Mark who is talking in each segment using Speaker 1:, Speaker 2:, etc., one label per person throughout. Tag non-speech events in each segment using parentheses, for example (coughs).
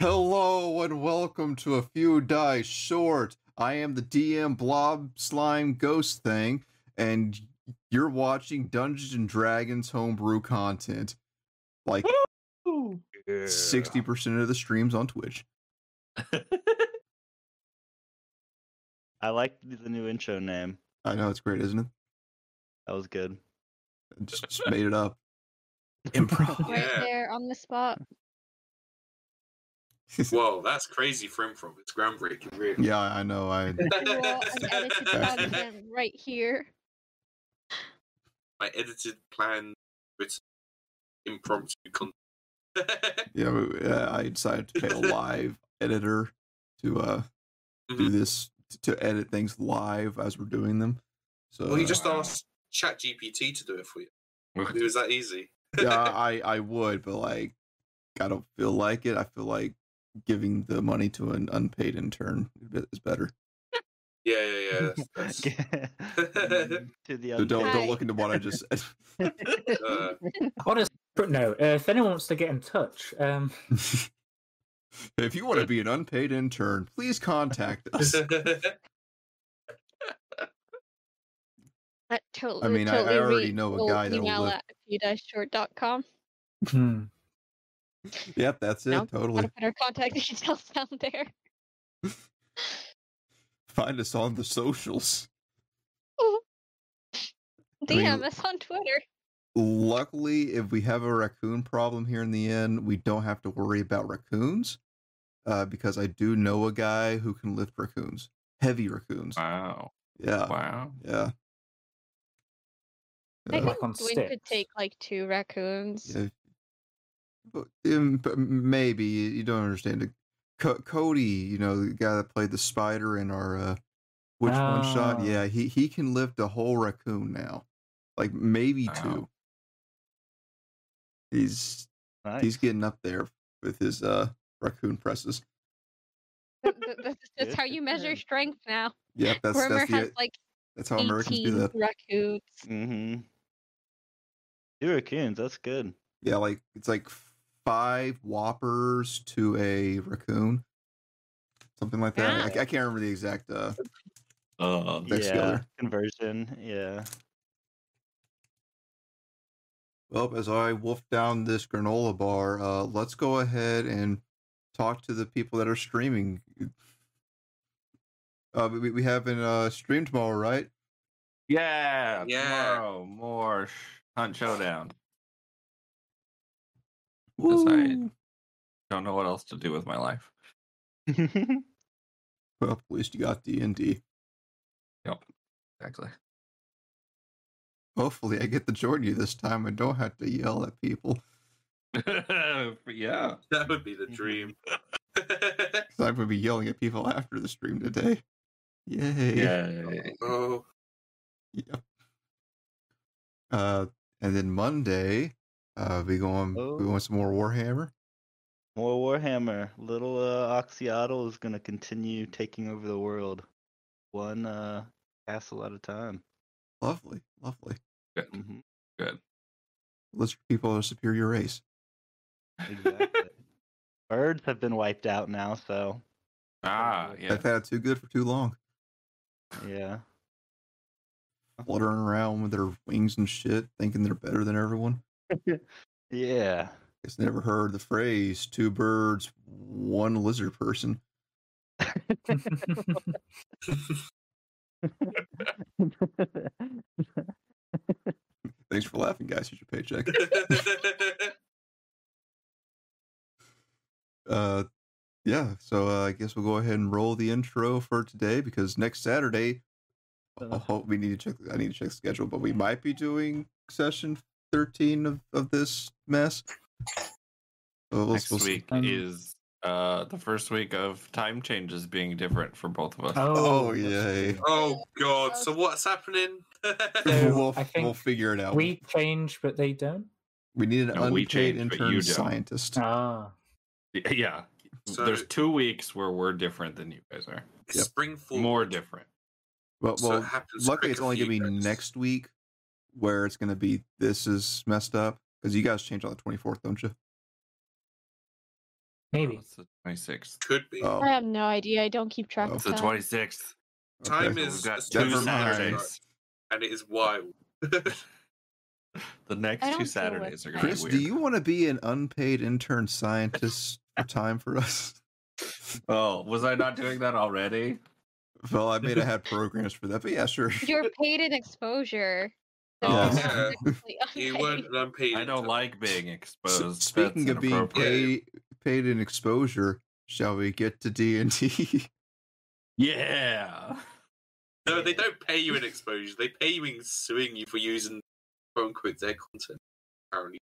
Speaker 1: Hello and welcome to A Few Die Short. I am the DM Blob Slime Ghost Thing, and you're watching Dungeons and Dragons homebrew content. Like
Speaker 2: Ooh.
Speaker 1: 60% of the streams on Twitch.
Speaker 2: I like the new intro name.
Speaker 1: I know it's great, isn't it?
Speaker 2: That was good.
Speaker 1: I just, just (laughs) made it up. Improv.
Speaker 3: Right
Speaker 4: Yeah.
Speaker 3: there on the spot.
Speaker 4: Whoa, that's crazy frame from. It's groundbreaking, really.
Speaker 1: yeah, I
Speaker 4: (laughs)
Speaker 1: know. I
Speaker 3: Raw unedited
Speaker 1: (laughs)
Speaker 3: content right here.
Speaker 4: My edited plan with impromptu content.
Speaker 1: yeah, we- uh, I decided to pay a live editor to uh do
Speaker 4: Mhm.
Speaker 1: this to edit things live as we're doing them. So
Speaker 4: well, you
Speaker 1: uh,
Speaker 4: just
Speaker 5: Wow.
Speaker 4: asked ChatGPT to do it for you.
Speaker 5: Look.
Speaker 4: It was that easy.
Speaker 2: (laughs)
Speaker 1: yeah, I I would, but like I don't feel like it. I feel like giving the money to an unpaid intern is
Speaker 2: (laughs)
Speaker 1: better.
Speaker 4: Yeah,
Speaker 5: (laughs)
Speaker 4: yeah, yeah. that's- that's- (laughs)
Speaker 2: to the
Speaker 1: So don't
Speaker 3: Hi.
Speaker 1: don't look into what
Speaker 2: (laughs)
Speaker 1: I just said. (laughs)
Speaker 6: (laughs)
Speaker 4: uh,
Speaker 6: On a separate note, uh, if anyone wants to get in touch, um,
Speaker 1: if you want to be an unpaid intern, please contact
Speaker 2: (laughs)
Speaker 1: us.
Speaker 3: That totally.
Speaker 1: mean, I- I
Speaker 3: totally
Speaker 1: already
Speaker 3: re-
Speaker 1: know a
Speaker 3: will
Speaker 1: guy that'll
Speaker 3: email
Speaker 1: live-
Speaker 3: at few-short.com.
Speaker 6: hmm,
Speaker 1: yep, that's it.
Speaker 3: No, How
Speaker 1: Totally.
Speaker 3: to put our contact (laughs) details down there.
Speaker 1: Find us on the socials. I mean- Uh,
Speaker 3: DM us on Twitter.
Speaker 1: Luckily, if we have a raccoon problem here in the end, we don't have to worry about raccoons. Uh, because I do know a guy who can lift raccoons. Heavy raccoons.
Speaker 5: wow.
Speaker 1: Yeah.
Speaker 5: Wow.
Speaker 1: Yeah.
Speaker 3: I
Speaker 1: Uh,
Speaker 6: Like
Speaker 3: think
Speaker 6: on
Speaker 3: Gwyn could
Speaker 6: sticks.
Speaker 3: take like two raccoons.
Speaker 1: Yeah. But, um, but maybe you you don't understand it. Co- Cody, you know the guy that played the spider in our uh, which one shot?
Speaker 6: Ah.
Speaker 1: Yeah, he he can lift a whole raccoon now, like maybe
Speaker 5: Wow.
Speaker 1: two. He's he's getting up there with his uh raccoon presses.
Speaker 3: (laughs) Th- th- this is just how
Speaker 2: Good
Speaker 3: you
Speaker 2: for
Speaker 3: measure
Speaker 2: him.
Speaker 3: strength now.
Speaker 1: Yep, that's
Speaker 3: Rumor
Speaker 1: that's
Speaker 3: has
Speaker 1: the,
Speaker 3: like
Speaker 1: that's how Americans do
Speaker 3: 18
Speaker 1: that.
Speaker 3: raccoons.
Speaker 2: hmm Two raccoons. That's good.
Speaker 1: Yeah, like it's like five whoppers to a raccoon, something like that. I, I can't remember the exact. Uh,
Speaker 5: Uh,
Speaker 1: Next
Speaker 2: yeah.
Speaker 1: color.
Speaker 2: Conversion. Yeah.
Speaker 1: Well, as I wolf down this granola bar, uh, let's go ahead and talk to the people that are streaming. Uh, we, we have an uh, stream tomorrow, right?
Speaker 5: yeah.
Speaker 4: Yeah.
Speaker 5: Tomorrow, more sh- Hunt Showdown. Because I don't know what else to do with my life. (laughs)
Speaker 1: Well, at least you got D and D.
Speaker 5: Exactly.
Speaker 1: Hopefully, I get to join you this time. I don't have to yell at people.
Speaker 5: (laughs) yeah.
Speaker 4: that would be the dream.
Speaker 1: 'cause I'm gonna be yelling at people (laughs) after the stream today. Yay!
Speaker 5: (laughs) Yeah.
Speaker 4: oh,
Speaker 1: Yeah. Uh, and then Monday, uh, we going we
Speaker 2: Oh.
Speaker 1: going some more Warhammer.
Speaker 2: More Warhammer. Little uh, Oxyotl is going to continue taking over the world, one uh, castle at a time.
Speaker 1: Lovely, lovely.
Speaker 2: hmm
Speaker 5: Good.
Speaker 1: Let's people are superior race.
Speaker 2: Exactly. Birds have been wiped out now, so
Speaker 5: Ah, yeah.
Speaker 1: I've had it too good for too long.
Speaker 2: yeah.
Speaker 1: Fluttering around with their wings and shit, thinking they're better than everyone.
Speaker 2: Yeah.
Speaker 1: It's never heard the phrase two birds, one lizard person. Thanks for laughing, guys. Here's your paycheck.
Speaker 2: (laughs)
Speaker 1: Uh, yeah, so uh, I guess we'll go ahead and roll the intro for today because next Saturday, I
Speaker 2: Uh.
Speaker 1: hope we need to check. I need to check the schedule, but we might be doing session thirteen of, of this mess. So we'll-
Speaker 5: Next
Speaker 1: we'll see.
Speaker 5: week
Speaker 6: Um,
Speaker 5: is uh the first week of time changes being different for both of us.
Speaker 1: Oh,
Speaker 6: oh,
Speaker 1: yay!
Speaker 4: oh God! So what's happening?
Speaker 6: So,
Speaker 1: we'll,
Speaker 6: I think
Speaker 1: we'll figure it
Speaker 6: (laughs)
Speaker 1: out.
Speaker 6: we change, but they don't.
Speaker 1: We need an
Speaker 5: No, we
Speaker 1: unpaid
Speaker 5: change, but you
Speaker 1: intern
Speaker 5: don't.
Speaker 1: scientist.
Speaker 6: Ah,
Speaker 5: Y- Yeah.
Speaker 4: So-
Speaker 5: There's two weeks where we're different than you guys are.
Speaker 1: Yep.
Speaker 4: Spring forward.
Speaker 5: More different.
Speaker 1: Well,
Speaker 4: So it
Speaker 1: well
Speaker 4: happens
Speaker 1: luckily
Speaker 4: quicker
Speaker 1: it's only
Speaker 4: for
Speaker 1: going
Speaker 4: you
Speaker 1: to be
Speaker 4: guys.
Speaker 1: next week where it's going to be this is messed up because you guys change on the 24th, don't you?
Speaker 6: Maybe.
Speaker 5: Oh, It's the 26th.
Speaker 4: Could be.
Speaker 1: Oh,
Speaker 3: I have no idea. I don't keep track
Speaker 1: Oh.
Speaker 5: It's
Speaker 3: of
Speaker 5: the
Speaker 3: time. (laughs)
Speaker 5: 26th.
Speaker 4: Time
Speaker 1: okay.
Speaker 4: is-
Speaker 5: We've got
Speaker 4: it's
Speaker 5: two
Speaker 1: never mind.
Speaker 5: Saturdays.
Speaker 4: And it is wild. (laughs)
Speaker 5: The
Speaker 3: I
Speaker 5: next
Speaker 3: don't
Speaker 5: two
Speaker 3: feel
Speaker 5: Saturdays are
Speaker 3: like
Speaker 5: going to be
Speaker 1: Chris,
Speaker 5: weird.
Speaker 1: do you want to be an unpaid intern scientist for time for us? (laughs)
Speaker 5: Oh, was I not doing that already?
Speaker 1: Well, I made I had programs for that, but yeah, sure.
Speaker 3: You're paid in exposure.
Speaker 5: (laughs)
Speaker 3: So
Speaker 5: Oh.
Speaker 3: it's
Speaker 1: (laughs)
Speaker 4: Yeah.
Speaker 3: technically
Speaker 4: You
Speaker 3: unpaid.
Speaker 4: weren't an unpaid.
Speaker 5: I don't
Speaker 4: intern.
Speaker 5: like being
Speaker 1: S-
Speaker 5: exposed.
Speaker 1: speaking
Speaker 5: That's
Speaker 1: of being
Speaker 5: inappropriate.
Speaker 1: paid, paid in exposure, shall we get to D and D? (laughs)
Speaker 5: Yeah.
Speaker 4: No, they don't pay you in exposure. They pay you in suing you for using quote unquote their content.
Speaker 1: (laughs)
Speaker 4: Apparently.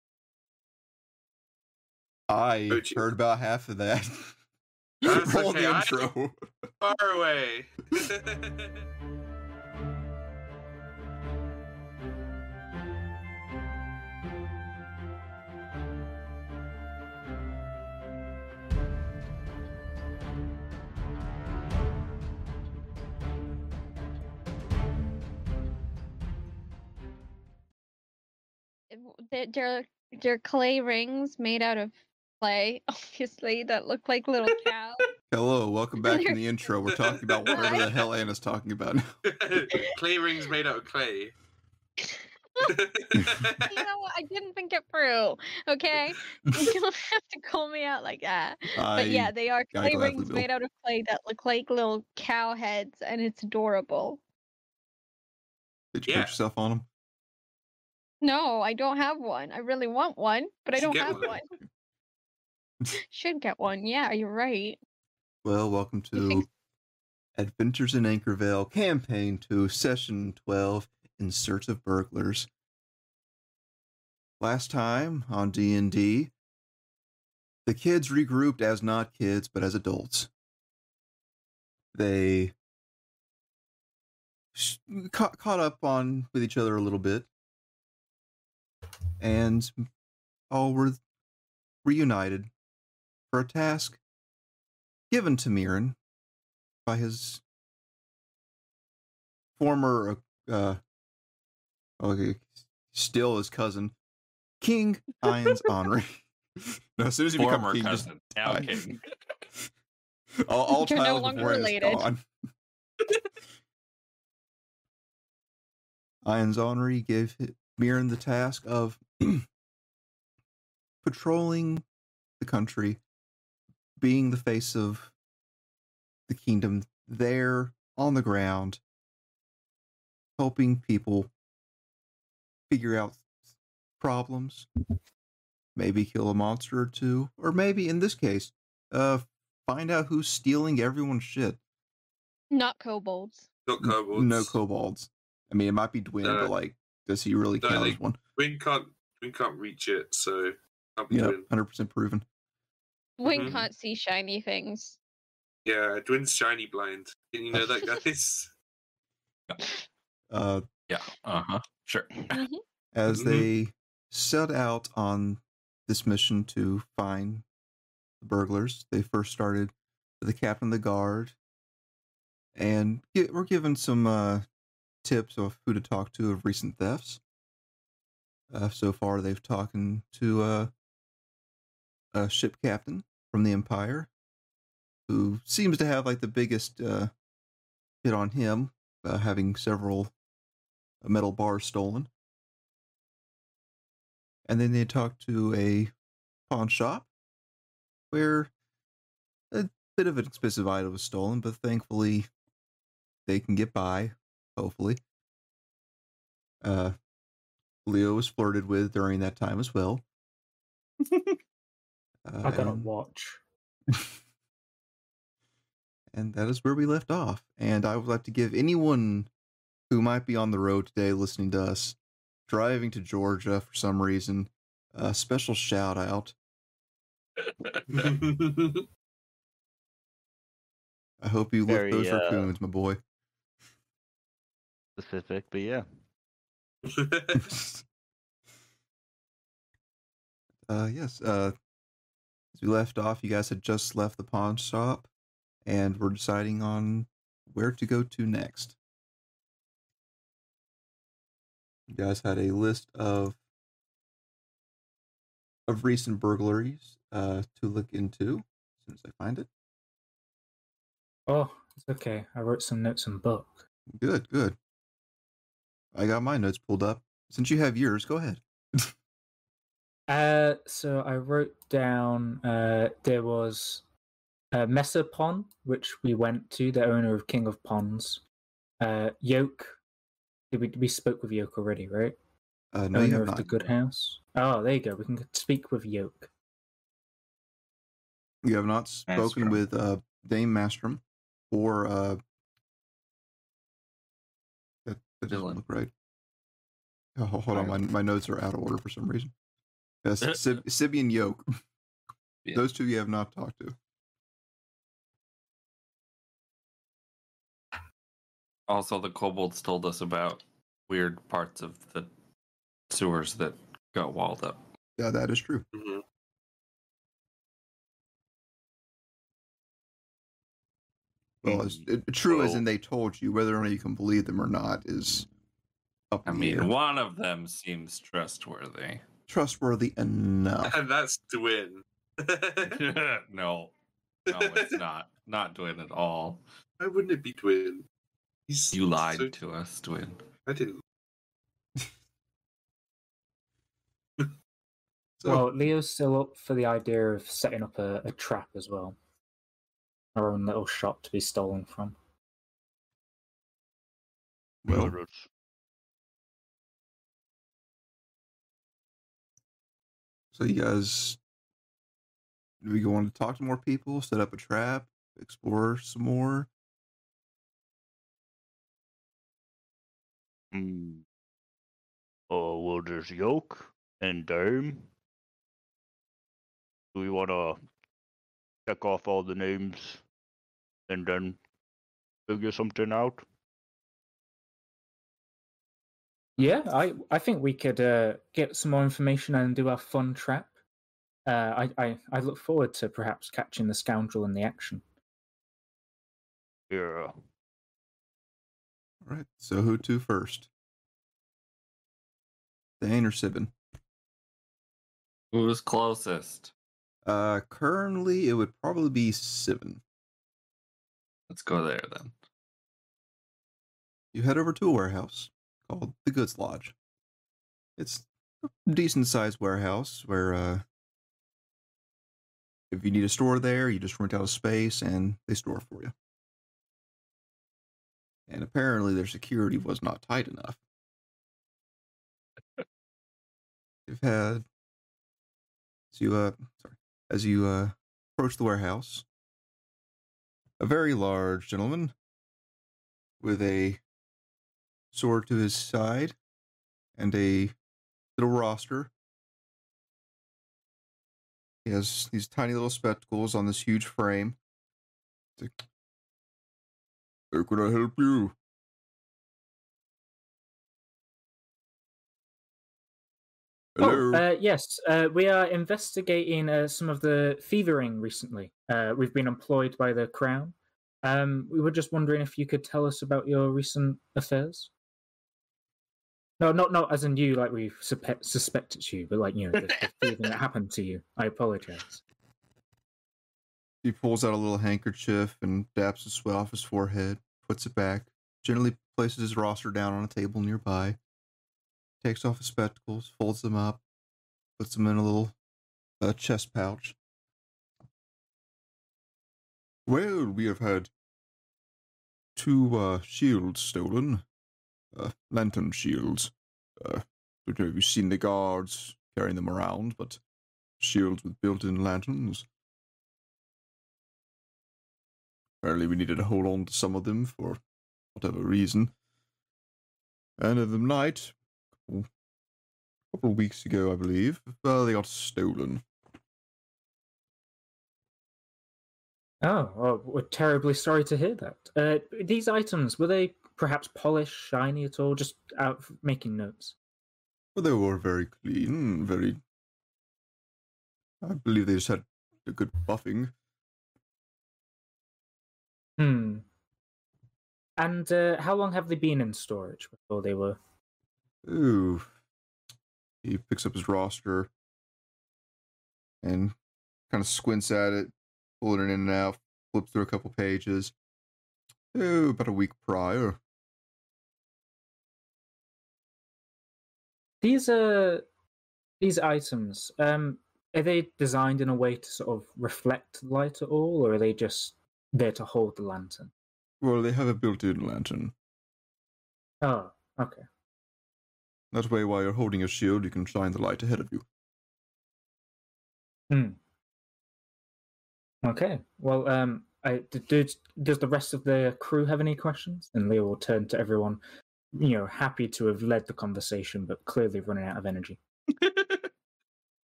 Speaker 1: I
Speaker 4: Oh, gee.
Speaker 1: heard about half of that. (laughs)
Speaker 4: That's
Speaker 1: Roll
Speaker 4: okay,
Speaker 1: the
Speaker 4: I-
Speaker 1: intro.
Speaker 4: Far away. (laughs)
Speaker 3: Th- They're, they're clay rings made out of clay, (laughs) obviously, that look
Speaker 1: (laughs)
Speaker 3: like little cows.
Speaker 1: Hello,
Speaker 4: (laughs)
Speaker 1: welcome back to the intro. We're talking about whatever the hell Anna's talking about. now.
Speaker 4: clay rings made out of clay.
Speaker 3: you know what? I didn't think it through. Okay, (laughs) you
Speaker 4: (laughs)
Speaker 3: don't have to call me out like that.
Speaker 1: I,
Speaker 3: But yeah, they are clay
Speaker 1: gladly
Speaker 3: rings
Speaker 1: will.
Speaker 3: made out of clay that look like little cow heads, and it's adorable.
Speaker 1: did you
Speaker 4: yeah.
Speaker 1: put yourself on them?
Speaker 3: No, I don't have one. I really want one, but I
Speaker 4: You should
Speaker 3: don't
Speaker 4: get
Speaker 3: have
Speaker 4: one.
Speaker 3: one.
Speaker 4: (laughs)
Speaker 3: (laughs) Should get one. Yeah, you're right.
Speaker 1: Well, welcome
Speaker 3: You
Speaker 1: to
Speaker 3: think-
Speaker 1: Adventures in Anchorvale, Campaign 2, Session 12, In Search of Burglars. Last time on D&D, the kids regrouped as not kids, but as adults. They s- ca- caught up on with each other a little bit and all were reunited for a task given to Miran by his former, uh, okay, still his cousin, King Ions Henri. no, as soon as you
Speaker 5: Former
Speaker 1: become king, just
Speaker 5: cousin. Now
Speaker 1: die.
Speaker 5: king.
Speaker 1: (laughs) all, all
Speaker 3: (laughs) You're no
Speaker 1: titles
Speaker 3: longer
Speaker 1: before it is
Speaker 7: (laughs)
Speaker 3: related.
Speaker 1: gone. Ions Henri gave hi- Miran the task of (clears throat) patrolling the country, being the face of the kingdom there on the ground, helping people figure out problems, maybe kill a monster or two, or maybe in this case, uh, find out who's stealing everyone's shit.
Speaker 3: Not kobolds.
Speaker 4: Not
Speaker 1: N-
Speaker 4: kobolds.
Speaker 1: No kobolds. I mean, it might be Dwin,
Speaker 4: No.
Speaker 1: but like, does he really
Speaker 4: No,
Speaker 1: count
Speaker 4: they-
Speaker 1: as one?
Speaker 4: Win can't. Win can't reach it, so. can't be
Speaker 1: Yeah,
Speaker 4: Dwin.
Speaker 1: hundred percent proven.
Speaker 3: Wing
Speaker 4: Mhm.
Speaker 3: can't see shiny things.
Speaker 4: Yeah, Dwin's shiny blind. Didn't you know
Speaker 1: (laughs)
Speaker 4: that, guys?
Speaker 1: Uh,
Speaker 5: Yeah. Uh huh. Sure.
Speaker 3: Mhm.
Speaker 1: as
Speaker 4: Mhm.
Speaker 1: they set out on this mission to find the burglars. They first started with the captain of the guard, and gi- we're given some uh, tips of who to talk to of recent thefts. Uh, so far, they've talked to uh, a ship captain from the Empire, who seems to have like the biggest uh, hit on him, uh, having several metal bars stolen and then they talk to a pawn shop where a bit of an expensive item was stolen, but thankfully they can get by, hopefully. Uh, Leo was flirted with during that time as well. uh,
Speaker 6: I gotta
Speaker 1: and- (laughs)
Speaker 6: watch.
Speaker 1: and that is where we left off. And I would like to give anyone who might be on the road today listening to us, driving to Georgia for some reason, a special shout out. I hope you
Speaker 2: Very,
Speaker 1: lift those
Speaker 2: uh,
Speaker 1: raccoons, my boy.
Speaker 2: Specific, but yeah.
Speaker 1: uh, yes. Uh, as we left off, you guys had just left the pawn shop and were deciding on where to go to next. You guys had a list of of recent burglaries uh, to look into. soon as I find it.
Speaker 6: Oh, it's okay. I wrote some notes in book.
Speaker 1: Good, good. I got my notes pulled up. Since you have yours, go ahead.
Speaker 6: Uh, so I wrote down uh, there was uh, Messer Pond, which we went to, the owner of King of Ponds. Uh, Yoke, did we we spoke with Yoke already, right?
Speaker 1: Uh, no,
Speaker 6: owner
Speaker 1: you have
Speaker 6: of
Speaker 1: not.
Speaker 6: the Good House. Oh, there you go. We can speak with Yoke.
Speaker 1: You have not spoken
Speaker 5: Mastrom.
Speaker 1: with uh, Dame Mastrom or uh, that, that doesn't
Speaker 5: Dylan.
Speaker 1: look right. Oh, ho- hold on, my, my notes are out of order for some reason. Yes,
Speaker 5: (laughs)
Speaker 1: Uh, Sib- Sibby and Yoke.
Speaker 5: Yeah.
Speaker 1: Those two you have not talked to.
Speaker 5: Also, the kobolds told us about weird parts of the sewers that got walled up.
Speaker 1: Yeah, that is true.
Speaker 6: Mm-hmm.
Speaker 4: Mhm.
Speaker 1: Well, it's,
Speaker 5: Mm,
Speaker 1: it, true as
Speaker 5: Well-
Speaker 1: in they told you. Whether or not you can believe them or not is up
Speaker 5: I
Speaker 1: in the
Speaker 5: mean,
Speaker 1: air.
Speaker 5: one of them seems trustworthy.
Speaker 1: trustworthy
Speaker 5: (laughs)
Speaker 1: enough.
Speaker 4: And (laughs) that's to win. (laughs)
Speaker 5: no, (laughs) no, it's not. Not doing at all.
Speaker 4: Why wouldn't it be Dwin? He's
Speaker 5: You lied
Speaker 4: so-
Speaker 5: to us, Twin.
Speaker 4: I didn't.
Speaker 1: So,
Speaker 6: well, Leo's still up for the idea of setting up a, a trap as well. Our own little shop to be stolen from.
Speaker 1: well,
Speaker 8: Railroads.
Speaker 1: so you guys, do we want to talk to more people, set up a trap, explore some more?
Speaker 8: Hmm. Oh well, there's Yoke and Dome. Do we want to check off all the names and then figure something out?
Speaker 6: Yeah, I, I think we could uh, get some more information and do our fun trap. Uh, I, I, I look forward to perhaps catching the scoundrel in the action.
Speaker 8: Yeah.
Speaker 1: All right. So who to first? Dane or Sibin?
Speaker 5: Who's closest?
Speaker 1: Uh, currently, it would probably be Sibin.
Speaker 5: Let's go there then.
Speaker 1: You head over to a warehouse called the Goods Lodge. It's a decent sized warehouse where uh, if you need a store there, you just rent out a space and they store for you. And apparently their security was not tight enough. You've had as you uh sorry as you uh approach the warehouse, a very large gentleman with a sword to his side and a little roster. He has these tiny little spectacles on this huge frame. It's like, How could I help you? Hello.
Speaker 6: Oh, uh, yes, uh, we are investigating uh, some of the thieving recently. Uh, we've been employed by the Crown. Um, we were just wondering if you could tell us about your recent affairs. No, not not as in you, like we suspe- suspect it's you, but like you know, the, (laughs) the thieving that happened to you. I apologize.
Speaker 1: He pulls out a little handkerchief and daps the sweat off his forehead, puts it back, gently places his roster down on a table nearby, takes off his spectacles, folds them up, puts them in a little uh, chest pouch. Well, we have had two uh, shields stolen, uh, lantern shields. Uh, don't know if you've seen the guards carrying them around, but shields with built-in lanterns. Apparently, we needed to hold on to some of them for whatever reason. And of the night, a couple of weeks ago, I believe, uh, they got stolen.
Speaker 6: Oh, well, we're terribly sorry to hear that. Uh, these items were they perhaps polished, shiny at all? Just out of making notes.
Speaker 1: But they were very clean, Hmm, very. I believe they just had a good buffing.
Speaker 6: Hmm. And uh, how long have they been in storage before they were?
Speaker 1: Ooh. He picks up his roster and kind of squints at it, pulling it in and out, flip through a couple pages. Oh, about a week prior.
Speaker 6: These uh, these items. Um, are they designed in a way to sort of reflect the light at all, or are they just there to hold the lantern?
Speaker 1: Well, they have a built-in lantern.
Speaker 6: Oh, okay.
Speaker 1: That way, while you're holding your shield, you can shine the light ahead of you.
Speaker 6: Okay. Well, um, I, d- do, does the rest of the crew have any questions? And Leo will turn to everyone, you know, happy to have led the conversation, but clearly running out of energy.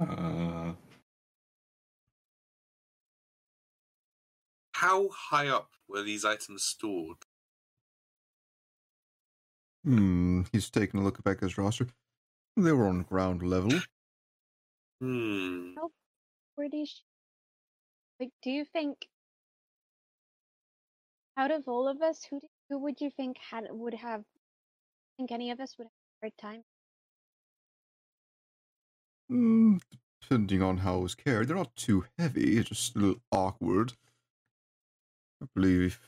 Speaker 5: Uh,
Speaker 4: How high up were these items stored?
Speaker 1: Hmm. He's taking a look back at his roster. They were on ground level.
Speaker 4: Hmm.
Speaker 3: pretty sh- like do you think out of all of us who d- who would you think had would have think any of us would have a hard time
Speaker 1: Hmm, depending on how it was carried, they're not too heavy. It's just a little awkward. I believe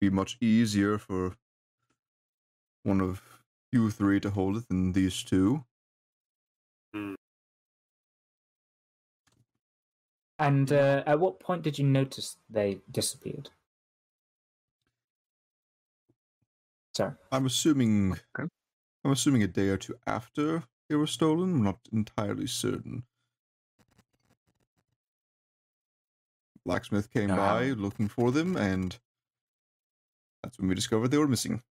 Speaker 1: it'd be much easier for one of you three to hold it than these two.
Speaker 4: Hmm.
Speaker 6: And uh, at what point did you notice they disappeared? Sorry.
Speaker 1: I'm assuming.
Speaker 5: Okay.
Speaker 1: I'm assuming a day or two after they were stolen. I'm not entirely certain. Blacksmith came
Speaker 5: No, I
Speaker 1: by
Speaker 5: haven't.
Speaker 1: looking for them, and that's when we discovered they were missing.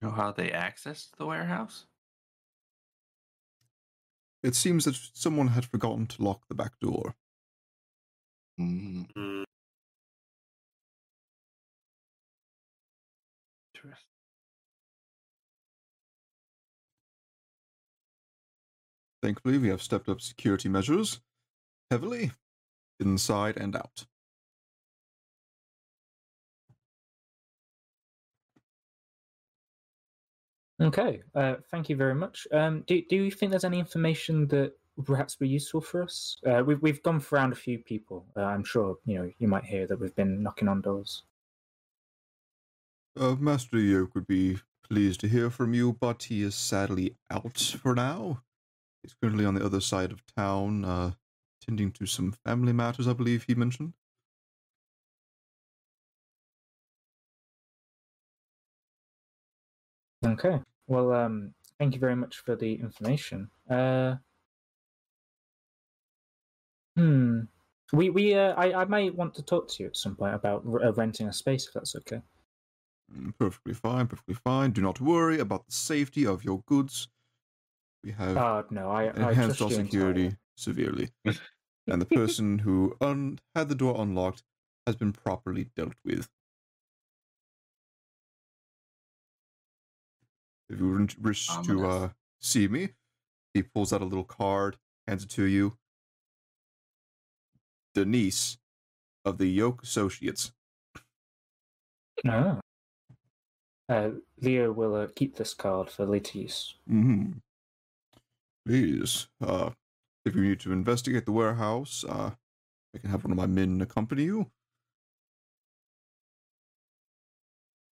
Speaker 5: you know how they accessed the warehouse?
Speaker 1: It seems that someone had forgotten to lock the back door.
Speaker 5: Mm,
Speaker 4: Hmm.
Speaker 5: interesting.
Speaker 1: Thankfully, we have stepped up security measures heavily, inside and out.
Speaker 6: Okay. Uh, thank you very much. Um, do Do you think there's any information that would perhaps be useful for us? Uh, we've We've gone around a few people. Uh, I'm sure you know. You might hear that we've been knocking on doors.
Speaker 1: Uh, Master Yoke would be pleased to hear from you, but he is sadly out for now. He's currently on the other side of town, uh, tending to some family matters, I believe he mentioned.
Speaker 6: Okay. Well, um, thank you very much for the information. Uh, hmm. We we uh, I I might want to talk to you at some point about r- uh, renting a space if that's okay.
Speaker 1: Mm, Perfectly fine, perfectly fine. Do not worry about the safety of your goods. We have
Speaker 6: Oh no, I I
Speaker 1: enhanced
Speaker 6: trust
Speaker 1: our
Speaker 6: you
Speaker 1: security
Speaker 6: entirely. (laughs)
Speaker 1: severely. and the person who un- had the door unlocked has been properly dealt with. If you wouldn't wish to
Speaker 5: Ominous.
Speaker 1: uh, see me, he pulls out a little card, hands it to you. Denise of the Yoke Associates.
Speaker 6: No. Uh, Leo will uh, keep this card for later use.
Speaker 1: Mm-hmm. Please, uh, if you need to investigate the warehouse, uh, I can have one of my men accompany you.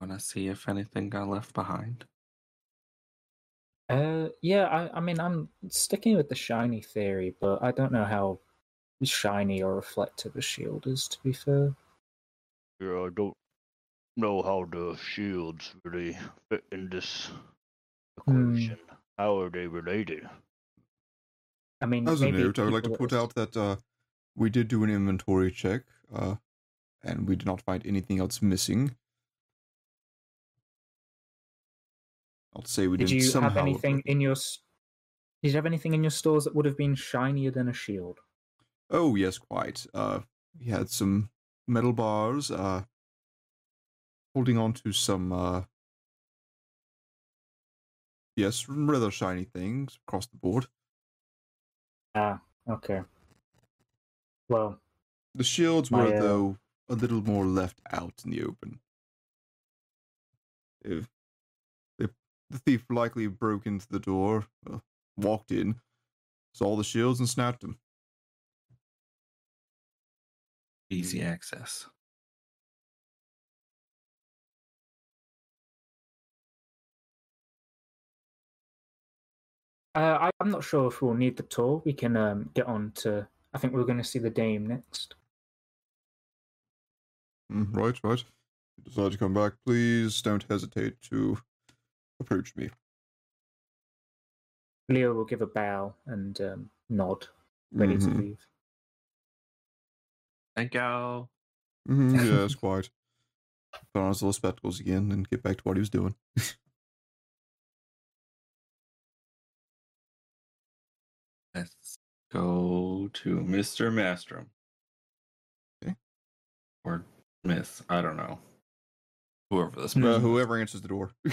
Speaker 5: Want to see if anything got left behind?
Speaker 6: Uh, yeah, I, I mean, I'm sticking with the shiny theory, but I don't know how shiny or reflective a shield is, to be fair.
Speaker 8: Yeah, I don't know how the shields really fit in this
Speaker 6: Hmm.
Speaker 8: equation. How are they related?
Speaker 6: I mean,
Speaker 1: As a
Speaker 6: maybe
Speaker 1: note, I would like to
Speaker 6: people
Speaker 1: put
Speaker 6: that-
Speaker 1: out that uh, we did do an inventory check, uh, and we did not find anything else missing. I'll say we
Speaker 6: Did
Speaker 1: didn't
Speaker 6: you
Speaker 1: somehow.
Speaker 6: have anything in your? s- Did you have anything in your stores that would have been shinier than a shield?
Speaker 1: Oh yes, quite. Uh, we had some metal bars, uh, holding on to some. Uh, yes, rather shiny things across the board.
Speaker 6: Ah, okay. Well,
Speaker 1: The shields
Speaker 6: My,
Speaker 1: were,
Speaker 6: uh,
Speaker 1: though, a little more left out in the open. If the, the thief likely broke into the door, well, walked in, saw the shields, and snapped them.
Speaker 5: Easy
Speaker 6: Mm-hmm.
Speaker 5: access.
Speaker 6: Uh, I, I'm not sure if we'll need the tour. We can um, get on to. I think we're going to see the dame next.
Speaker 1: Mm, right, right. If you decide to come back, please don't hesitate to approach me.
Speaker 6: Leo will give a bow and um, nod, ready
Speaker 1: Mhm.
Speaker 6: to leave.
Speaker 5: Thank you.
Speaker 6: (laughs)
Speaker 1: Mhm, yeah, it's quiet. Put on his little spectacles again and get back to what he was doing.
Speaker 5: Let's go to Mr. Mastrom.
Speaker 1: Okay.
Speaker 5: Or Miss, I don't know. Whoever this
Speaker 1: Uh,
Speaker 5: person.
Speaker 1: whoever answers the door. (laughs)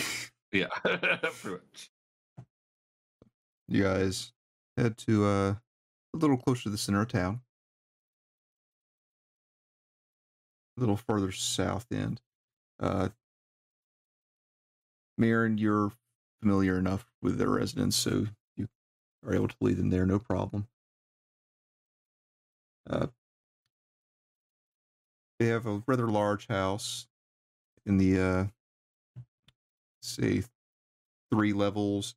Speaker 5: Yeah. pretty much.
Speaker 1: you guys head to uh, a little closer to the center of town, a little further south end. Uh, Marin, you're familiar enough with their residents, so you are able to lead them there, no problem. Uh, they have a rather large house in the, uh, say, three levels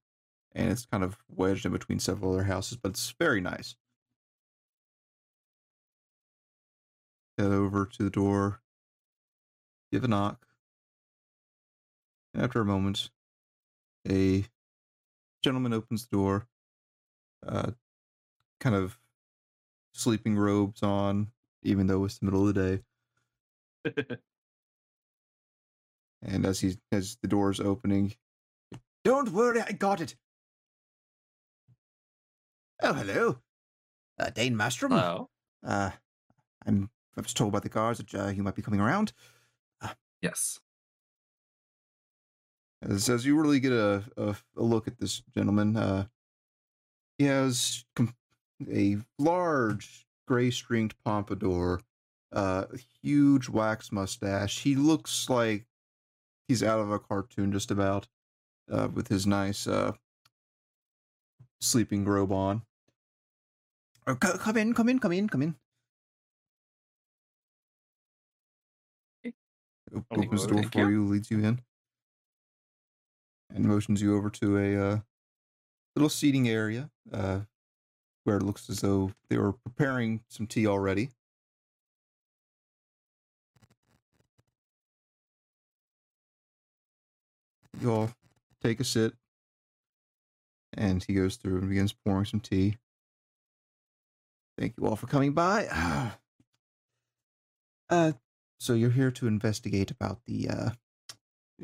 Speaker 1: and it's kind of wedged in between several other houses, but it's very nice. Head over to the door, give a knock, and after a moment, a gentleman opens the door,
Speaker 5: (laughs)
Speaker 1: uh, kind of sleeping robes on, even though it's the middle of the day. And as he as the door is opening, don't worry, I got it. Oh, hello, uh, Dane Mastrom.
Speaker 5: Hello.
Speaker 1: Uh, I'm I was told by the guards that uh, you might be coming around. Uh,
Speaker 5: Yes.
Speaker 1: As, as you really get a, a, a look at this gentleman, uh, he has com- a large gray stringed pompadour, uh, a huge wax mustache. He looks like he's out of a cartoon, just about, uh, with his nice uh, sleeping robe on. Oh, co- come in, come in, come in, come in. Op-
Speaker 8: Hello,
Speaker 1: Opens the door
Speaker 5: Oh, thank
Speaker 1: for
Speaker 5: you.
Speaker 1: you, leads you in, and motions you over to a uh, little seating area uh, where it looks as though they were preparing some tea already. You all take a sit, and he goes through and begins pouring some tea. Thank you all for coming by. (sighs) Uh, so you're here to investigate about the uh,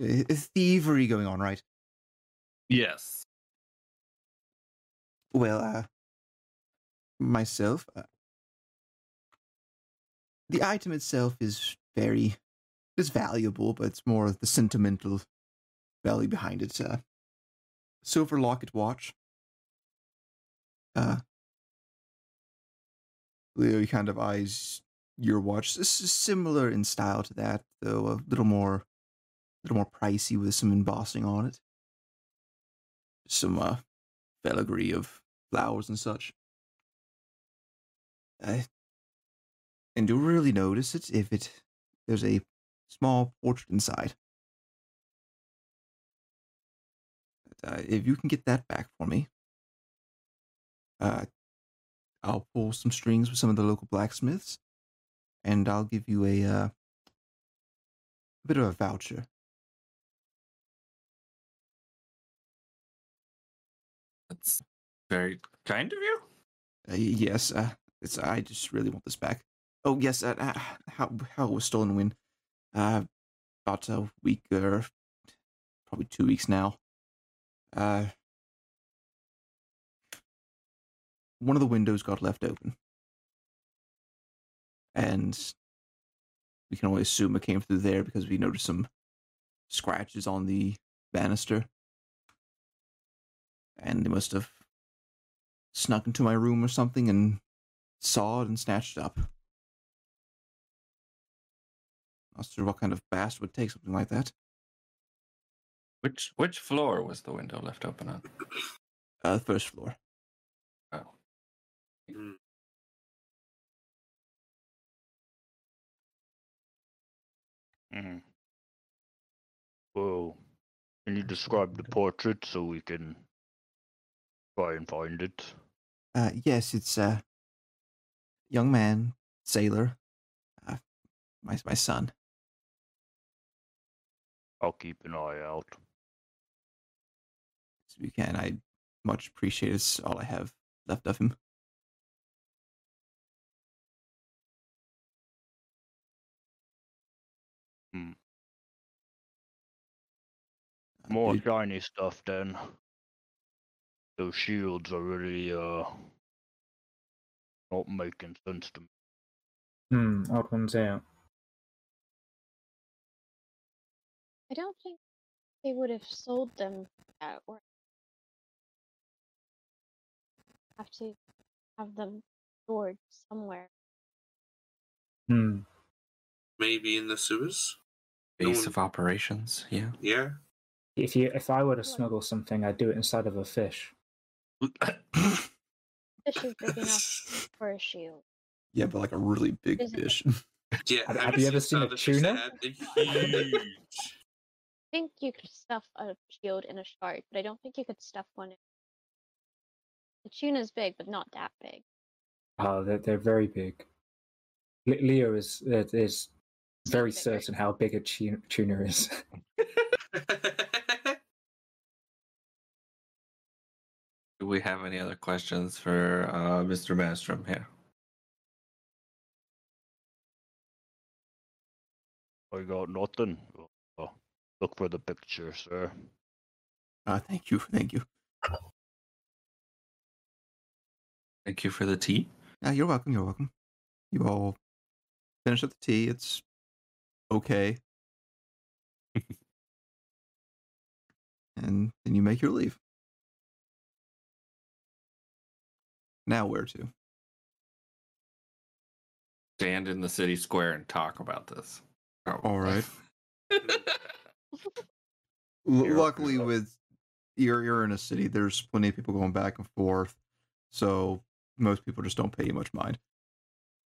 Speaker 1: i- i- thievery going on, right?
Speaker 5: Yes.
Speaker 1: Well, uh, myself, uh, the item itself is very, it's valuable, but it's more the sentimental value behind it. Uh, silver locket watch. Uh, Leo kind of eyes your watch. This is similar in style to that, though a little more, a little more pricey with some embossing on it. Some uh, filigree of flowers and such. Uh, and you'll really notice it if it there's a small portrait inside. Uh, if you can get that back for me, uh, I'll pull some strings with some of the local blacksmiths, and I'll give you a, uh, a bit of a voucher.
Speaker 5: That's very kind of you.
Speaker 1: Uh, y- yes, uh, it's, I just really want this back. Oh yes, uh, uh, how how it was stolen when? Uh, about a week or probably two weeks now. Uh, one of the windows got left open, and we can only assume it came through there because we noticed some scratches on the banister, and they must have snuck into my room or something and saw it and snatched it up. Not sure what kind of bastard would take something like that.
Speaker 5: Which which floor was the window left open on?
Speaker 7: Uh, first floor.
Speaker 4: Mm.
Speaker 8: Mm. Well, can you describe the portrait so we can try and find it?
Speaker 7: Uh, yes, it's a young man, sailor, uh, my my son.
Speaker 8: I'll keep an eye out.
Speaker 7: If you can, I much appreciate it. It's all I have left of him.
Speaker 8: Hmm.
Speaker 7: Uh,
Speaker 8: More
Speaker 7: you-
Speaker 8: shiny stuff then. Those shields are really uh not making sense to me.
Speaker 6: Hmm, odd ones out.
Speaker 3: I don't think they would have sold them at work. Have to have them stored somewhere.
Speaker 6: Hmm.
Speaker 4: Maybe in the sewers?
Speaker 5: Base of operations. Yeah.
Speaker 4: Yeah.
Speaker 6: If you, if I were to smuggle something, I'd do it inside of a
Speaker 5: (coughs)
Speaker 6: fish.
Speaker 3: Fish is big enough
Speaker 7: (laughs)
Speaker 3: for a shield.
Speaker 1: Yeah, but like a really big
Speaker 3: Isn't it-
Speaker 1: fish. (laughs)
Speaker 4: Yeah.
Speaker 6: Have- have you ever seen a
Speaker 4: the fish that
Speaker 6: tuna?
Speaker 4: had (laughs) the Huge.
Speaker 3: I think you could stuff a shield in a shark, but I don't think you could stuff one in. The tuna's big, but not that big.
Speaker 6: Oh, they're, they're very big. Le- Leo is uh, is very
Speaker 3: Bigger.
Speaker 6: certain how big a tuna, tuna is. (laughs)
Speaker 5: Do we have any other questions for uh, Mr. Mastrom here?
Speaker 8: I got nothing. Uh, Look for the picture, sir.
Speaker 7: Uh, thank you, thank you.
Speaker 5: Thank you for the tea.
Speaker 7: Uh, you're welcome. You're welcome. You all finish up the tea. It's okay. (laughs) and then you make your leave. Now where to?
Speaker 5: Stand in the city square and talk about this.
Speaker 1: Oh,
Speaker 7: All right.
Speaker 1: L-
Speaker 5: You're-
Speaker 1: luckily with you're you're in a city there's plenty of people going back and forth so most people just don't pay you much mind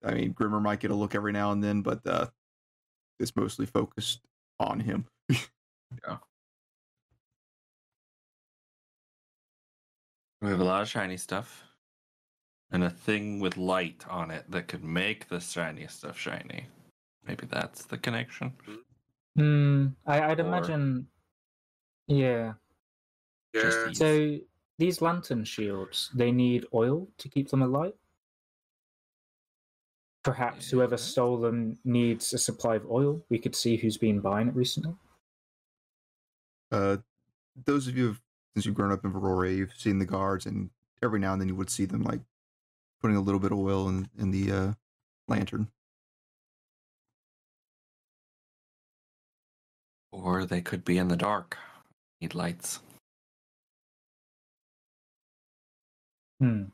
Speaker 1: i mean grimmer might get a look every now and then but uh it's mostly focused on him
Speaker 5: We have a lot of shiny stuff. And a thing with light on it that could make the shiny stuff shiny. Maybe that's the connection.
Speaker 6: Hmm. I, I'd
Speaker 5: Or-
Speaker 6: imagine. Yeah.
Speaker 4: yeah.
Speaker 5: Yes.
Speaker 6: So these lantern shields, they need oil to keep them alight. Perhaps whoever
Speaker 5: Yeah.
Speaker 6: stole them needs a supply of oil. We could see who's been buying it recently.
Speaker 1: uh those of you who've, since you've grown up in Verora, you've seen the guards and every now and then you would see them like putting a little bit of oil in in the uh lantern
Speaker 5: Or they could be in the dark. Need lights.
Speaker 6: Hmm.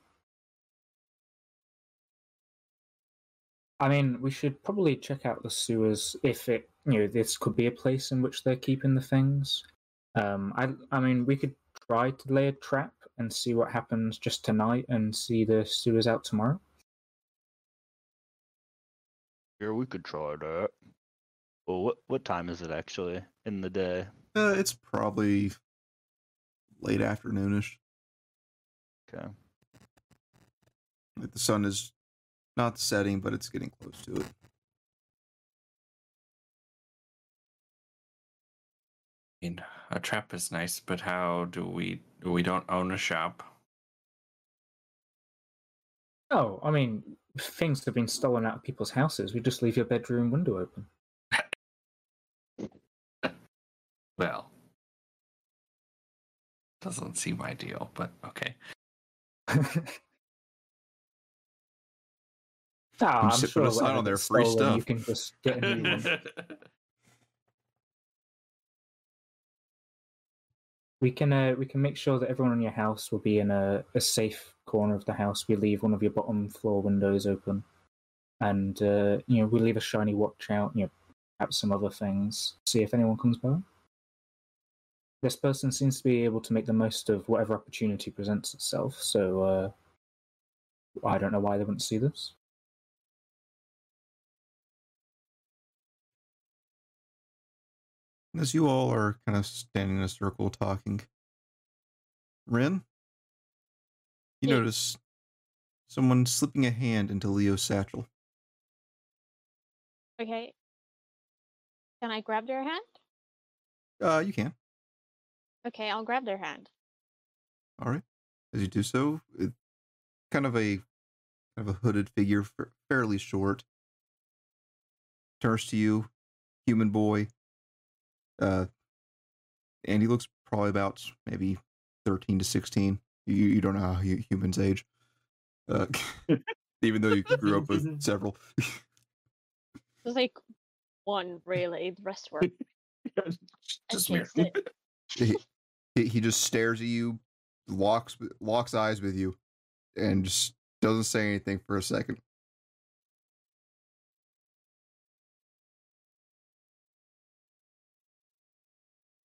Speaker 6: I mean, we should probably check out the sewers if it, you know, this could be a place in which they're keeping the things. Um, I, I mean, we could try to lay a trap and see what happens just tonight and see the sewers out tomorrow.
Speaker 8: Yeah, we could try that. Well, what what time is it actually in the day?
Speaker 1: uh it's probably late afternoonish
Speaker 8: Okay.
Speaker 1: like the sun is not setting but it's getting close to it
Speaker 5: I mean, a trap is nice, but how do we we don't own
Speaker 6: (laughs)
Speaker 5: a shop?
Speaker 6: Oh, I mean, things have been stolen out of people's houses. We just leave your bedroom window open.
Speaker 5: Well, doesn't seem ideal, but okay.
Speaker 6: Ah, I'm
Speaker 1: just put a
Speaker 6: sure
Speaker 1: sign
Speaker 6: whatever
Speaker 1: on there,
Speaker 6: gets
Speaker 1: free
Speaker 6: stolen, You
Speaker 1: stuff.
Speaker 6: can just get a new
Speaker 7: (laughs)
Speaker 6: one.
Speaker 5: (laughs)
Speaker 6: We can uh, we can make sure that everyone in your house will be in a, a safe corner of the house. We leave one of your bottom floor windows open, and uh, you know we leave a shiny watch out. You know, perhaps some other things. See if anyone comes by. This person seems to be able to make the most of whatever opportunity presents itself, so uh, I don't know why they
Speaker 7: (laughs)
Speaker 6: wouldn't see this.
Speaker 1: As you all are kind of standing in a circle talking, Rin, you
Speaker 3: Yeah.
Speaker 1: notice someone slipping a hand into Leo's satchel.
Speaker 3: Okay. Can I grab their hand?
Speaker 1: Uh, you can.
Speaker 3: Okay, I'll grab their hand.
Speaker 1: All right. As you do so, it, kind of a kind of a hooded figure, fa- fairly short, turns to you, human boy. Uh, and he looks probably about maybe thirteen to sixteen. You you don't know how hu- humans age, uh, (laughs) even though you grew up with several.
Speaker 3: There's like one really. The rest were
Speaker 5: Just me.
Speaker 3: against it.
Speaker 1: (laughs) he, he he just stares at you, locks locks eyes with you, and just doesn't say anything for a second.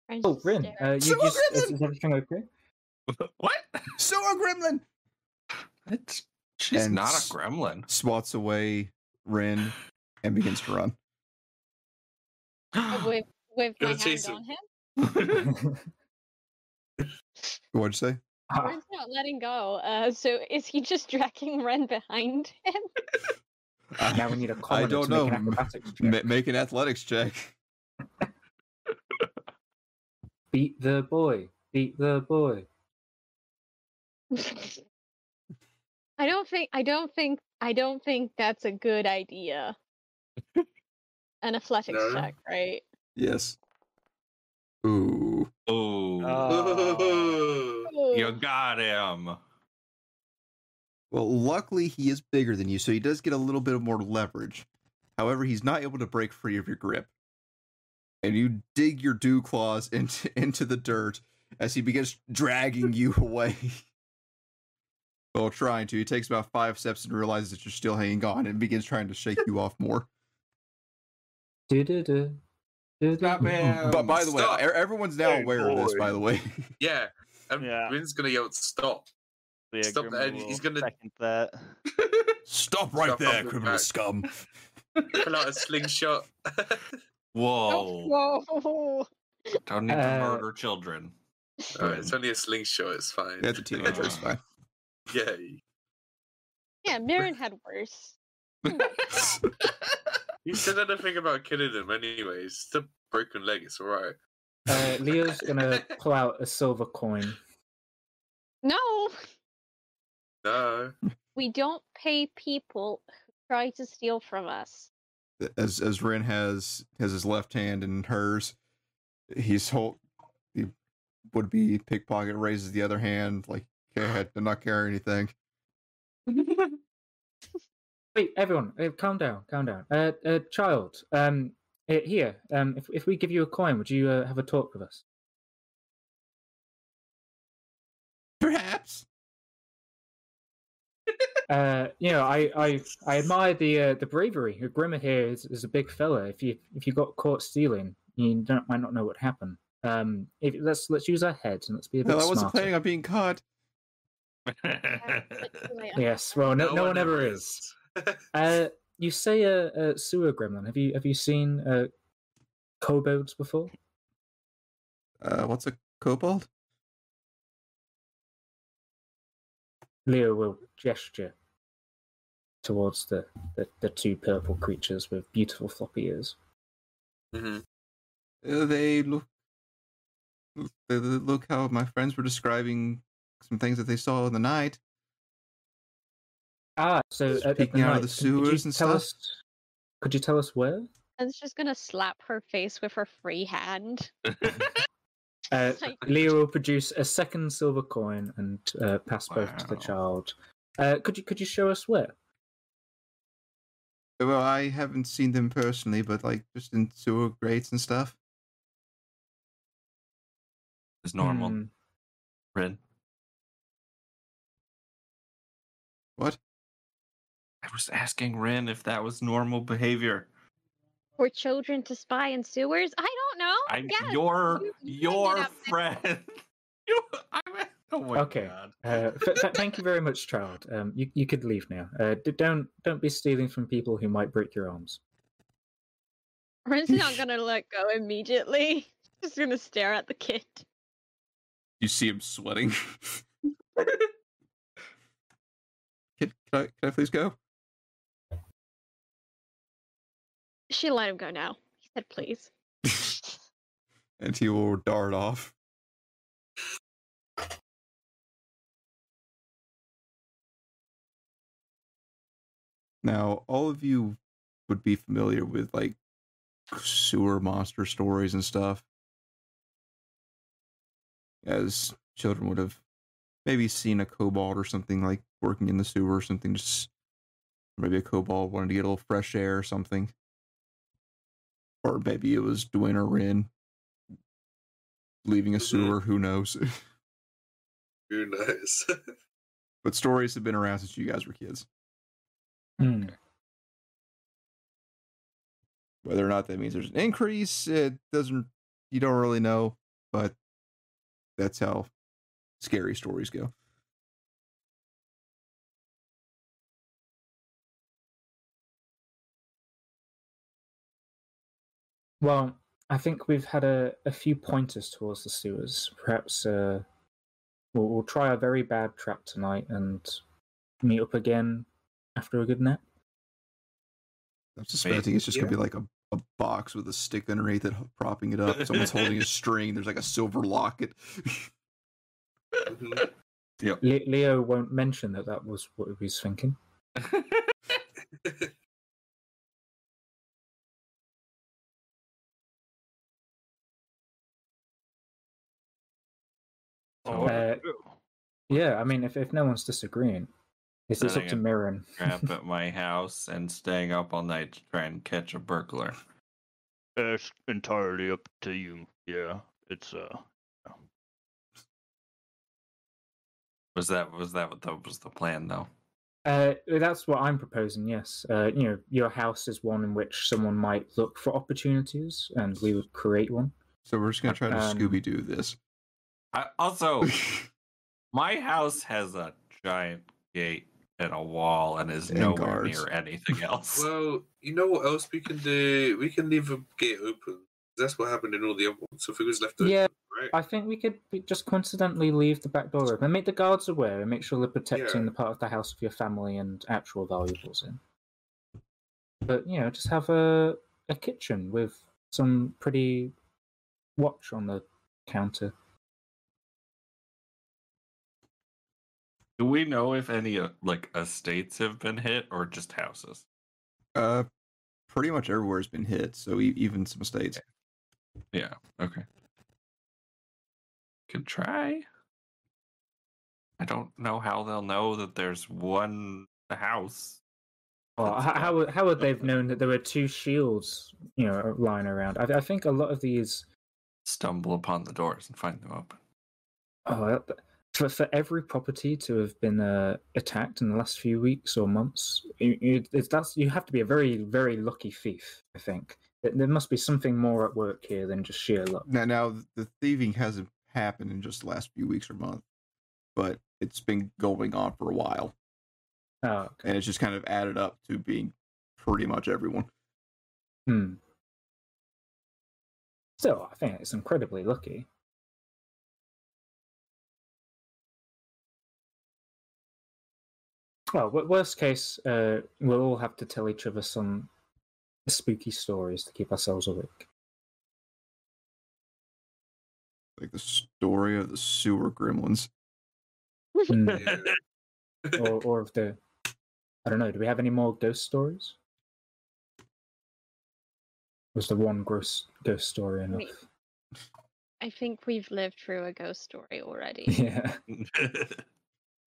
Speaker 3: I
Speaker 6: Oh,
Speaker 3: just
Speaker 6: Rin,
Speaker 3: stare.
Speaker 6: uh, you
Speaker 1: So
Speaker 6: just, is,
Speaker 1: random!
Speaker 6: is everything okay?
Speaker 5: What?
Speaker 1: So uh, a gremlin
Speaker 5: It's, she's
Speaker 1: And
Speaker 5: not a
Speaker 1: s-
Speaker 5: gremlin.
Speaker 1: swats away Ren and begins to run.
Speaker 3: Uh, with with my
Speaker 4: Gotta
Speaker 3: hand
Speaker 4: chase him.
Speaker 3: on him.
Speaker 1: (laughs) What'd you say?
Speaker 3: (laughs)
Speaker 6: Ah,
Speaker 3: Ren's not letting go. Uh, so is he just (laughs) dragging Ren behind him? (laughs)
Speaker 6: now we need a
Speaker 1: I
Speaker 6: commoner
Speaker 1: don't
Speaker 6: to
Speaker 1: know.
Speaker 6: make an
Speaker 1: M-
Speaker 6: acrobatics check.
Speaker 1: ma- make an athletics check.
Speaker 6: Beat the boy. Beat the boy.
Speaker 3: I don't think I don't think I don't think that's a good idea. An athletics
Speaker 4: No.
Speaker 3: check, right?
Speaker 1: Yes. Ooh.
Speaker 5: oh,
Speaker 4: Oh.
Speaker 5: you
Speaker 3: Ooh,
Speaker 5: got him.
Speaker 1: Well, luckily he is bigger than you, so he does get a little bit more leverage. However, he's not able to break free of your grip. And you dig your dew claws into (laughs) into the dirt as he begins dragging you (laughs) away. well, trying to. He takes about five steps and realizes that you're still hanging on and begins trying to shake you off more.
Speaker 6: Do-do-do. Do-do-do.
Speaker 5: Stop him.
Speaker 1: But by the way,
Speaker 4: Stop.
Speaker 1: e- everyone's now
Speaker 8: Hey,
Speaker 1: aware of this.
Speaker 8: boy.
Speaker 1: By the way,
Speaker 4: Yeah. And
Speaker 2: Yeah.
Speaker 4: Rin's gonna yell, stop.
Speaker 2: Yeah,
Speaker 4: Stop
Speaker 2: Grim
Speaker 4: that, and
Speaker 2: will
Speaker 4: he's gonna-
Speaker 2: second that.
Speaker 1: stop
Speaker 4: right Stop there, off the criminal back.
Speaker 1: scum!
Speaker 4: (laughs) Pull out a slingshot.
Speaker 5: Whoa.
Speaker 3: Oh, whoa.
Speaker 5: Don't need to
Speaker 6: Uh,
Speaker 5: murder children.
Speaker 4: Alright, Oh, it's only a slingshot, it's fine.
Speaker 1: That's a teenager.
Speaker 4: (laughs)
Speaker 1: It's fine.
Speaker 4: Yay.
Speaker 3: Yeah, Marin had worse.
Speaker 4: He said anything about killing him anyways. It's a broken leg, it's alright.
Speaker 6: Uh, Leo's gonna pull out a silver coin.
Speaker 3: No, (laughs)
Speaker 4: No.
Speaker 3: we don't pay people who try to steal from us.
Speaker 1: As as Ren has has his left hand in hers, he's whole. He would be pickpocket raises the other hand like, "Okay, I did not carry anything."
Speaker 6: Wait, everyone, uh, calm down, calm down. Uh, uh, child, um, uh, here, um, if if we give you a coin, would you uh, have a talk with us?
Speaker 1: Perhaps.
Speaker 6: Uh, you know, I I, I admire the uh, the bravery. Your Grimmer here is, is a big fella. If you if you got caught stealing, you don't, might not know what happened. Um, if, let's let's use our heads and let's be a bit
Speaker 1: Well, I wasn't
Speaker 6: smarter.
Speaker 1: planning on being caught.
Speaker 6: Yes, well, no, no, one, ever is. (laughs) Uh, you say a, a sewer gremlin. Have you have you seen uh, kobolds before?
Speaker 1: Uh, what's a kobold?
Speaker 6: Leo will gesture towards the, the, the two purple creatures with beautiful floppy ears.
Speaker 1: Mm-hmm.
Speaker 4: hmm
Speaker 1: Uh, they look. They look how my friends were describing some things that they saw in the night.
Speaker 6: Ah, so at- at
Speaker 1: Peeking out
Speaker 6: night,
Speaker 1: of the
Speaker 6: can- could you
Speaker 1: sewers and
Speaker 6: tell
Speaker 1: stuff?
Speaker 6: us- could you tell us where?
Speaker 3: And it's just gonna slap her face with her free hand.
Speaker 6: Uh,
Speaker 3: Like-
Speaker 6: Leo will produce a second silver coin and uh, pass both to the
Speaker 5: Wow.
Speaker 6: child. Uh, could you could you show us where?
Speaker 1: Well, I haven't seen them personally, but like just in sewer grates and stuff.
Speaker 5: It's normal,
Speaker 6: Hmm.
Speaker 1: (laughs)
Speaker 5: Rin.
Speaker 1: What?
Speaker 5: I was asking Rin if that was normal behavior.
Speaker 3: For children to spy in sewers? I don't know.
Speaker 5: I'm
Speaker 3: Yeah,
Speaker 5: your
Speaker 3: you- you bring it
Speaker 5: your
Speaker 3: up next-
Speaker 5: friend. You- I'm- oh my
Speaker 6: Okay.
Speaker 5: God.
Speaker 1: (laughs)
Speaker 6: Uh, th- th- thank you very much, child. Um, you you could leave now. Uh, d- don't don't be stealing from people who might break your arms.
Speaker 3: Ren's not gonna let go immediately. (laughs) Just gonna stare at the kid.
Speaker 1: You see him sweating. can, can I can I please go?
Speaker 3: She let him go now. He said, "Please."
Speaker 1: And he will dart off. Now, all of you would be familiar with like sewer monster stories and stuff. As children would have maybe seen a kobold or something like working in the sewer or something, just maybe a kobold wanted to get a little fresh air or something. Or maybe it was Dwayne or Rin leaving a
Speaker 4: Mhm.
Speaker 1: sewer, who knows? (laughs)
Speaker 4: Who knows? (laughs)
Speaker 1: but stories have been around since you guys were kids.
Speaker 6: Hmm.
Speaker 1: Whether or not that means there's an increase, it doesn't. You don't really know, but that's how scary stories go.
Speaker 6: Well, I think we've had a, a few pointers towards the sewers. Perhaps uh, we'll, we'll try a very bad trap tonight and meet up again after a good nap.
Speaker 1: I'm suspecting it's just gonna be like a, a box with a stick underneath it, h- propping it up. Someone's holding
Speaker 5: (laughs)
Speaker 1: a string. There's like a silver locket.
Speaker 6: Le- Leo won't mention that that was what he was thinking.
Speaker 5: So,
Speaker 6: Uh, yeah, I mean, if, if no one's disagreeing, it's,
Speaker 1: Oh,
Speaker 6: it's
Speaker 5: Then
Speaker 6: up to Mirren.
Speaker 5: crap at my house and staying up all night to try and catch a burglar.
Speaker 8: It's entirely up to you. Yeah, it's uh,
Speaker 5: Was that was that what that was the plan though?
Speaker 6: (laughs) Uh, that's what I'm proposing. Yes, uh, you know, your house is one in which someone might look for opportunities, and we would create one.
Speaker 1: so we're just gonna try to
Speaker 6: Um,
Speaker 1: Scooby Doo this.
Speaker 5: I,
Speaker 6: (laughs)
Speaker 5: also, my house has a giant gate and a wall and is
Speaker 1: And
Speaker 5: nowhere
Speaker 1: guards.
Speaker 5: near anything else.
Speaker 4: well, you know what else we can do? We can leave a gate open. That's what happened in all the other ones. So if it was left open,
Speaker 6: Yeah,
Speaker 4: right?
Speaker 6: I think we could be- just coincidentally leave the back door open, make the guards aware, and make sure they're protecting
Speaker 4: Yeah.
Speaker 6: the part of the house of your family and actual valuables in. But you know, just have a a kitchen with some pretty watch on the counter.
Speaker 5: Do we know if any uh, like estates have been hit or just houses?
Speaker 1: Uh, pretty much everywhere's been hit. So e- even some states.
Speaker 5: Yeah. Okay. Could try. I don't know how they'll know that there's one house.
Speaker 6: Well,
Speaker 5: That's
Speaker 6: h- how
Speaker 5: not-
Speaker 6: would how would they've known that there were two shields, you know, lying around? I, I think a lot of these.
Speaker 5: Stumble upon the doors and find them open.
Speaker 6: Oh, uh, for for every property to have been uh, attacked in the last few weeks or months, you, you, it's, that's you have to be a very very lucky thief. I think There- there must be something more at work here than just sheer luck.
Speaker 1: Now, now the thieving hasn't happened in just the last few weeks or month, but it's been going on for a while,
Speaker 6: Oh, okay.
Speaker 1: and it's just kind of added up to being pretty much everyone.
Speaker 6: Hmm. Still, I think it's incredibly lucky. Well, w- worst case, uh, we'll all have to tell each other some spooky stories to keep ourselves awake.
Speaker 1: Like the story of the sewer gremlins.
Speaker 3: (laughs)
Speaker 6: Hmm,
Speaker 4: Yeah.
Speaker 6: or, or of the, I don't know. Do we have any more ghost stories? Was the one gross ghost story enough?
Speaker 3: We- I think we've lived through a ghost story already.
Speaker 6: Yeah.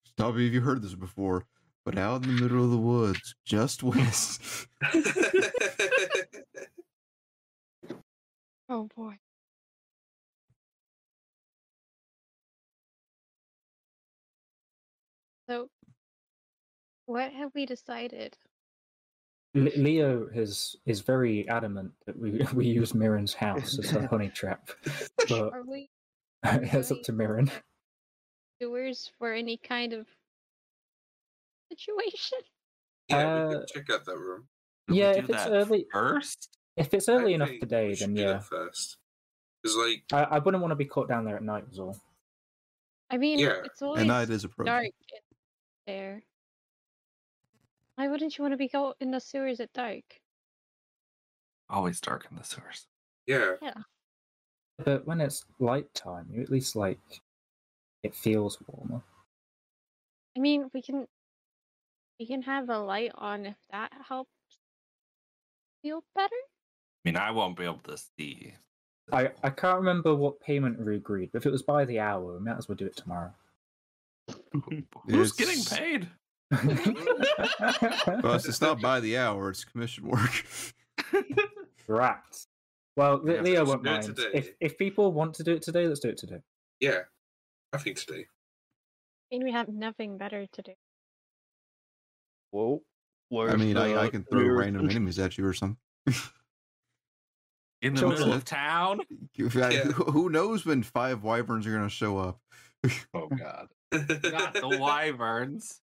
Speaker 1: Stop if you heard this before, but out in the middle of the woods, just (laughs) west.
Speaker 5: (laughs)
Speaker 3: oh boy. So, what have we decided?
Speaker 6: Le- Leo is is very adamant that we (laughs) we use Mirren's house as
Speaker 3: (laughs)
Speaker 6: a honey trap, but
Speaker 3: Are we
Speaker 6: (laughs) that's up to Mirren.
Speaker 3: doers for any kind of situation? (laughs)
Speaker 4: (laughs) Yeah, we
Speaker 6: Uh,
Speaker 4: can check out that room.
Speaker 5: Did we
Speaker 6: Yeah,
Speaker 5: do
Speaker 6: if it's
Speaker 5: that
Speaker 6: early-
Speaker 5: first.
Speaker 6: If it's
Speaker 4: I
Speaker 6: early enough
Speaker 4: think
Speaker 6: today,
Speaker 4: we should
Speaker 6: then
Speaker 4: do that
Speaker 6: yeah,
Speaker 4: First, because like
Speaker 6: I, I wouldn't want to be caught down there at night. Was all.
Speaker 3: I mean,
Speaker 4: Yeah,
Speaker 3: it's always
Speaker 1: And night is
Speaker 3: dark
Speaker 1: approaching.
Speaker 3: in there. Why wouldn't you want to be out in the sewers at dark?
Speaker 5: Always dark in the sewers.
Speaker 4: yeah,
Speaker 6: But when it's light time, you at least like it feels warmer.
Speaker 3: I mean, we can we can have a light on if that helps feel better.
Speaker 5: I mean, I won't be able to see.
Speaker 6: I I can't remember what payment we agreed, but if it was by the hour, we might as well do it tomorrow.
Speaker 5: Who's getting
Speaker 1: It's-
Speaker 5: paid?
Speaker 1: Plus, it's not by the hour; it's commission
Speaker 6: (laughs)
Speaker 1: work.
Speaker 6: Rats. Well, Le-
Speaker 5: Yeah,
Speaker 6: Leo
Speaker 4: let's
Speaker 6: won't
Speaker 4: do it
Speaker 6: mind.
Speaker 4: today.
Speaker 6: If if people want to do it today, let's do it today.
Speaker 4: yeah. I think today.
Speaker 3: I mean, we have nothing better to do.
Speaker 8: Well,
Speaker 1: I
Speaker 8: where's
Speaker 1: mean, I, I
Speaker 8: the
Speaker 1: can throw
Speaker 8: mirror
Speaker 1: random
Speaker 8: system?
Speaker 1: enemies at you or something. (laughs)
Speaker 5: In the
Speaker 1: Chosen.
Speaker 5: middle of town?
Speaker 1: You- I- (laughs) who who knows when five wyverns are going to show up?
Speaker 5: Oh
Speaker 4: (laughs)
Speaker 5: god. Not the wyverns.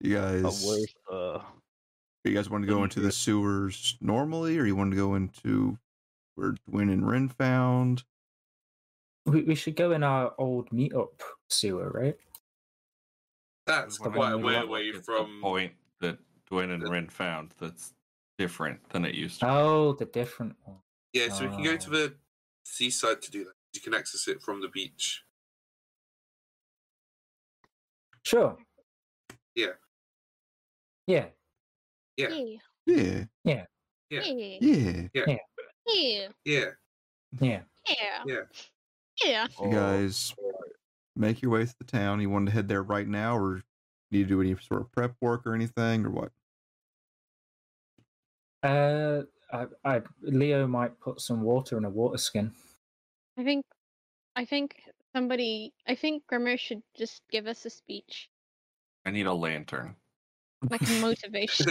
Speaker 1: You
Speaker 8: Uh,
Speaker 1: guys,
Speaker 8: where's the
Speaker 1: you guys want to go into the sewers normally, or you want to go into where Dwin and Ren found?
Speaker 6: We we should go in our old meetup sewer, right?
Speaker 4: That's
Speaker 5: When I
Speaker 4: quite a
Speaker 5: look
Speaker 4: way
Speaker 5: at
Speaker 4: away
Speaker 5: the
Speaker 4: from.
Speaker 5: point that Dwayne and Ren found that's different than it used to. be.
Speaker 6: Oh, the different one.
Speaker 4: Yeah, so we can go to
Speaker 6: Oh.
Speaker 4: the seaside to do that. You can access it from the beach.
Speaker 6: Sure.
Speaker 4: Yeah.
Speaker 6: Yeah.
Speaker 4: Yeah,
Speaker 3: Yeah.
Speaker 1: Yeah,
Speaker 4: Yeah.
Speaker 1: yeah.
Speaker 3: Yeah. Yeah.
Speaker 4: yeah.
Speaker 6: Yeah.
Speaker 3: Yeah.
Speaker 4: Yeah.
Speaker 3: Yeah.
Speaker 1: You
Speaker 5: Oh,
Speaker 1: guys make your way to the town. You want to head there right now, or do you do any sort of prep work or anything, or what?
Speaker 6: Uh, I, I Leo might put some water in a water skin.
Speaker 3: I think I think somebody I think Grimmer should just give us a speech.
Speaker 5: I need a lantern.
Speaker 3: Like a motivation.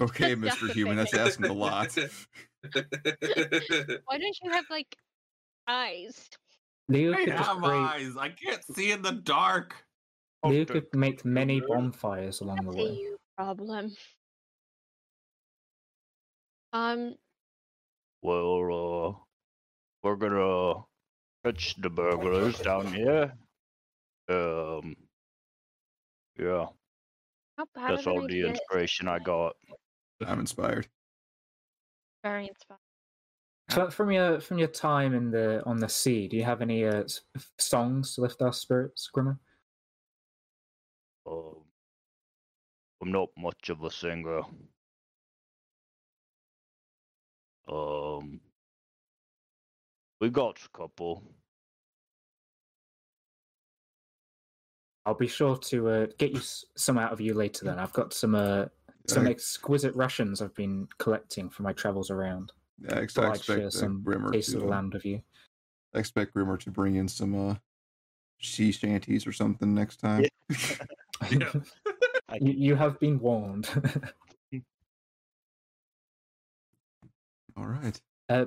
Speaker 1: Okay,
Speaker 3: That's
Speaker 4: (laughs)
Speaker 1: Mr. Human, that's asking a lot.
Speaker 3: Why don't you have like eyes?
Speaker 6: Leo
Speaker 5: I
Speaker 6: could just
Speaker 5: have
Speaker 6: create,
Speaker 5: eyes. I can't see in the dark.
Speaker 6: Leo
Speaker 8: the-
Speaker 6: could make many
Speaker 8: Yeah.
Speaker 6: bonfires along the
Speaker 3: That's a
Speaker 6: way.
Speaker 3: you problem. Um
Speaker 8: Well, uh, we're gonna catch the burglars down here. Um, yeah,
Speaker 3: how bad
Speaker 8: that's
Speaker 3: of an
Speaker 8: all the
Speaker 3: idea is
Speaker 8: inspiration I got.
Speaker 1: I'm inspired.
Speaker 3: very inspiring.
Speaker 6: So from your from your time in the on the sea, do you have any uh, s- songs to lift our spirits, Grimmer?
Speaker 8: Um, I'm not much of a singer. Um, we got a couple.
Speaker 6: I'll be sure to uh, get you s- some out of you later. Then I've got some uh, some
Speaker 1: I,
Speaker 6: exquisite rations I've been collecting for my travels around.
Speaker 1: I ex-
Speaker 6: So
Speaker 1: I
Speaker 6: I'd share
Speaker 1: expect uh,
Speaker 6: some
Speaker 1: Grimmer
Speaker 6: taste of the
Speaker 1: to, uh,
Speaker 6: land of you.
Speaker 1: I expect Grimmer to bring in some uh, sea shanties or something next time.
Speaker 8: Yeah.
Speaker 6: you, you have been warned. (laughs)
Speaker 1: All right.
Speaker 6: Uh,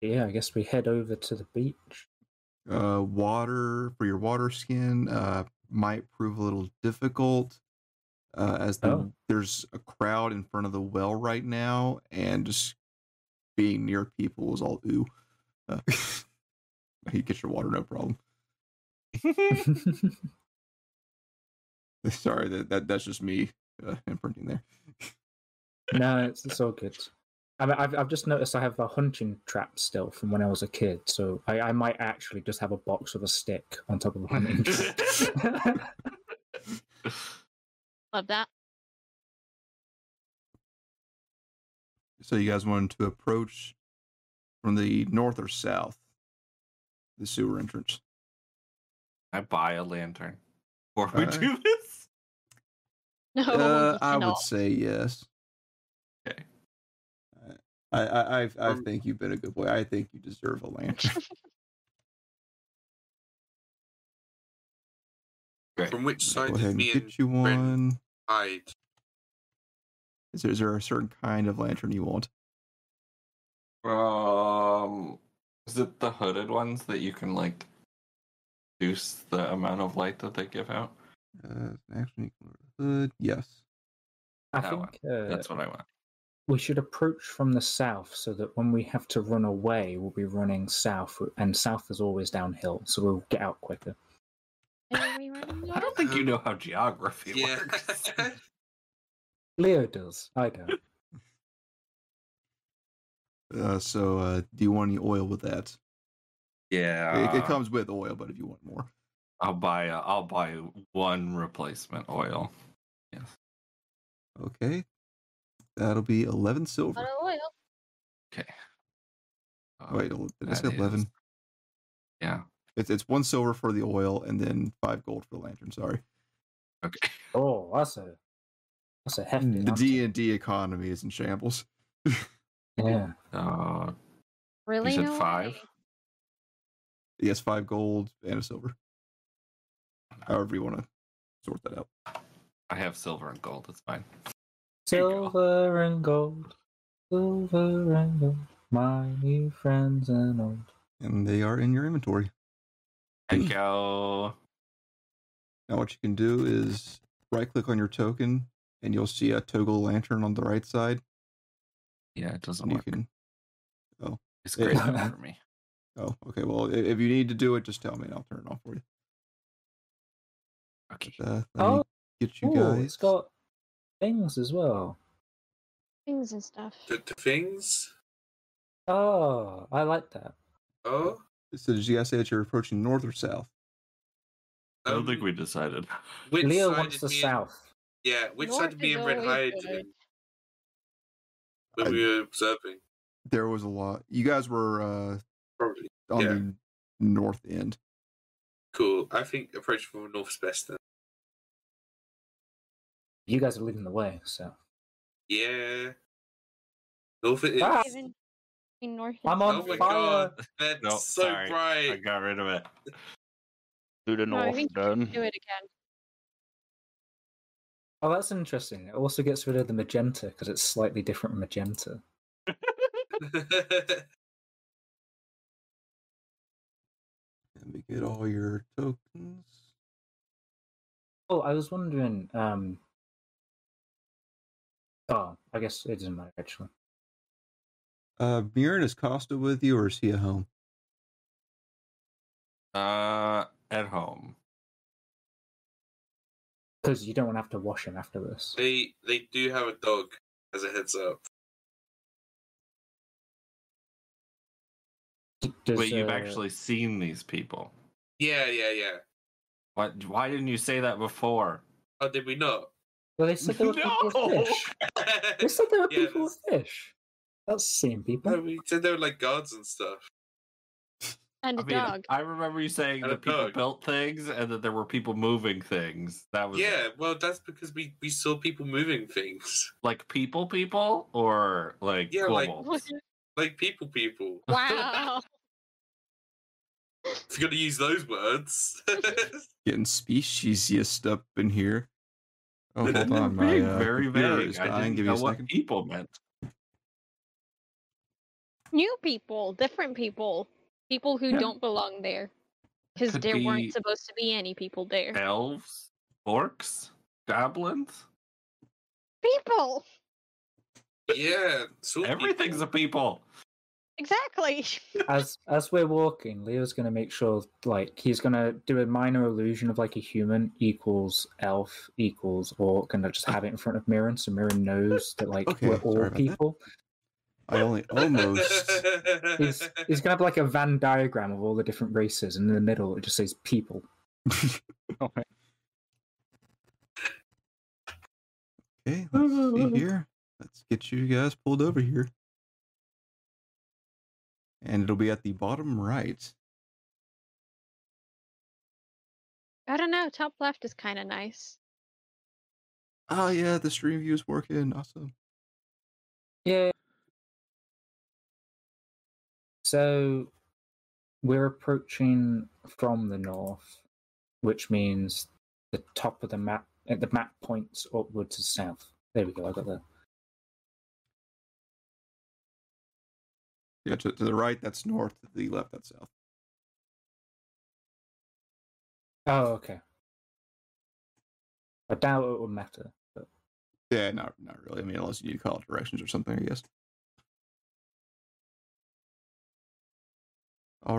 Speaker 6: yeah, I guess we head over to the beach.
Speaker 1: uh, water for your water skin uh, might prove a little difficult uh, as the,
Speaker 6: Oh.
Speaker 1: there's a crowd in front of the well right now, and just being near people is all ooh. Uh, (laughs) you get your water, no problem. (laughs) Sorry, that, that that's just me uh,
Speaker 5: (laughs)
Speaker 1: imprinting there.
Speaker 6: no, it's, it's all good. I mean, I've I've just noticed I have the hunting trap still from when I was a kid, so I, I might actually just have a box with a stick on top of the
Speaker 1: (laughs)
Speaker 6: hunting trap.
Speaker 3: Love that. (laughs)
Speaker 1: So you guys wanted to approach from the north or south, the sewer entrance.
Speaker 5: I buy a lantern. Before we
Speaker 1: Alright.
Speaker 5: do this.
Speaker 3: (laughs) No,
Speaker 1: Uh,
Speaker 3: you
Speaker 1: I would
Speaker 3: cannot.
Speaker 1: say yes.
Speaker 5: Okay.
Speaker 1: I, I, I, I
Speaker 4: Um,
Speaker 1: think you've been a good boy. I think you deserve
Speaker 3: (laughs)
Speaker 1: a lantern.
Speaker 5: Great.
Speaker 4: From which
Speaker 1: Go
Speaker 4: side
Speaker 1: ahead
Speaker 4: did
Speaker 1: and
Speaker 4: me and
Speaker 1: get you
Speaker 4: Ren-
Speaker 1: one.
Speaker 4: hide.
Speaker 1: Is there, is there a certain kind of lantern you want?
Speaker 4: Oh,
Speaker 5: Um, is it the hooded ones that you can like reduce the amount of light that they give out?
Speaker 1: Uh, actually, uh, yes.
Speaker 6: I
Speaker 5: That one.
Speaker 6: think uh,
Speaker 5: That's what I want.
Speaker 6: we should approach from the south so that when we have to run away, we'll be running south, and south is always downhill, so we'll get out quicker.
Speaker 3: Are we running
Speaker 5: I
Speaker 3: north?
Speaker 5: don't
Speaker 4: Um,
Speaker 5: think you know how geography
Speaker 4: Yeah.
Speaker 3: (laughs)
Speaker 5: works.
Speaker 6: Leo does. I
Speaker 4: (laughs)
Speaker 6: don't.
Speaker 1: Uh, so, uh, do you want any oil with that?
Speaker 5: yeah,
Speaker 1: it, it comes with oil, but if you want more,
Speaker 5: I'll buy. A, I'll buy one replacement oil. Yes.
Speaker 1: okay, that'll be eleven silver.
Speaker 3: On oil.
Speaker 5: Uh,
Speaker 1: Wait, el- did I say
Speaker 5: that is-
Speaker 1: eleven?
Speaker 5: Yeah.
Speaker 1: It's it's one silver for the oil and then five gold for the lantern. Sorry,
Speaker 5: Okay.
Speaker 6: Oh, that's a that's a hefty.
Speaker 1: Mm, the
Speaker 6: amount.
Speaker 1: D and D economy is in shambles.
Speaker 6: Yeah.
Speaker 5: Uh,
Speaker 3: Really?
Speaker 5: said
Speaker 3: no
Speaker 5: five?
Speaker 3: way.
Speaker 1: Yes, five gold and a silver. However, you want to sort that out.
Speaker 5: I have silver and gold. It's fine. There you go.
Speaker 6: Silver and gold, silver and gold, my new friends and old.
Speaker 1: And they are in your inventory.
Speaker 5: Thank you.
Speaker 1: Now, what you can do is right click on your token, and you'll see a toggle lantern on the right side.
Speaker 5: Yeah, it doesn't
Speaker 1: And you
Speaker 5: work.
Speaker 1: can. Oh.
Speaker 5: It's
Speaker 1: it-
Speaker 5: great
Speaker 1: (laughs)
Speaker 5: out for me.
Speaker 1: Oh, okay. Well, i- if you need to do it, just tell me, and I'll turn it off for you.
Speaker 5: Okay.
Speaker 1: Uh, let
Speaker 6: Oh,
Speaker 1: me get you
Speaker 6: Ooh,
Speaker 1: guys.
Speaker 6: it's got things as well.
Speaker 3: Things and stuff.
Speaker 4: The, the things.
Speaker 6: Oh, I like that.
Speaker 4: Oh.
Speaker 1: So, did you guys say that you're approaching north or south?
Speaker 5: I don't
Speaker 4: um,
Speaker 5: think we decided.
Speaker 4: which
Speaker 6: Leo
Speaker 4: side
Speaker 6: wants
Speaker 4: did
Speaker 6: the
Speaker 4: me and-
Speaker 6: south.
Speaker 4: yeah, which side
Speaker 3: North
Speaker 4: did me
Speaker 3: is
Speaker 4: and Red
Speaker 3: always
Speaker 4: hide
Speaker 3: good.
Speaker 4: in when
Speaker 1: I-
Speaker 4: we were observing?
Speaker 1: There was a lot. You guys were uh,
Speaker 4: Probably.
Speaker 1: on
Speaker 4: Yeah.
Speaker 1: the north end.
Speaker 4: Cool. I think approach from the north's best then.
Speaker 6: You guys are leading the way, so
Speaker 4: Yeah. North it is.
Speaker 6: Ah!
Speaker 3: Even in north. and
Speaker 6: I'm on
Speaker 4: Oh my
Speaker 6: fire.
Speaker 4: God. That's
Speaker 5: No,
Speaker 4: so
Speaker 5: sorry. I
Speaker 4: bright.
Speaker 5: got rid of it.
Speaker 8: To the
Speaker 3: No, I
Speaker 8: north,
Speaker 3: think you
Speaker 8: then.
Speaker 3: south. Do it again.
Speaker 6: Oh, that's interesting. It also gets rid of the magenta because it's slightly different magenta.
Speaker 1: Let me get all your tokens.
Speaker 6: Oh, I was wondering. Um. Oh, I guess it doesn't matter actually.
Speaker 1: Uh, Murin, is Costa with you, or is he at home?
Speaker 5: Uh, at home.
Speaker 6: Because you don't want to have to wash him after this.
Speaker 4: they they do have a dog as a heads up.
Speaker 6: D- does,
Speaker 5: Wait, you've
Speaker 6: uh,
Speaker 5: actually seen these people.
Speaker 4: Yeah, yeah, yeah.
Speaker 5: Why? Why didn't you say that before?
Speaker 4: Oh, did we not?
Speaker 6: Well, they said
Speaker 4: (laughs)
Speaker 6: there were people
Speaker 5: No!
Speaker 6: with fish. They said there were
Speaker 4: Yeah,
Speaker 6: people with fish. That's seeing
Speaker 4: no,
Speaker 6: people.
Speaker 4: we said they were like guards and stuff.
Speaker 3: And a
Speaker 5: I mean,
Speaker 3: dog.
Speaker 5: I remember you saying
Speaker 4: And a
Speaker 5: that people
Speaker 4: dog.
Speaker 5: built things and that there were people moving things. That was it.
Speaker 4: Yeah, well, that's because we we saw people moving things, (laughs)
Speaker 5: like people, people, or like
Speaker 4: Yeah, like-
Speaker 5: kobolds?
Speaker 4: like people, people.
Speaker 3: (laughs)
Speaker 5: (laughs)
Speaker 3: wow.
Speaker 4: If you're gonna use those words,
Speaker 1: Getting speciesist up in here. Oh,
Speaker 5: And
Speaker 1: hold
Speaker 5: then
Speaker 1: on, my
Speaker 5: being
Speaker 1: uh,
Speaker 5: very
Speaker 1: computer
Speaker 5: vague.
Speaker 1: is
Speaker 5: I
Speaker 1: dying.
Speaker 5: didn't
Speaker 1: Give me
Speaker 5: know
Speaker 1: a
Speaker 5: what
Speaker 1: second.
Speaker 5: people meant.
Speaker 3: New people, different people, people who
Speaker 5: Yeah.
Speaker 3: don't belong there, because
Speaker 5: Could
Speaker 3: there
Speaker 5: be-
Speaker 3: weren't supposed to be any people there.
Speaker 5: Elves, orcs, goblins.
Speaker 3: People.
Speaker 4: yeah, it's all
Speaker 5: Everything's a people.
Speaker 3: Exactly. (laughs)
Speaker 6: As as we're walking, Leo's gonna make sure like he's gonna do a minor illusion of like a human equals elf equals orc and just have it in front of Mirren so Mirren knows that like
Speaker 1: Okay,
Speaker 6: we're
Speaker 1: sorry
Speaker 6: all
Speaker 1: about that.
Speaker 6: people.
Speaker 1: I only almost.
Speaker 6: He's he's gonna have like a Venn diagram of all the different races and in the middle it just says people.
Speaker 1: Okay, let's (laughs) see here. Let's get you guys pulled over here. And it'll be at the bottom right.
Speaker 3: I don't know. Top left is kind of nice.
Speaker 1: Oh yeah, the stream view is working. Awesome.
Speaker 6: Yeah. So we're approaching from the north, which means the top of the map uh, the map points upward to south. There we go. I got that.
Speaker 1: Yeah, to, to the right, that's north. To the left, that's south.
Speaker 6: Oh, okay. I doubt it would matter. But...
Speaker 1: Yeah, not not really. I mean, unless you need to call it directions or something, I guess. All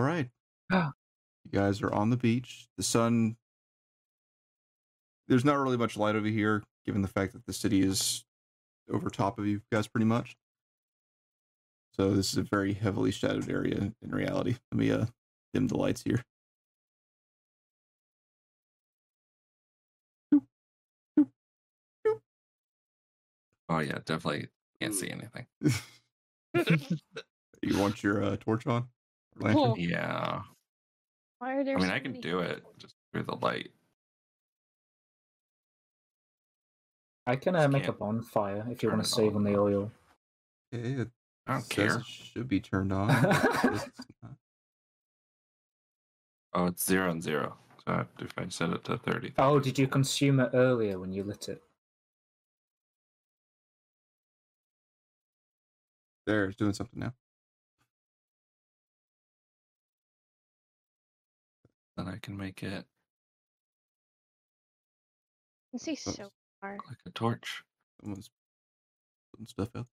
Speaker 6: (gasps)
Speaker 1: right. you guys are on the beach. The sun. There's not really much light over here, given the fact that the city is over top of you guys pretty much. So this is a very heavily shadowed area in reality. Let me uh, dim the lights here.
Speaker 5: Oh yeah, definitely can't (laughs)
Speaker 6: Hmm.
Speaker 5: see anything.
Speaker 1: (laughs) You want your uh, torch on? Or lantern?
Speaker 3: Cool.
Speaker 5: Yeah.
Speaker 3: Why are there
Speaker 5: I mean,
Speaker 3: so
Speaker 5: I can
Speaker 3: many
Speaker 5: do it
Speaker 3: people?
Speaker 5: just through the light.
Speaker 6: I can uh, make a
Speaker 5: Can't
Speaker 6: bonfire if you
Speaker 5: turn
Speaker 6: want
Speaker 5: it
Speaker 6: to save on the oil.
Speaker 1: Okay, it
Speaker 5: I don't
Speaker 1: says
Speaker 5: care.
Speaker 1: it should be turned on.
Speaker 5: (laughs)
Speaker 1: but it's not.
Speaker 5: Oh, it's zero and zero. So I have to- if I set it to thirty.
Speaker 6: Oh, did you consume it earlier when you lit it?
Speaker 1: there, it's doing something now.
Speaker 5: Then I can make it
Speaker 3: I can see
Speaker 1: Oops.
Speaker 3: so far.
Speaker 5: like a torch.
Speaker 1: Someone's putting stuff out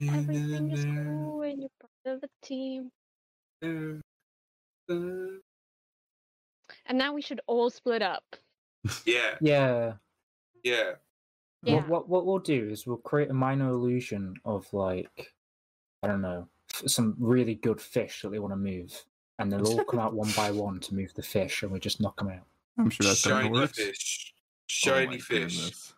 Speaker 1: there.
Speaker 3: Everything is cool and you're part of the team. And now we should all split up.
Speaker 4: Yeah,
Speaker 6: Yeah.
Speaker 4: yeah.
Speaker 3: Yeah.
Speaker 6: What, what what we'll do is we'll create a minor illusion of like I don't know f- some really good fish that they want to move, and they'll all come out one by one to move the fish, and we just knock them out.
Speaker 1: (laughs) I'm sure that's how it
Speaker 4: Shiny
Speaker 1: works.
Speaker 4: fish.
Speaker 5: Oh my
Speaker 4: Shiny fish.
Speaker 5: goodness.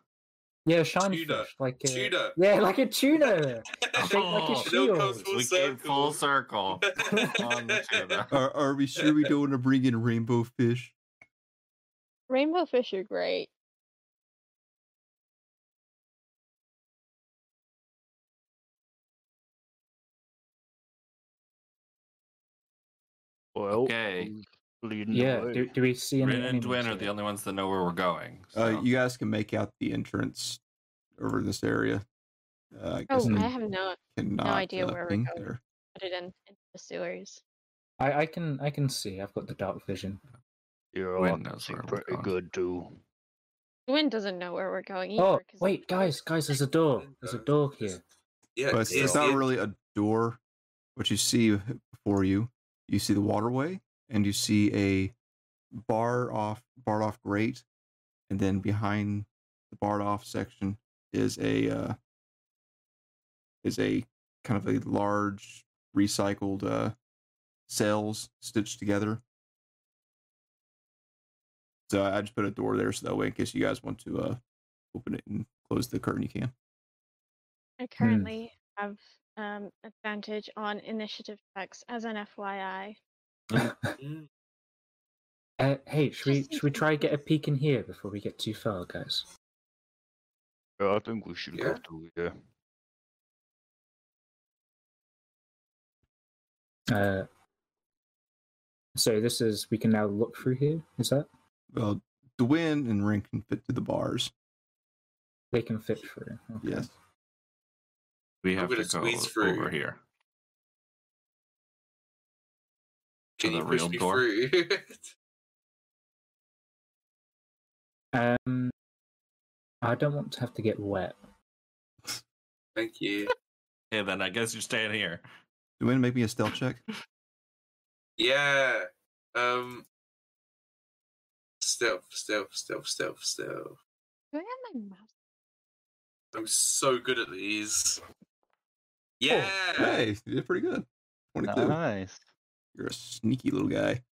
Speaker 6: Yeah, shiny
Speaker 4: Tuna.
Speaker 6: fish, like a,
Speaker 4: Tuna.
Speaker 6: Yeah, like a tuna. Shaped like a
Speaker 5: Oh,
Speaker 4: It all comes
Speaker 6: shield.
Speaker 4: full
Speaker 5: We came full
Speaker 4: circle. (laughs)
Speaker 5: circle on the tuna.
Speaker 1: Are, are we sure we don't want to bring in rainbow fish?
Speaker 3: Rainbow fish are great.
Speaker 8: Well,
Speaker 5: Okay.
Speaker 8: leading the
Speaker 6: Yeah.
Speaker 8: way.
Speaker 6: Do, do we see any?
Speaker 5: Rin and
Speaker 6: enemies
Speaker 5: Dwin are the
Speaker 6: here?
Speaker 5: only ones that know where we're going.
Speaker 1: Uh,
Speaker 5: so-
Speaker 1: you guys can make out the entrance over in this area. Uh, I
Speaker 3: Oh,
Speaker 1: guess
Speaker 5: Isn't-
Speaker 3: I have no,
Speaker 1: cannot
Speaker 3: idea
Speaker 1: uh,
Speaker 3: where we're
Speaker 1: ping
Speaker 3: going.
Speaker 1: there.
Speaker 3: put it in, in the sewers.
Speaker 6: I, I can I can see. I've got the dark vision.
Speaker 8: You're
Speaker 5: Wind
Speaker 8: all
Speaker 5: knows
Speaker 8: seem
Speaker 5: where we're
Speaker 8: pretty
Speaker 5: going.
Speaker 8: good too.
Speaker 3: Gwen doesn't know where we're going either.
Speaker 6: Oh
Speaker 3: 'cause
Speaker 6: wait, guys, guys, there's a door. There's a door here.
Speaker 4: Yeah,
Speaker 1: But it's,
Speaker 4: it-
Speaker 1: it's not
Speaker 4: it-
Speaker 1: really a door. What you see before you, you see the waterway, and you see a bar off, barred off grate, and then behind the barred off section is a uh, is a kind of a large recycled uh, cells stitched together. So I I just put a door there, so that way, in case you guys want to uh, open it and Mm, close the curtain, you can.
Speaker 6: hmm.
Speaker 3: I currently have um, advantage on initiative checks as an FYI.
Speaker 4: Mm.
Speaker 6: Uh, hey, should we
Speaker 3: Just in
Speaker 6: should we try and get a
Speaker 3: case.
Speaker 6: peek in here before we get too far, guys?
Speaker 8: Yeah, I think we should go
Speaker 4: Yeah.
Speaker 8: through here.
Speaker 6: Uh, so this is we can now look through here. Is that
Speaker 1: Well, Dwin and Rin can fit through the bars.
Speaker 6: they can fit through? Okay.
Speaker 1: Yes.
Speaker 5: we
Speaker 4: I'm
Speaker 5: have to
Speaker 4: gonna
Speaker 5: go
Speaker 4: squeeze through.
Speaker 5: over here.
Speaker 4: Can
Speaker 5: the
Speaker 4: you push
Speaker 5: real
Speaker 4: me
Speaker 5: door.
Speaker 4: through?
Speaker 6: Um, I don't want to have to get wet.
Speaker 4: (laughs) Thank you.
Speaker 5: Hey, then I guess you're staying here.
Speaker 1: Dwin, make me a stealth check.
Speaker 4: Yeah. Um. Stealth, stealth, stealth, stealth, stealth.
Speaker 3: Do I have my mouse?
Speaker 4: I'm so good at these. Yeah. (laughs)
Speaker 1: Hey, you did pretty good. 22.
Speaker 2: Nice.
Speaker 1: You're a sneaky little guy.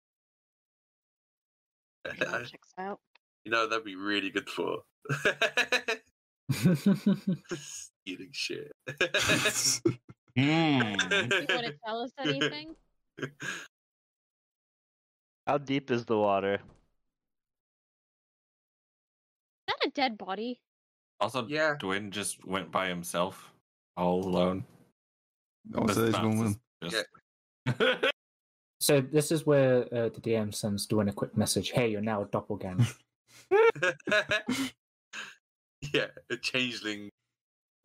Speaker 3: Everyone checks out.
Speaker 4: you know that'd be really good for
Speaker 1: (laughs)
Speaker 4: (laughs) eating shit.
Speaker 1: (laughs)
Speaker 4: (laughs)
Speaker 1: Hmm.
Speaker 3: You want to tell us
Speaker 5: (laughs)
Speaker 3: anything?
Speaker 2: How deep is the water?
Speaker 3: Is that a dead body?
Speaker 5: Also,
Speaker 4: yeah.
Speaker 5: Dwayne just went by himself, all alone.
Speaker 1: No one
Speaker 5: That's
Speaker 1: says
Speaker 4: (laughs)
Speaker 5: not
Speaker 1: going with him.
Speaker 5: suspicious.
Speaker 6: So this is where uh, the DM sends Dwayne a quick message. Hey, you're now a
Speaker 1: (laughs)
Speaker 6: doppelganger.
Speaker 4: yeah, a changeling.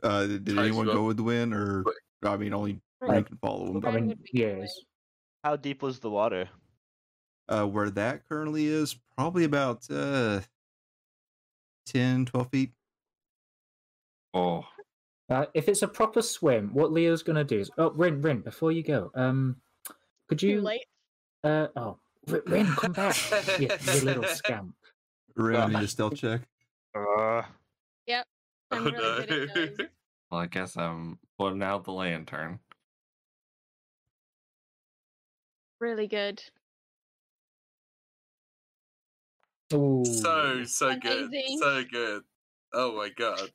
Speaker 1: Uh, did did
Speaker 4: Ties
Speaker 1: anyone
Speaker 4: you up.
Speaker 1: go with the win, or I mean, only
Speaker 3: Right.
Speaker 1: you can follow him.
Speaker 6: I
Speaker 3: Mine
Speaker 6: mean,
Speaker 3: would be
Speaker 6: yeah,
Speaker 3: Dwayne.
Speaker 6: it's-
Speaker 2: How deep was the water?
Speaker 1: Uh, where that currently is, probably about uh, 10, 12 feet.
Speaker 5: Oh,
Speaker 6: Uh, if it's a proper swim, what Leo's gonna do is oh, Rin, Rin, before you go, um, could
Speaker 3: Too
Speaker 6: you
Speaker 3: late.
Speaker 6: uh oh, R- Rin, (laughs) come back,
Speaker 4: (laughs)
Speaker 6: you, you little scamp.
Speaker 1: Rin, I need
Speaker 4: Ah.
Speaker 6: (laughs)
Speaker 1: a stealth check.
Speaker 8: Uh,
Speaker 4: Oh
Speaker 3: I'm really good
Speaker 4: no.
Speaker 3: at those.
Speaker 5: well, I guess I'm putting out the lantern.
Speaker 8: (laughs)
Speaker 3: Really good.
Speaker 6: (laughs) Ooh.
Speaker 4: Oh, so so good,
Speaker 3: Amazing.
Speaker 4: so good. Oh my god.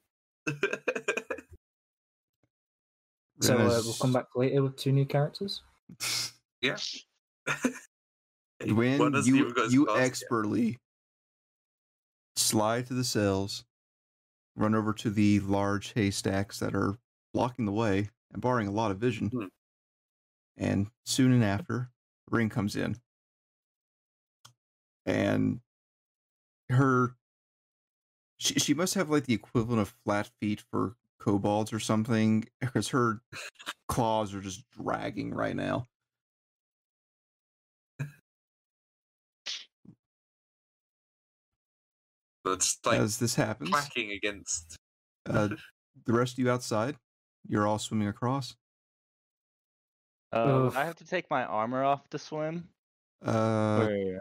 Speaker 6: So
Speaker 1: Rin
Speaker 6: uh,
Speaker 1: is-
Speaker 6: we'll come back later with two new characters.
Speaker 4: yeah. (laughs) One
Speaker 1: Dwayne,
Speaker 4: doesn't even
Speaker 1: you,
Speaker 4: go as
Speaker 1: you
Speaker 4: fast yet.
Speaker 1: expertly slide to the cells, run over to the large haystacks that are blocking the way and barring a lot of vision.
Speaker 4: Hmm.
Speaker 1: And soon and after, Ring comes in. And her she, she must have like the equivalent of flat feet for kobolds or something because her claws are just dragging right now.
Speaker 4: That's like
Speaker 1: As this happens,
Speaker 4: clacking against.
Speaker 1: uh, the rest of you outside, you're all swimming across.
Speaker 2: Uh, would I
Speaker 6: Oof.
Speaker 2: have to take my armor off to swim.
Speaker 1: Uh,
Speaker 2: or-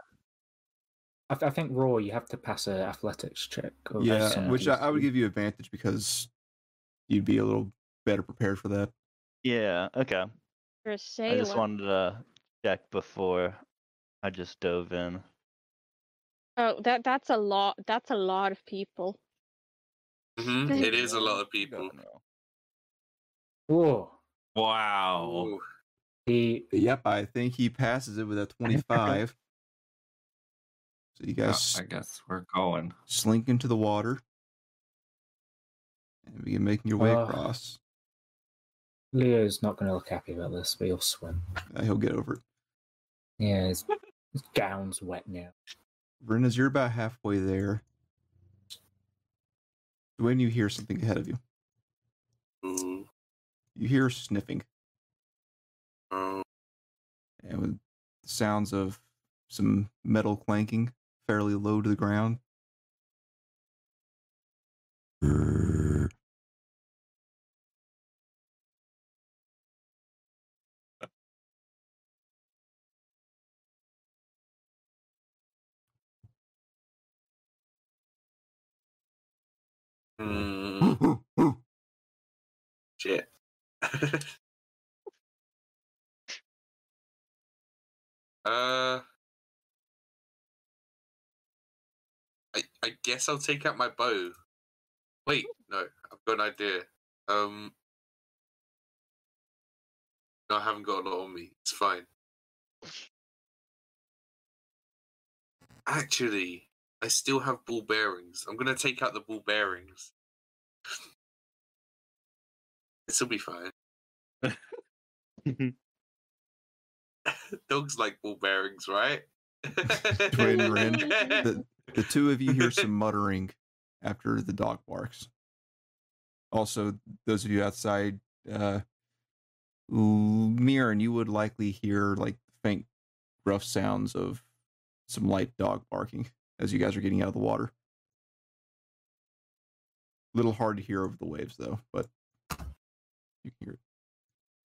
Speaker 6: I, th- I think Raw, you have to pass a athletics check. or
Speaker 1: yeah,
Speaker 6: something.
Speaker 1: which I, I would give you advantage because you'd be a little better prepared for that.
Speaker 2: Yeah. Okay.
Speaker 3: For a
Speaker 2: I just
Speaker 3: sailor.
Speaker 2: wanted to check before I just dove in.
Speaker 3: Oh, that that's a lot. That's a lot of people.
Speaker 1: Hmm.
Speaker 4: Mhm, It is a lot of
Speaker 2: I
Speaker 4: people.
Speaker 2: don't know.
Speaker 6: Whoa,
Speaker 5: Wow.
Speaker 4: Ooh.
Speaker 6: the
Speaker 1: Yep, I think he passes it with
Speaker 6: (laughs)
Speaker 1: a 25. so you
Speaker 5: Oh,
Speaker 1: guys
Speaker 5: I guess we're going.
Speaker 1: slink into the water and begin making your way
Speaker 6: Uh.
Speaker 1: across.
Speaker 6: Leo's not gonna look happy about this, but he'll swim.
Speaker 1: Uh, he'll get over it.
Speaker 6: Yeah, his, his gown's wet now.
Speaker 1: Renas, you're about halfway there. When you hear something ahead of you,
Speaker 4: Ooh.
Speaker 1: you hear sniffing.
Speaker 4: Oh.
Speaker 1: and with sounds of some metal clanking fairly low to the ground.
Speaker 4: Mm, shit. (laughs) uh. I, I guess I'll take out my bow. Wait, no, I've got an idea. Um. No, I haven't got a lot on me. It's fine. Actually, I still have ball bearings. I'm gonna take out the ball bearings. This'll be fine. (laughs) Dogs like ball bearings, right?
Speaker 1: Twin
Speaker 3: (laughs)
Speaker 1: Rin, the, the two of you hear some muttering after the dog barks. Also, those of you outside, uh, L- Mirren, you would likely hear like faint, rough sounds of some light dog barking as you guys are getting out of the water. Little hard to hear over the waves though, but you can hear it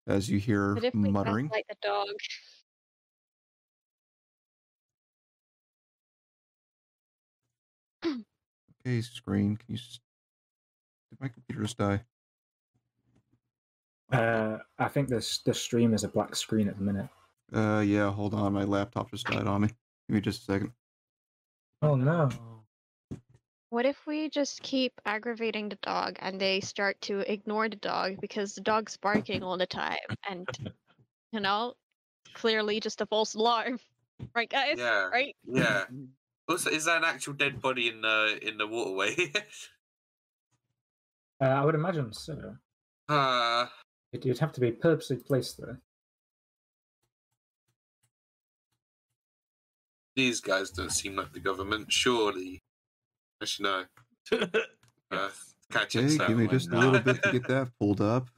Speaker 1: as you hear
Speaker 3: But if we
Speaker 1: muttering.
Speaker 3: muttering. like the dog,
Speaker 1: Okay, screen. Can you? s- Did my computer just die?
Speaker 6: Uh, I think this the stream is a black screen at the minute.
Speaker 1: Uh, yeah. Hold on, my laptop just died on me. Give me just a second.
Speaker 6: Oh no.
Speaker 3: what if we just keep aggravating the dog and they start to ignore the dog because the dog's barking all the time and you know, clearly just a false alarm, (laughs) right, guys?
Speaker 4: Yeah.
Speaker 3: Right?
Speaker 4: yeah.
Speaker 1: (laughs)
Speaker 4: Also, is that an actual dead body in the in the waterway? (laughs)
Speaker 6: Uh, I would imagine so.
Speaker 4: uh,
Speaker 6: It, would have to be purposely placed there.
Speaker 4: These guys don't seem like the government, surely. Actually,
Speaker 1: (laughs)
Speaker 4: no. Uh, catch
Speaker 1: Okay,
Speaker 4: it,
Speaker 1: give me
Speaker 5: Sound like
Speaker 1: just
Speaker 4: (laughs)
Speaker 1: a
Speaker 5: not.
Speaker 1: little bit to get that pulled up.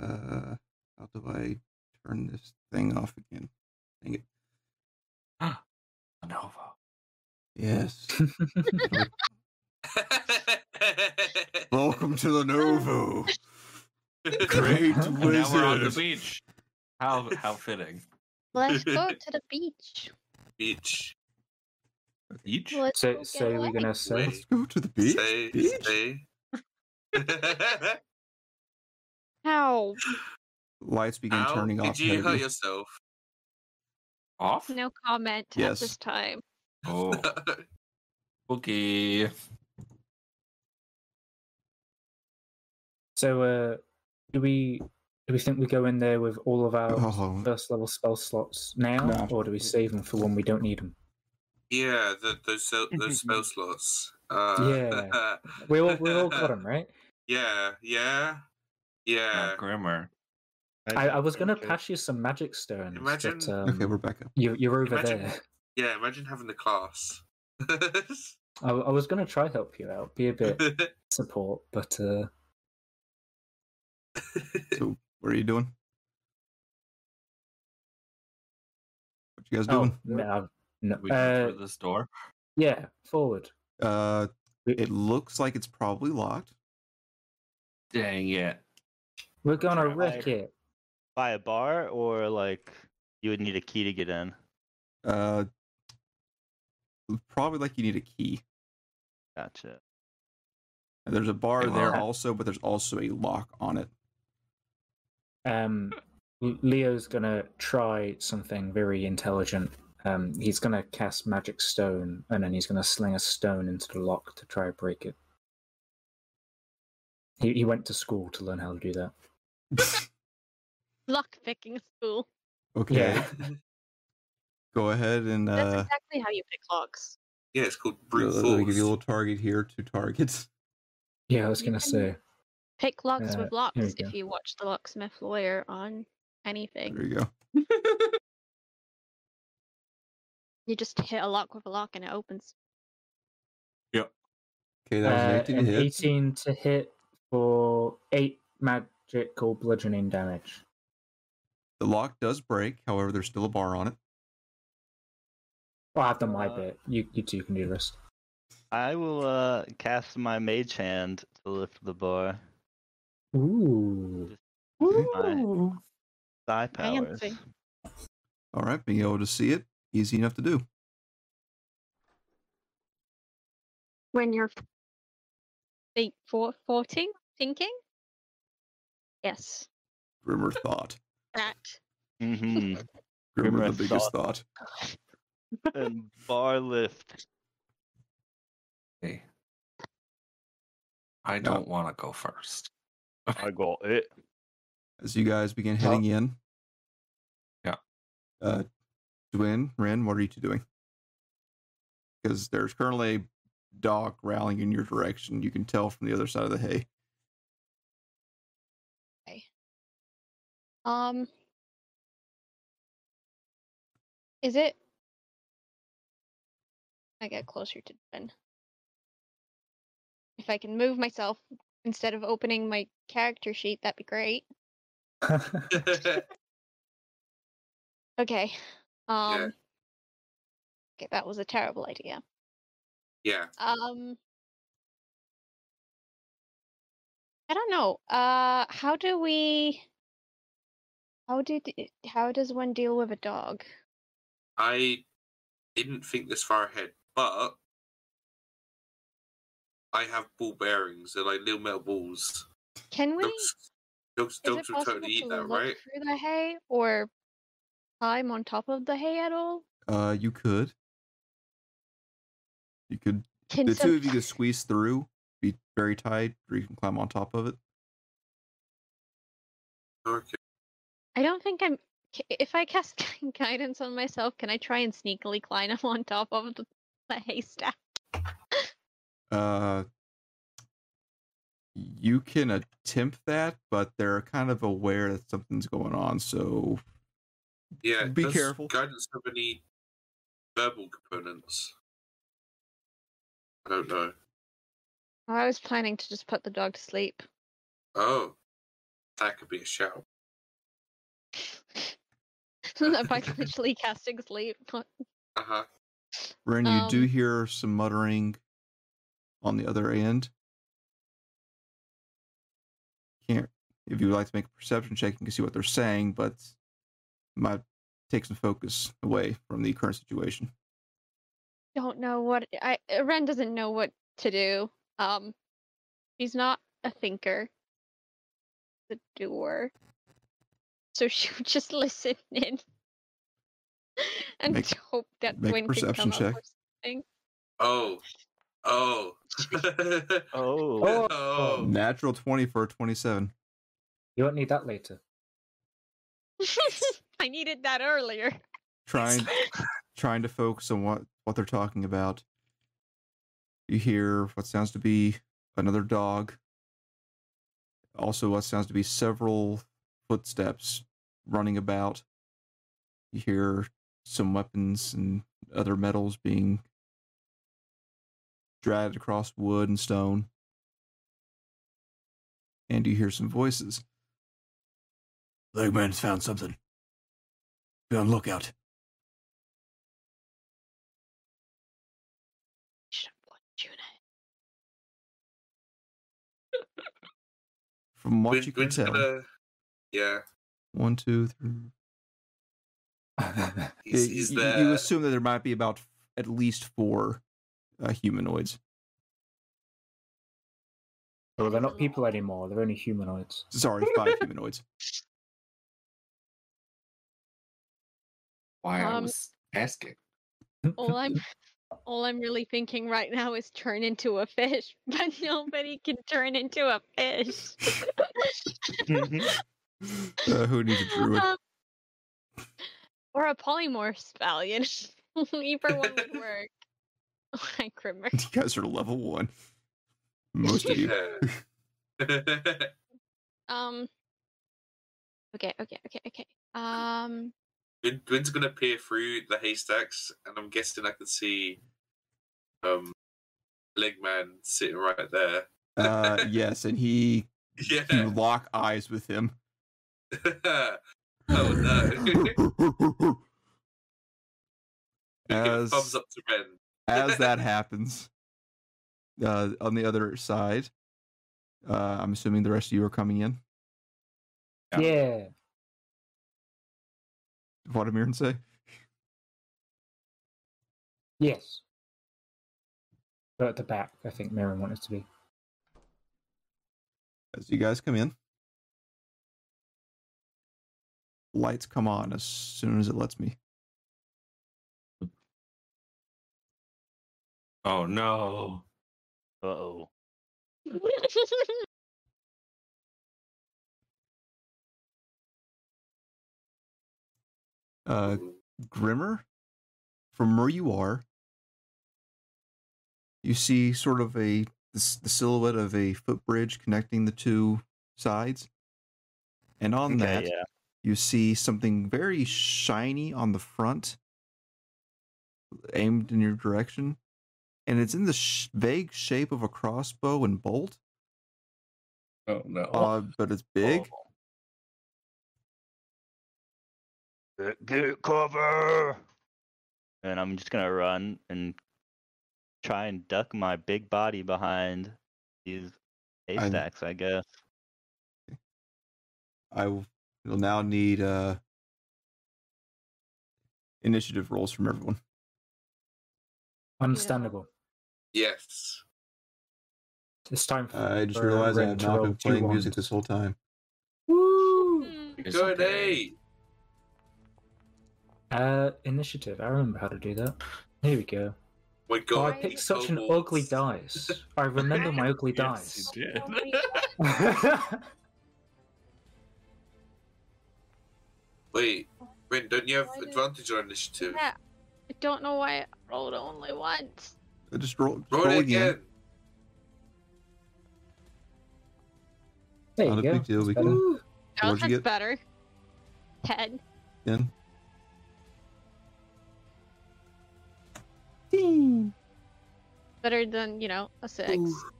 Speaker 1: Uh, how do I turn this thing off again? Dang it.
Speaker 5: Lenovo.
Speaker 1: Yes. Welcome to the
Speaker 3: (laughs)
Speaker 1: Novo. Great
Speaker 5: And (laughs) now we're on the
Speaker 1: wizard.
Speaker 5: beach. How how fitting.
Speaker 3: Let's go to the beach.
Speaker 4: Beach.
Speaker 5: Each?
Speaker 3: Let's
Speaker 6: So,
Speaker 3: go
Speaker 6: so
Speaker 3: get
Speaker 6: we're
Speaker 3: away.
Speaker 6: gonna say.
Speaker 4: Wait,
Speaker 1: Go to the beach.
Speaker 4: Say,
Speaker 1: beach?
Speaker 4: say.
Speaker 3: How?
Speaker 1: Lights begin
Speaker 4: Ow,
Speaker 1: turning
Speaker 4: did
Speaker 1: off.
Speaker 4: you hurt
Speaker 1: heavily.
Speaker 4: yourself?
Speaker 5: Off?
Speaker 3: No comment
Speaker 1: Yes.
Speaker 3: at this time.
Speaker 5: Oh. Okay.
Speaker 6: So, uh, do we do we think we go in there with all of our
Speaker 1: Oh,
Speaker 6: first level spell slots now,
Speaker 1: No.
Speaker 6: or do we save them for when we don't need (laughs) them?
Speaker 4: yeah, the, those so-
Speaker 1: (laughs)
Speaker 4: those spell slots. Uh,
Speaker 6: Yeah. We all we all got them, right?
Speaker 4: (laughs) yeah, yeah, yeah.
Speaker 5: Not grimmer.
Speaker 6: I, I was gonna pass you some magic stones, but
Speaker 4: Imagine-
Speaker 6: um,
Speaker 1: okay, we're back up.
Speaker 6: you, you're over
Speaker 4: imagine-
Speaker 6: there. (laughs)
Speaker 4: Yeah, imagine having the class. (laughs)
Speaker 6: I, I was gonna try help you out, be a
Speaker 4: (laughs)
Speaker 6: bit support, but uh,
Speaker 1: So, what are you doing? What you guys
Speaker 6: oh,
Speaker 1: doing?
Speaker 6: no, no,
Speaker 5: We
Speaker 6: uh,
Speaker 5: go through this door.
Speaker 6: yeah, forward.
Speaker 1: Uh, it looks like it's probably locked.
Speaker 5: Dang it.
Speaker 6: We're gonna
Speaker 2: Try.
Speaker 6: wreck it.
Speaker 2: By a bar or like you would need a key to get in.
Speaker 1: Uh, probably like you need a key.
Speaker 2: Gotcha.
Speaker 1: There's a bar there
Speaker 5: Wow.
Speaker 1: also, but there's also a lock on it.
Speaker 6: Um, L- Leo's gonna try something very intelligent. Um, he's gonna cast magic stone, and then he's gonna sling a stone into the lock to try and break it. He, he went to school to learn how to do that.
Speaker 3: Lock picking school.
Speaker 1: okay.
Speaker 4: (laughs)
Speaker 1: Go ahead and
Speaker 3: That's
Speaker 1: uh,
Speaker 3: exactly how you pick locks.
Speaker 4: yeah, it's called brute
Speaker 1: let
Speaker 4: force.
Speaker 1: me give you a little target here. Two targets. (laughs)
Speaker 6: Yeah, I was
Speaker 3: You
Speaker 6: gonna
Speaker 3: can-
Speaker 6: say.
Speaker 3: Pick locks
Speaker 6: Uh,
Speaker 3: with locks
Speaker 6: we go.
Speaker 3: if you watch the locksmith lawyer on anything.
Speaker 1: There you go.
Speaker 3: You just hit a lock with a lock and it opens.
Speaker 1: Okay, that was an
Speaker 6: Uh,
Speaker 1: 18 to
Speaker 6: an
Speaker 1: hit.
Speaker 6: 18 to hit for 8 magical bludgeoning damage.
Speaker 1: The lock does break. However, there's still a bar on it.
Speaker 6: Well, I've done my
Speaker 2: Uh,
Speaker 6: bit. You, you two can do the rest.
Speaker 2: I will uh cast my mage hand to lift the bar.
Speaker 6: Ooh.
Speaker 2: Ooh. Thigh powers.
Speaker 3: Fancy.
Speaker 1: All right, being able to see it, easy enough to do.
Speaker 3: When you're f- think four, 14, thinking? Yes,
Speaker 1: Grimmer thought.
Speaker 3: that.
Speaker 2: Mm-hmm.
Speaker 1: Grimmer,
Speaker 2: Grimmer
Speaker 1: the biggest thought.
Speaker 2: and bar lift.
Speaker 5: Hey. I
Speaker 1: No.
Speaker 5: don't want to go first. (laughs)
Speaker 8: I got it.
Speaker 1: As you guys begin heading in.
Speaker 5: Yeah.
Speaker 1: Uh, Dwin, Ren, what are you two doing? Because there's currently a dog growling in your direction. You can tell from the other side of the hay.
Speaker 3: Um, is it? I get closer to Ben. If I can move myself instead of opening my character sheet, that'd be great. Okay. Um. Okay, that was a terrible idea.
Speaker 4: (laughs) yeah,
Speaker 3: Um. I don't know. Uh, how do we? How did? it- How does one deal with a dog?
Speaker 4: I didn't think this far ahead, but I have ball bearings. They're like little metal balls.
Speaker 3: Can we?
Speaker 4: Dogs, dogs, dogs
Speaker 3: Is it
Speaker 4: would
Speaker 3: possible
Speaker 4: totally
Speaker 3: to
Speaker 4: eat that,
Speaker 3: look
Speaker 4: right?
Speaker 3: through the hay or climb on top of the hay at all?
Speaker 1: Uh, you could. You could.
Speaker 3: Can
Speaker 1: the two
Speaker 3: some-
Speaker 1: of you could squeeze through, be very tight, or you can climb on top of it.
Speaker 4: Okay.
Speaker 3: I don't think I'm. c- If I cast (laughs) guidance on myself, can I try and sneakily climb up on top of the, the haystack? (laughs)
Speaker 1: Uh, you can attempt that, but they're kind of aware that something's going on. So
Speaker 4: Yeah.
Speaker 1: Be
Speaker 4: does
Speaker 1: careful.
Speaker 4: Guidance have any verbal components. I don't know.
Speaker 3: I was planning to just put the dog to sleep.
Speaker 4: Oh, that could be a shout.
Speaker 1: (laughs)
Speaker 3: if I can literally casting sleep.
Speaker 4: Uh huh.
Speaker 1: Ren, you do
Speaker 3: Um,
Speaker 1: hear some muttering on the other end. Can't if you would like to make a perception check, you can see what they're saying, but it might take some focus away from the current situation.
Speaker 3: Don't know what I uh, Ren doesn't know what to do. Um she's not a thinker. The doer. So (laughs) she would just listen in (laughs) and
Speaker 1: Make-
Speaker 3: hope that
Speaker 1: make a
Speaker 3: Gwyn could
Speaker 1: perception
Speaker 3: come up
Speaker 1: check.
Speaker 3: with something.
Speaker 4: Oh, oh.
Speaker 2: Oh,
Speaker 4: (laughs)
Speaker 6: Oh.
Speaker 4: oh.
Speaker 1: Natural twenty for a twenty-seven.
Speaker 6: You won't need that later.
Speaker 3: (laughs) I needed that earlier.
Speaker 1: Trying trying to focus on what what they're talking about. You hear what sounds to be another dog. Also, what sounds to be several footsteps running about. You hear some weapons and other metals being dragged across wood and stone. And you hear some voices.
Speaker 7: Legman's found something. Be on lookout.
Speaker 3: Should have bought Juna.
Speaker 1: From what
Speaker 4: Gwyn-
Speaker 1: you can
Speaker 4: Gwyn's
Speaker 1: tell,
Speaker 4: gonna- yeah,
Speaker 1: one, two, three,
Speaker 4: he's,
Speaker 1: Y-
Speaker 4: he's
Speaker 1: y- y-
Speaker 4: there.
Speaker 1: you, assume that there might be about f- at least four uh, humanoids.
Speaker 6: Oh, they're not people anymore. They're only humanoids.
Speaker 1: Sorry, five humanoids.
Speaker 5: Why I
Speaker 3: Um,
Speaker 5: was asking.
Speaker 3: All I'm all I'm really thinking right now is turn into a fish, (laughs) but nobody can turn into a fish.
Speaker 1: Uh, who needs a druid?
Speaker 3: Um, or a polymorph spell, (laughs) you know? Either one would work. (laughs) Like Grimmer.
Speaker 1: (laughs) You guys are level one.
Speaker 5: (laughs)
Speaker 1: Most of you. Oh.
Speaker 4: (laughs) Yeah.
Speaker 3: Um Okay, okay, okay, okay. Um
Speaker 4: Gwyn- Gwyn's gonna peer through the haystacks, and I'm guessing I can see um Legman sitting right there.
Speaker 1: Uh, yes, and he you
Speaker 4: (laughs) Yeah.
Speaker 1: lock eyes with him.
Speaker 4: (laughs) oh no. (laughs)
Speaker 1: as
Speaker 4: Thumbs up to Ben.
Speaker 1: as
Speaker 4: (laughs)
Speaker 1: that happens, uh, on the other side, uh, I'm assuming the rest of you are coming in.
Speaker 5: Yeah.
Speaker 6: yeah.
Speaker 1: Vladimir and
Speaker 3: (laughs)
Speaker 1: say,
Speaker 6: Yes. But at the back, I think Mirren wanted to be.
Speaker 1: as you guys come in. Lights come on as soon as it lets me.
Speaker 5: Oh no.
Speaker 8: Uh oh.
Speaker 1: Uh, Grimmer, from where you are, you see sort of a the, s- the silhouette of a footbridge connecting the two sides, and on that
Speaker 8: yeah.
Speaker 1: you see something very shiny on the front, aimed in your direction, and it's in the sh- vague shape of a crossbow and bolt,
Speaker 5: Oh no.
Speaker 1: uh, but it's big.
Speaker 8: Get, get cover. And I'm just gonna run and try and duck my big body behind these haystacks, I guess.
Speaker 1: I will you'll now need uh, initiative rolls from everyone.
Speaker 6: Understandable.
Speaker 4: Yes.
Speaker 6: It's time for.
Speaker 1: I just
Speaker 6: for
Speaker 1: realized I
Speaker 6: Ren
Speaker 1: have
Speaker 6: to
Speaker 1: not
Speaker 6: roll
Speaker 1: been
Speaker 6: two
Speaker 1: playing
Speaker 6: ones.
Speaker 1: music this whole time.
Speaker 3: Hmm,
Speaker 5: It's
Speaker 4: Good
Speaker 5: okay.
Speaker 4: day.
Speaker 6: Uh, initiative. I remember how to do that. Here we go.
Speaker 4: My
Speaker 6: Oh,
Speaker 4: God.
Speaker 6: I
Speaker 3: Guys.
Speaker 6: picked
Speaker 4: these
Speaker 6: such an
Speaker 4: kobolds.
Speaker 6: ugly dice. I remember my
Speaker 4: (laughs)
Speaker 6: ugly
Speaker 5: Yes, you did.
Speaker 3: oh my
Speaker 6: dice.
Speaker 4: Wait, Gwyn, don't you have
Speaker 3: Why did-
Speaker 4: advantage on initiative?
Speaker 3: Yeah, I don't know why I rolled only once.
Speaker 1: Uh, Just roll,
Speaker 4: Roll, it again.
Speaker 6: there
Speaker 1: Not
Speaker 6: you
Speaker 1: a
Speaker 6: go.
Speaker 1: big deal,
Speaker 6: That's
Speaker 1: we
Speaker 6: better.
Speaker 1: can-
Speaker 3: Oh,
Speaker 1: What'd
Speaker 3: that's
Speaker 1: you get?
Speaker 3: better. Ten.
Speaker 1: Then
Speaker 7: Fifteen.
Speaker 3: Better than, you know, a six.
Speaker 4: Ooh.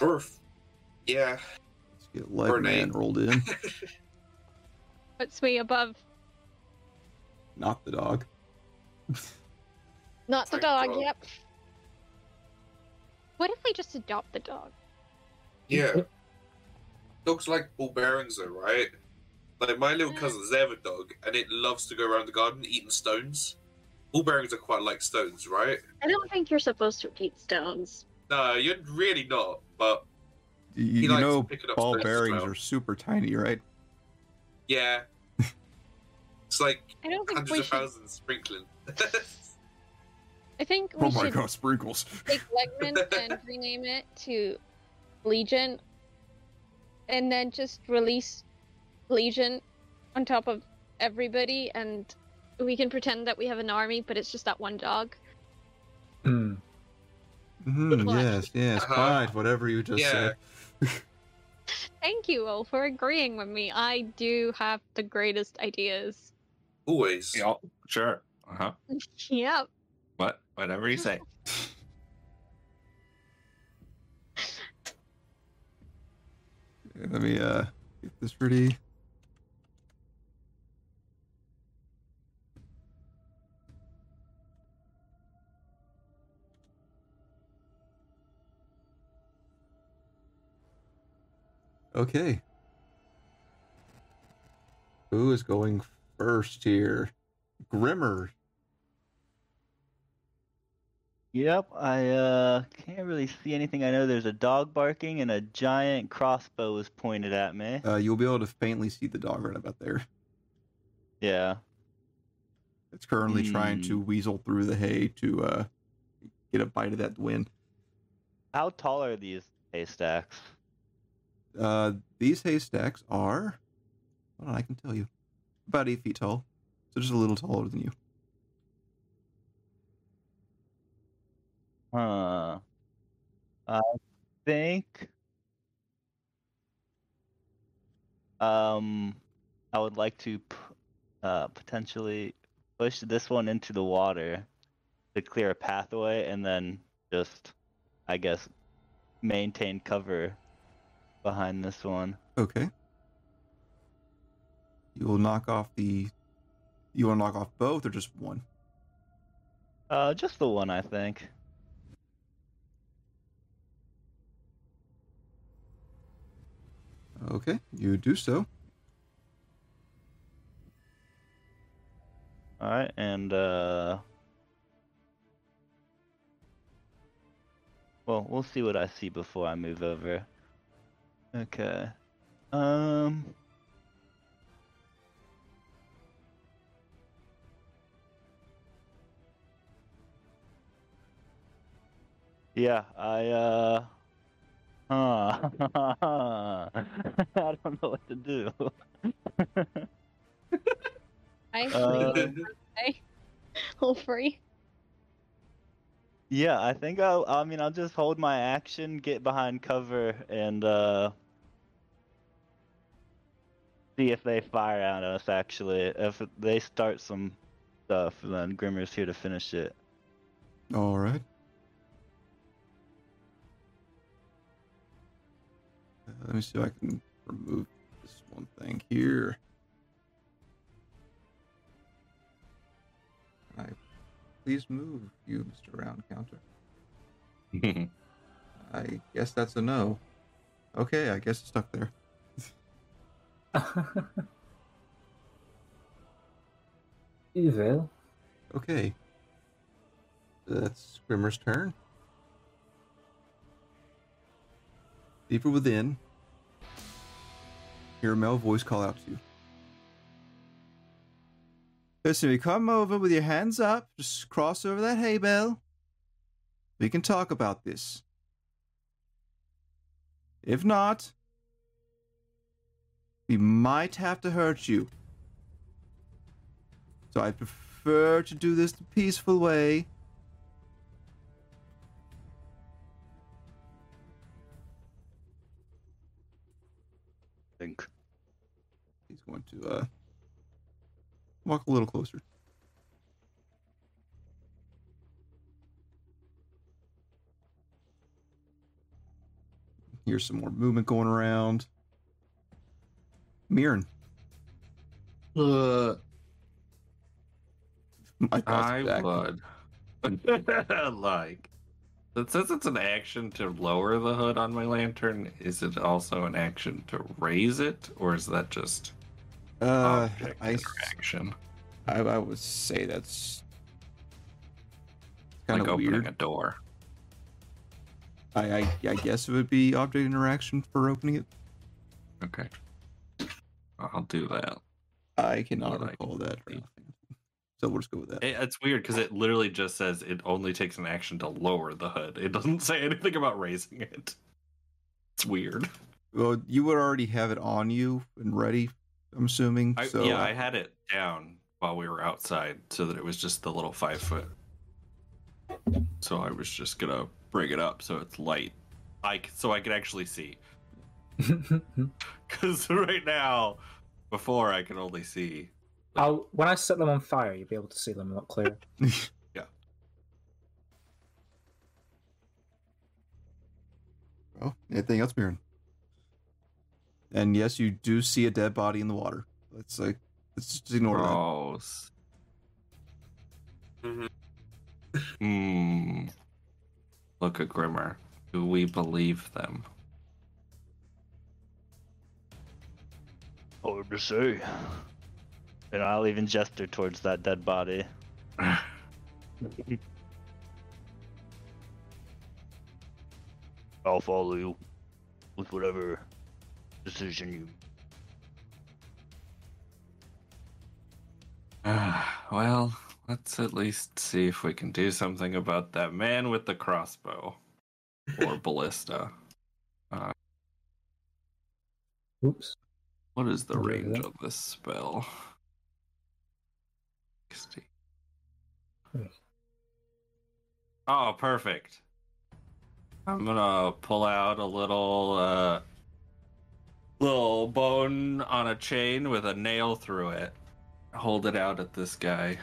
Speaker 4: Or, f- yeah.
Speaker 1: Let's get Leg Man
Speaker 4: Ornate.
Speaker 1: rolled in.
Speaker 3: Puts me above
Speaker 1: Not the dog.
Speaker 3: Not the
Speaker 4: Like
Speaker 3: dog,
Speaker 4: dog.
Speaker 3: yep. What if we just adopt the dog?
Speaker 4: Yeah. Dogs like ball bearings, though, right? Like my
Speaker 3: Mm.
Speaker 4: little cousins, they have a dog, and it loves to go around the garden eating stones. Ball bearings are quite like stones, right?
Speaker 3: I don't think you're supposed to eat stones.
Speaker 4: No, you're really not. But
Speaker 1: You,
Speaker 4: He
Speaker 1: you
Speaker 4: likes
Speaker 1: know,
Speaker 4: picking up
Speaker 1: ball
Speaker 4: stones as
Speaker 1: bearings
Speaker 4: well.
Speaker 1: are super tiny, right?
Speaker 5: (laughs)
Speaker 4: yeah, it's like
Speaker 3: I don't think
Speaker 4: hundreds
Speaker 3: we
Speaker 4: of
Speaker 3: should.
Speaker 4: thousands sprinkling.
Speaker 3: I think we
Speaker 1: Oh my
Speaker 3: should
Speaker 1: god, sprinkles.
Speaker 3: take Legman
Speaker 1: (laughs)
Speaker 3: and rename it to Legion, and then just release Legion on top of everybody, and we can pretend that we have an army, but it's just that one dog.
Speaker 6: Hmm.
Speaker 1: Mhm,
Speaker 3: luck.
Speaker 1: yes, yes,
Speaker 4: Uh-huh.
Speaker 1: fine, whatever you just
Speaker 4: Yeah.
Speaker 1: said.
Speaker 3: Thank you all for agreeing with me. I do have the greatest ideas.
Speaker 4: Always.
Speaker 5: Yeah, sure. Uh huh.
Speaker 3: (laughs) Yep.
Speaker 5: What? Whatever you say.
Speaker 1: Let me uh get this ready. Okay. Who is going first here? Grimmer.
Speaker 8: Yep, I uh, can't really see anything. I know there's a dog barking and a giant crossbow was pointed at me.
Speaker 1: Uh, you'll be able to faintly see the dog right about there.
Speaker 8: Yeah.
Speaker 1: It's currently trying
Speaker 8: Hmm.
Speaker 1: to weasel through the hay to uh, get a bite of that wind.
Speaker 8: How tall are these haystacks?
Speaker 1: Uh, these haystacks are. Hold on, I can tell you. About eight feet tall. So just a little taller than you.
Speaker 8: Huh. I think. Um, I would like to p- uh, potentially push this one into the water to clear a pathway and then just, I guess, maintain cover behind this one.
Speaker 1: Okay. You will knock off the. You want to knock off both or just one?
Speaker 8: Uh, just the one, I think.
Speaker 1: Okay, you do so.
Speaker 8: All right, and uh, well, we'll see what I see before I move over. Okay. Um. Yeah, I uh. Huh. (laughs) I don't know what to do. (laughs)
Speaker 3: I
Speaker 8: Uh,
Speaker 3: agree. all free.
Speaker 8: Yeah, I think I'll. I mean, I'll just hold my action, get behind cover, and uh, see if they fire at us. Actually, if they start some stuff, then Grimmer's here to finish it.
Speaker 1: All right. Uh, let me see if I can remove this one thing here. Can I please move you, Mr. Round Counter? I guess that's a no. Okay, I guess it's stuck there.
Speaker 6: Evil.
Speaker 1: Okay. That's Grimmer's turn. Deeper within, hear a male voice call out to you. Listen, if you come over with your hands up, just cross over that hay bale. We can talk about this. If not, we might have to hurt you. So I prefer to do this the peaceful way.
Speaker 8: think.
Speaker 1: He's going to uh walk a little closer. Here's some more movement going around. Mirren. Uh, my thoughts
Speaker 5: I
Speaker 1: back.
Speaker 5: would. (laughs) like, it says it's an action to lower the hood on my lantern. Is it also an action to raise it, or is that just
Speaker 1: Uh,
Speaker 5: object
Speaker 1: I,
Speaker 5: interaction?
Speaker 1: I, I would say that's kind
Speaker 5: Like
Speaker 1: of
Speaker 5: opening
Speaker 1: weird.
Speaker 5: a door.
Speaker 1: I, I I guess it would be object interaction for opening it.
Speaker 5: Okay. I'll do that.
Speaker 1: I cannot
Speaker 5: Alright.
Speaker 1: recall that. or anything. So we'll just go with that.
Speaker 5: It, it's weird because it literally just says it only takes an action to lower the hood. It doesn't (laughs) say anything about raising it. It's weird.
Speaker 1: Well, you would already have it on you and ready. I'm assuming.
Speaker 5: I,
Speaker 1: so
Speaker 5: yeah, I had it down while we were outside so that it was just the little five foot. So I was just gonna bring it up so it's light, like so I could actually see. (laughs) Because right now, before I can only see.
Speaker 6: (laughs) I'll when I set them on fire, you'll be able to see them a lot clearer.
Speaker 1: Oh, anything else, Mirren? And yes, you do see a dead body in the water. Let's like let's just ignore that.
Speaker 5: Gross.
Speaker 4: Mhm.
Speaker 5: Hmm. Look at Grimmer. Do we believe them?
Speaker 8: Hard to say. And I'll even gesture towards that dead (sighs) body. I'll follow you with whatever decision you.
Speaker 5: (sighs) well, let's at least see if we can do something about that man with the crossbow
Speaker 6: (laughs)
Speaker 5: or ballista. Uh,
Speaker 6: Oops.
Speaker 5: What is the
Speaker 6: Okay,
Speaker 5: range
Speaker 6: yeah.
Speaker 5: of this spell? 60.
Speaker 6: Hmm.
Speaker 5: Oh, perfect. I'm gonna pull out a little uh little bone on a chain with a nail through it. Hold it out at this guy.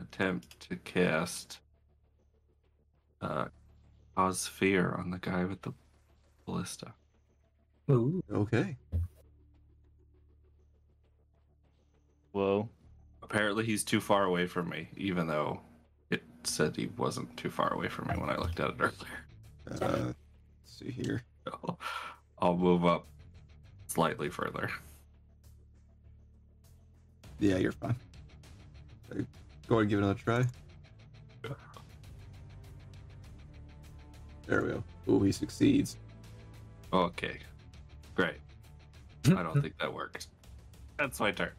Speaker 5: Attempt to cast uh cause fear on the guy with the ballista.
Speaker 6: Ooh.
Speaker 1: Okay.
Speaker 8: Whoa.
Speaker 5: Apparently, he's too far away from me, even though it said he wasn't too far away from me when I looked at it earlier.
Speaker 1: Uh, let's see here.
Speaker 5: (laughs) So I'll move up slightly further.
Speaker 1: Yeah, you're fine. Uh, Go ahead and give it another try. There we go. Oh, he succeeds.
Speaker 5: Okay, great. I don't think that worked. That's my turn.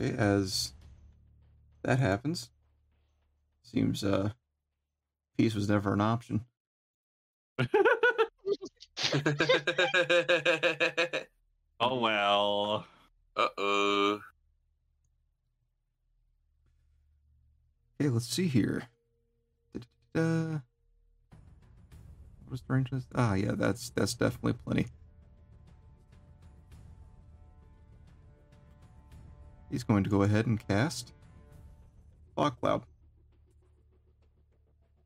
Speaker 1: Okay, as that happens, seems uh, peace was never an option.
Speaker 5: Oh well.
Speaker 4: uh oh.
Speaker 1: Okay, let's see here. Da-da-da-da. What is the range? of this? Ah, yeah, that's that's definitely plenty. He's going to go ahead and cast Fog Cloud.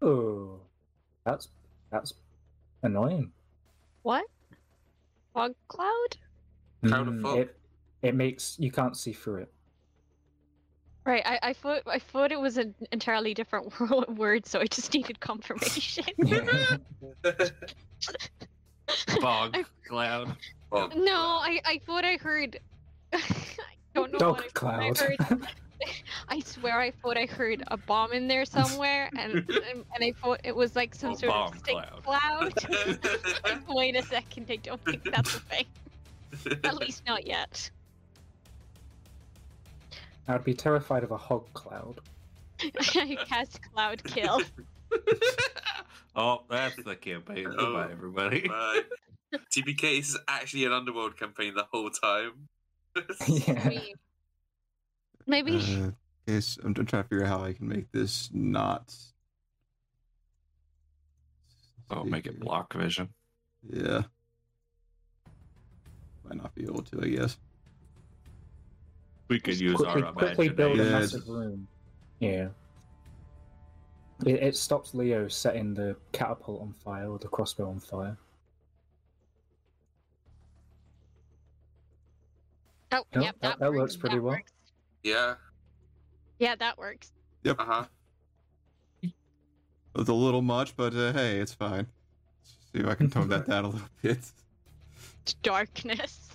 Speaker 6: Oh. That's that's annoying.
Speaker 3: What? Fog cloud?
Speaker 4: Cloud of fog.
Speaker 6: Hmm, It, it makes you can't see through it.
Speaker 3: Right. I, I thought I thought it was an entirely different (laughs) wo- word, so I just needed confirmation. (laughs) (laughs)
Speaker 5: Fog
Speaker 3: I-
Speaker 5: cloud.
Speaker 4: Well,
Speaker 3: no, I, I thought I heard. I don't know
Speaker 6: Dog
Speaker 3: what I,
Speaker 6: cloud.
Speaker 3: I heard. (laughs) I swear I thought I heard a bomb in there somewhere, and and, and I thought it was like some
Speaker 5: A
Speaker 3: sort of
Speaker 5: bomb
Speaker 3: stick
Speaker 5: cloud.
Speaker 3: cloud.
Speaker 5: (laughs)
Speaker 3: Like, (laughs) Wait a second, I don't think that's a thing.
Speaker 5: (laughs)
Speaker 3: At least not yet. (laughs)
Speaker 6: I'd be terrified of a hog cloud.
Speaker 3: I cast cloud kill.
Speaker 5: (laughs) (laughs) oh, that's
Speaker 4: (laughs)
Speaker 5: the campaign.
Speaker 4: Oh,
Speaker 5: Goodbye, everybody. (laughs)
Speaker 4: Man. TBK is actually an underworld campaign the whole time.
Speaker 6: yeah.
Speaker 3: Sweet. Maybe
Speaker 1: Uh, okay, so I'm trying to figure out how I can make this not.
Speaker 5: Oh, make it block vision.
Speaker 1: Yeah. Might not be able to, I guess.
Speaker 5: We could use
Speaker 6: quickly,
Speaker 5: our
Speaker 6: quickly build a
Speaker 5: imagination.
Speaker 1: Yeah,
Speaker 6: massive room. Yeah. It, it stops Leo setting the catapult on fire or the crossbow on fire.
Speaker 3: Oh,
Speaker 6: No,
Speaker 3: yep,
Speaker 6: that-
Speaker 3: that,
Speaker 6: that
Speaker 3: works.
Speaker 6: works pretty well.
Speaker 3: works.
Speaker 4: Yeah.
Speaker 3: Yeah, that works.
Speaker 4: Uh
Speaker 3: Uh-huh.
Speaker 4: huh.
Speaker 1: It's a little much, but uh, hey, it's fine. see if I can tone
Speaker 6: (laughs)
Speaker 1: that down a little bit.
Speaker 3: Darkness.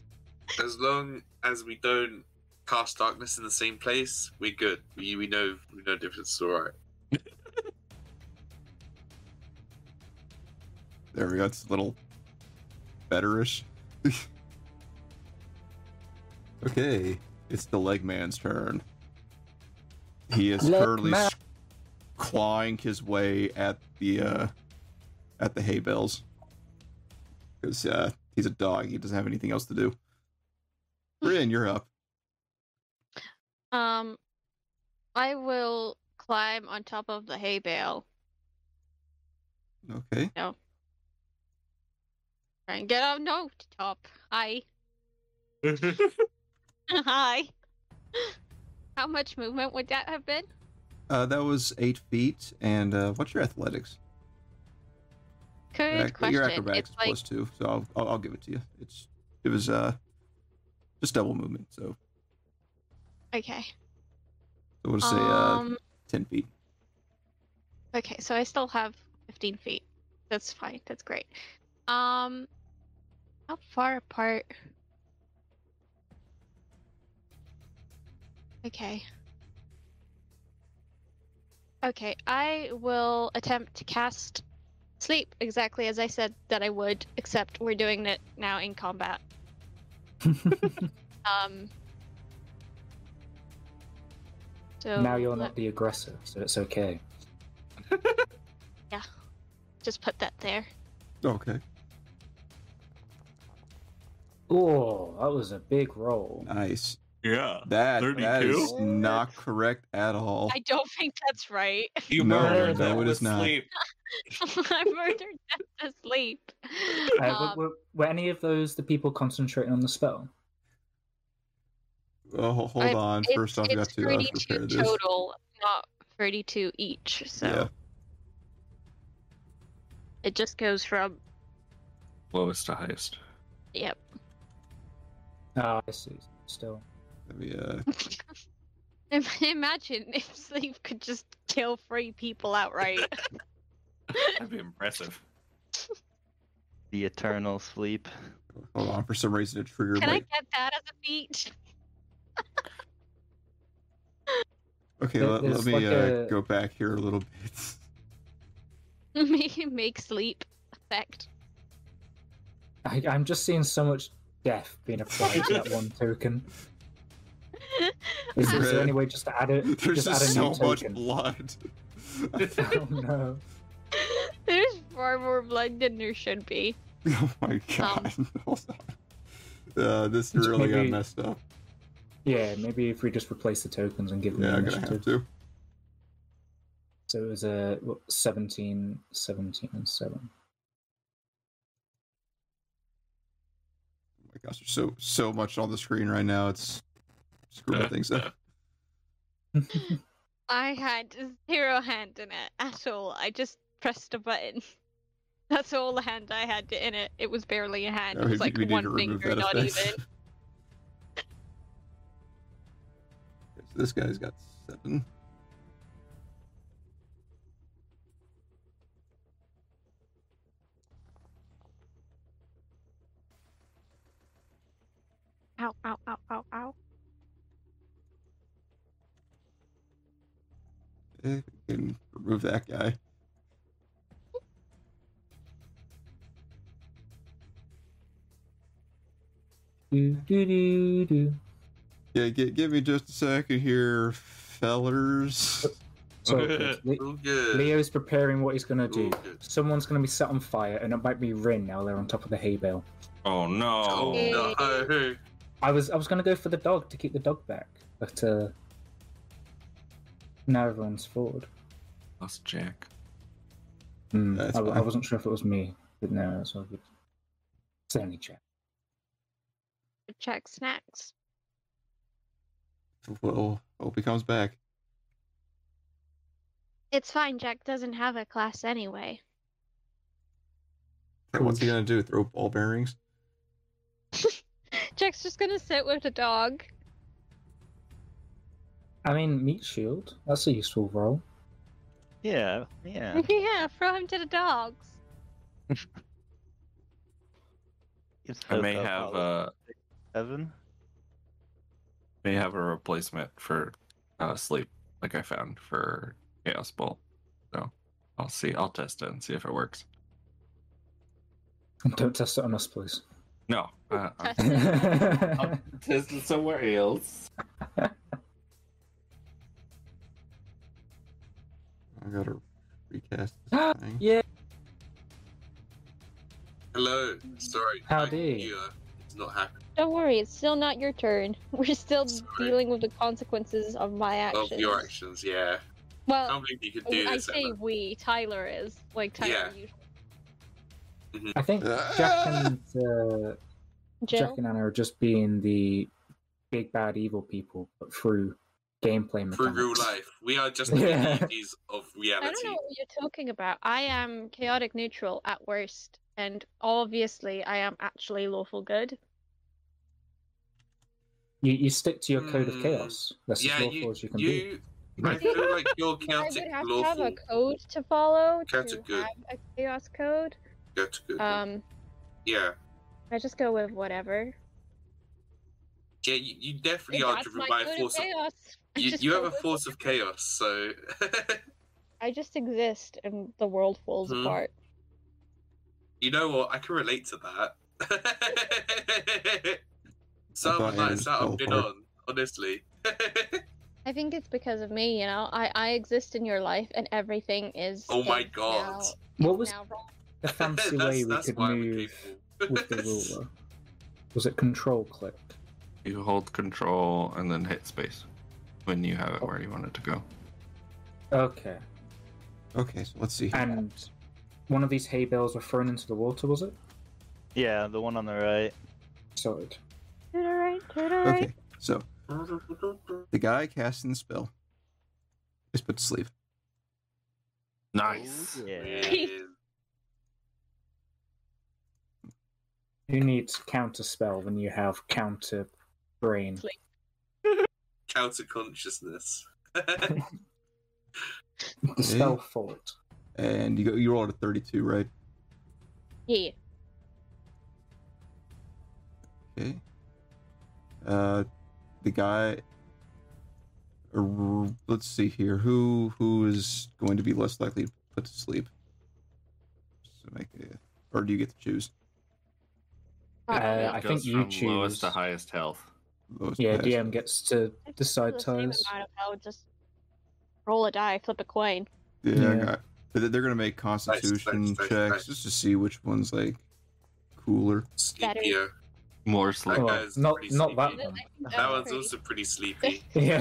Speaker 4: As long as we don't cast darkness in the same place, we're good. We we know we know difference. It's all right.
Speaker 1: There we go. It's a little betterish. (laughs) okay, it's the leg man's turn. He is
Speaker 6: Leg
Speaker 1: currently
Speaker 6: man.
Speaker 1: clawing his way at the uh, at the hay bales because uh, he's a dog. He doesn't have anything else to do. Bryn, you're up.
Speaker 3: Um, I will climb on top of the hay bale.
Speaker 1: Okay.
Speaker 3: Try and get on no top. Hi. (laughs) Hi. (laughs) How much movement would that have been?
Speaker 1: Uh, that was eight feet, and uh, what's your athletics?
Speaker 3: Good
Speaker 1: Ac-
Speaker 3: question.
Speaker 1: Your acrobatics
Speaker 3: it's
Speaker 1: is
Speaker 3: like
Speaker 1: plus two, so I'll, I'll, I'll give it to you. It's it was uh just double movement, so
Speaker 3: okay.
Speaker 1: I would say uh,
Speaker 3: Um.
Speaker 1: ten feet.
Speaker 3: Okay, so I still have 15 feet. That's fine. That's great. Um, how far apart? Okay. Okay, I will attempt to cast sleep exactly as I said that I would, except we're doing it now in combat. Um. So
Speaker 6: now you're
Speaker 3: let-
Speaker 6: not the aggressor, so it's okay.
Speaker 3: Just put that there.
Speaker 1: Okay,
Speaker 6: Oh, that was a big roll.
Speaker 1: Uh, nice.
Speaker 5: Yeah.
Speaker 1: That that
Speaker 5: 32?
Speaker 1: is not correct at all.
Speaker 3: I don't think
Speaker 1: (laughs)
Speaker 3: that's right.
Speaker 5: You
Speaker 1: No,
Speaker 5: murdered
Speaker 1: no,
Speaker 5: them
Speaker 1: it
Speaker 5: with
Speaker 1: is not.
Speaker 5: sleep.
Speaker 3: (laughs) I murdered death
Speaker 1: (laughs)
Speaker 3: asleep.
Speaker 6: Uh,
Speaker 3: Um,
Speaker 6: were, were, were any of those the people concentrating on the spell?
Speaker 1: Oh, ho- hold
Speaker 3: I-
Speaker 1: on.
Speaker 3: it-
Speaker 1: First off, you have
Speaker 3: it's
Speaker 1: to uh,
Speaker 3: 32
Speaker 1: prepare this.
Speaker 3: total, not 32 each. So
Speaker 1: Yeah.
Speaker 3: it just goes from,
Speaker 5: Lowest to highest.
Speaker 3: yep. (laughs)
Speaker 6: Ah, I see. Still.
Speaker 1: Let me, uh,
Speaker 3: Im- Imagine if sleep could just kill three people
Speaker 1: (laughs)
Speaker 3: outright. (laughs)
Speaker 5: That'd be impressive.
Speaker 8: The eternal sleep.
Speaker 1: hold on. For some reason, it triggered.
Speaker 3: Can I
Speaker 1: My...
Speaker 3: get that as a (laughs) feat?
Speaker 1: Okay,
Speaker 6: There-
Speaker 1: let, let
Speaker 6: there's
Speaker 1: me
Speaker 6: like
Speaker 1: uh,
Speaker 6: a-
Speaker 1: go back here a little bit.
Speaker 3: make, make sleep effect.
Speaker 6: I, I'm just seeing so much death being applied to that
Speaker 4: (laughs)
Speaker 6: one token. Is, is there any way just to add it?
Speaker 1: (laughs) There's
Speaker 6: add
Speaker 1: just
Speaker 6: a new
Speaker 1: so much
Speaker 6: token?
Speaker 1: blood. (laughs)
Speaker 6: Oh no.
Speaker 3: There's far more blood than there should be.
Speaker 1: (laughs) oh my god. Hold on. (laughs) Uh, this really got
Speaker 6: Maybe-
Speaker 1: messed up.
Speaker 6: Yeah, maybe if we just replace the tokens and give them
Speaker 1: Yeah,
Speaker 6: the
Speaker 1: I'm gonna have
Speaker 6: initiative.
Speaker 1: to.
Speaker 6: So it was a what, 17, 17, and 7.
Speaker 1: Oh my gosh, there's so so much on the screen right now. It's screwing things up.
Speaker 3: I had zero hand in it at all. I just pressed a button. (laughs) That's all the hand I had in it. It was barely a hand.
Speaker 1: No,
Speaker 3: it
Speaker 1: we,
Speaker 3: was like
Speaker 1: we need to
Speaker 3: one
Speaker 1: remove
Speaker 3: finger,
Speaker 1: that
Speaker 3: not
Speaker 1: effect. (laughs)
Speaker 3: even.
Speaker 1: So this guy's got seven.
Speaker 3: Ow, ow, ow, ow, ow.
Speaker 1: Eh, we can remove that guy.
Speaker 6: Do, do, do, do.
Speaker 1: Yeah, gi- give me just a second here, fellers.
Speaker 6: So
Speaker 4: (laughs)
Speaker 6: okay, Le-
Speaker 4: All good.
Speaker 6: Leo's preparing what he's going to do.
Speaker 4: All good.
Speaker 6: Someone's going to be set on fire, and it might be Rin now they're on top of the hay bale.
Speaker 5: Oh
Speaker 4: Oh,
Speaker 5: no.
Speaker 4: no.
Speaker 6: I was I was gonna go for the dog to keep the dog back, but uh, now everyone's forward.
Speaker 5: Lost Jack.
Speaker 6: Hmm,
Speaker 1: That's
Speaker 6: I, I
Speaker 1: fine.
Speaker 6: wasn't sure if it was me, but no, it's all good. It's the only check.
Speaker 3: Check snacks.
Speaker 1: Well, hope he comes back.
Speaker 3: It's fine. Jack doesn't have a class anyway.
Speaker 1: What's he gonna do? Throw ball bearings?
Speaker 3: Jack's just gonna sit with the dog.
Speaker 6: I mean, meat shield. That's a useful role.
Speaker 8: Yeah, yeah.
Speaker 3: (laughs) yeah, throw him to the dogs.
Speaker 8: It's
Speaker 5: I
Speaker 8: so
Speaker 5: may
Speaker 8: tough,
Speaker 5: have uh,
Speaker 8: Ollie.
Speaker 5: a
Speaker 8: seven.
Speaker 5: may have a replacement for uh, sleep, like I found for Chaos Bowl. So I'll see. I'll test it and see if it works.
Speaker 6: (laughs) Don't test it on us, please.
Speaker 5: No, uh, I'll
Speaker 3: Test it. (laughs)
Speaker 5: I'll test it somewhere else.
Speaker 1: I gotta recast this thing.
Speaker 6: yeah.
Speaker 4: Hello. Sorry.
Speaker 6: Howdy.
Speaker 4: Yeah, uh, it's not happening.
Speaker 3: Don't worry, it's still not your turn. We're still
Speaker 4: Sorry.
Speaker 3: dealing with the consequences of my actions.
Speaker 4: Of your actions, yeah. I
Speaker 3: Well,
Speaker 4: can't believe you could do
Speaker 3: I
Speaker 4: this.
Speaker 3: say
Speaker 4: Emma.
Speaker 3: we. Tyler is like Tyler.
Speaker 4: Yeah.
Speaker 3: usually-
Speaker 4: Mm-hmm.
Speaker 6: I think
Speaker 4: (laughs)
Speaker 6: Jack and uh,
Speaker 3: Jill.
Speaker 6: Jack and Anna are just being the big bad evil people, but through gameplay mechanics.
Speaker 4: Through real life, we are just the
Speaker 6: (laughs) Yeah.
Speaker 4: deities of
Speaker 3: I don't
Speaker 4: reality.
Speaker 3: know what you're talking about. I am chaotic neutral at worst, and obviously I am actually lawful good.
Speaker 6: You, you stick to your code of
Speaker 4: Hmm.
Speaker 6: chaos. That's
Speaker 4: Yeah,
Speaker 6: as lawful
Speaker 4: you.
Speaker 6: as you can be.
Speaker 4: you I feel like you're
Speaker 3: I
Speaker 4: chaotic
Speaker 3: would have
Speaker 4: lawful.
Speaker 3: to have a code to follow
Speaker 4: Chaotic
Speaker 3: to
Speaker 4: good.
Speaker 3: have a chaos code.
Speaker 4: That's good.
Speaker 3: Um,
Speaker 4: yeah.
Speaker 3: I just go with whatever.
Speaker 4: Yeah, you, you definitely are
Speaker 3: That's
Speaker 4: driven
Speaker 3: my
Speaker 4: by
Speaker 3: code
Speaker 4: a
Speaker 3: of
Speaker 4: force of
Speaker 3: chaos. (laughs) I
Speaker 4: you,
Speaker 3: just
Speaker 4: you
Speaker 3: go
Speaker 4: have a
Speaker 3: with
Speaker 4: force of
Speaker 3: whatever.
Speaker 4: chaos, so (laughs)
Speaker 3: I just exist, and the world falls
Speaker 4: Mhm.
Speaker 3: apart.
Speaker 4: you know what? I can relate to that. (laughs) so
Speaker 1: thought
Speaker 4: I'm
Speaker 1: it
Speaker 4: nice
Speaker 1: was
Speaker 4: that I've been
Speaker 1: teleport.
Speaker 4: on, honestly.
Speaker 3: I think it's because of me, you know. I I exist in your life, and everything is.
Speaker 4: oh my
Speaker 3: is
Speaker 4: god.
Speaker 3: now-
Speaker 6: What
Speaker 3: is
Speaker 6: was
Speaker 3: now wrong.
Speaker 6: the fancy way we could
Speaker 4: why we're
Speaker 6: move
Speaker 4: capable.
Speaker 6: with the ruler? Was it control click?
Speaker 5: You hold control and then hit space when you have it where you want it to go.
Speaker 6: Okay.
Speaker 1: Okay, so let's see. here.
Speaker 6: And one of these hay bales were thrown into the water, was it?
Speaker 8: Yeah, the one on the right.
Speaker 6: Sorted.
Speaker 3: To the right, to the
Speaker 4: Oh.
Speaker 3: right.
Speaker 1: Okay, so the guy casting the spell is put to sleep.
Speaker 5: Nice.
Speaker 8: Yeah.
Speaker 6: Who needs counter spell when you have counter brain?
Speaker 4: Counter
Speaker 3: (laughs)
Speaker 4: consciousness. (laughs)
Speaker 6: Dispel thought.
Speaker 1: And you go, you rolled a 32, right?
Speaker 3: Yeah.
Speaker 1: Okay. Uh, the guy. uh, r- Let's see here. Who who is going to be less likely to put to sleep? So make a, or do you get to choose?
Speaker 6: Uh,
Speaker 3: Probably.
Speaker 6: I
Speaker 5: It goes
Speaker 6: think you
Speaker 5: from lowest to
Speaker 6: choose-
Speaker 5: highest health.
Speaker 1: Lowest
Speaker 6: Yeah,
Speaker 1: pass?
Speaker 6: DM gets to
Speaker 3: It's
Speaker 6: decide
Speaker 3: the same
Speaker 6: ties.
Speaker 3: amount of health, Just roll a die, flip a coin.
Speaker 1: Yeah, I
Speaker 6: Yeah.
Speaker 1: got- they- They're gonna make Constitution
Speaker 4: nice, nice,
Speaker 1: checks
Speaker 4: nice.
Speaker 1: just to see which one's like cooler.
Speaker 4: Sleepier.
Speaker 5: More sleep.
Speaker 4: That
Speaker 6: Oh,
Speaker 4: guy's
Speaker 6: not
Speaker 4: pretty
Speaker 6: not that
Speaker 4: sleepy.
Speaker 6: one.
Speaker 4: (laughs) That one's also pretty (laughs) sleepy.
Speaker 6: Yeah.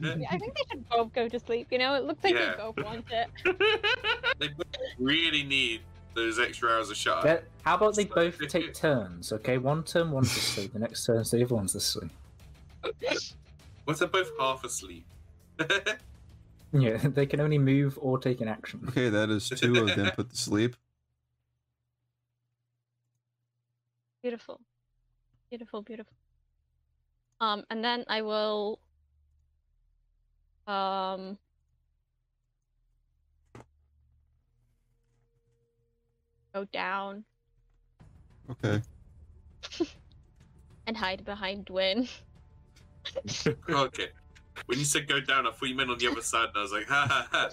Speaker 4: they
Speaker 3: I think they should both go to sleep. You know, it looks like
Speaker 4: Yeah.
Speaker 3: they both want it.
Speaker 4: both (laughs) really need those extra hours of shut
Speaker 6: Let- how about they both take turns? Okay, one turn one's this way, the next turn's the other one's this way.
Speaker 4: What they're both half asleep?
Speaker 6: Yeah, (laughs) they can only move or take an action.
Speaker 1: Okay, that is two of them put to sleep.
Speaker 3: Beautiful, beautiful, beautiful. Um, and then I will. Um. Go down
Speaker 1: Okay.
Speaker 3: and hide behind (laughs) Dwin.
Speaker 4: okay. When you said go down, I thought you meant on the other side, and I was like, ha ha ha.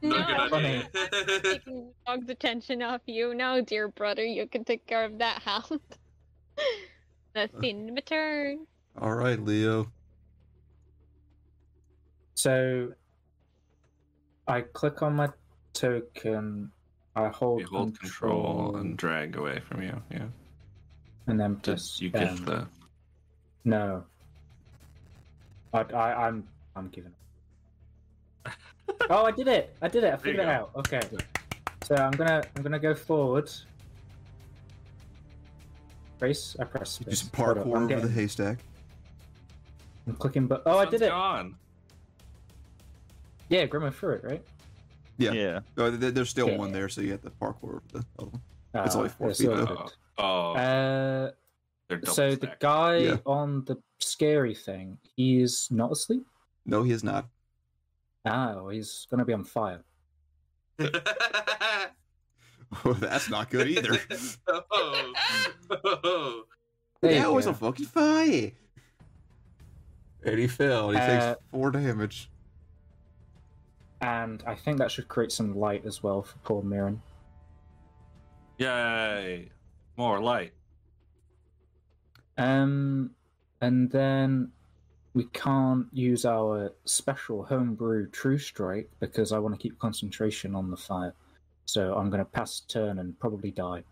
Speaker 3: no,
Speaker 4: Not
Speaker 6: Funny.
Speaker 4: a good
Speaker 5: (laughs)
Speaker 4: idea.
Speaker 3: taking dog's attention off you. No, dear brother, you can take care of that hound. That's (laughs) the end of my turn.
Speaker 1: All right, Leo.
Speaker 6: So I click on my token, I hold,
Speaker 5: You hold control and drag away from you. Yeah.
Speaker 6: and then
Speaker 5: Did
Speaker 6: just
Speaker 5: you get
Speaker 6: um,
Speaker 5: the
Speaker 6: No. I, I, I'm I'm giving
Speaker 5: (laughs)
Speaker 6: up. oh, I did it! I did it! I figured it
Speaker 5: go.
Speaker 6: out. Okay. So I'm gonna I'm gonna go forward. Brace. I press.
Speaker 1: You
Speaker 6: space.
Speaker 1: just
Speaker 6: Hold up, I'm
Speaker 1: parkour over
Speaker 6: getting-
Speaker 1: the haystack.
Speaker 6: I'm clicking, but oh, I did
Speaker 5: Sun's
Speaker 6: it!
Speaker 5: Gone.
Speaker 6: Yeah, Grimmer threw it right.
Speaker 1: Yeah.
Speaker 8: yeah.
Speaker 1: Oh, there- there's still
Speaker 6: Okay.
Speaker 1: one there, so you have to parkour. over The other one.
Speaker 6: Ah,
Speaker 1: It's only four
Speaker 6: that's
Speaker 1: feet,
Speaker 6: all
Speaker 5: Oh, oh,
Speaker 6: good. Uh,
Speaker 5: they're double
Speaker 6: so the
Speaker 5: stacked.
Speaker 6: guy
Speaker 1: Yeah.
Speaker 6: on the scary thing, he's not asleep.
Speaker 1: No, he is not.
Speaker 6: Oh, he's gonna be on fire.
Speaker 1: Oh, (laughs) that's not
Speaker 4: (laughs)
Speaker 1: good either.
Speaker 4: oh. oh.
Speaker 6: There
Speaker 1: that
Speaker 6: you
Speaker 1: was
Speaker 6: go.
Speaker 1: a fucking fire. And he fell. and He
Speaker 6: Uh,
Speaker 1: takes four damage.
Speaker 6: and I think that should create some light as well for poor Mirren.
Speaker 5: Yay! More light.
Speaker 6: Um, and then we can't use our special homebrew True Strike because I want to keep concentration on the fire. So I'm going to pass turn and probably die.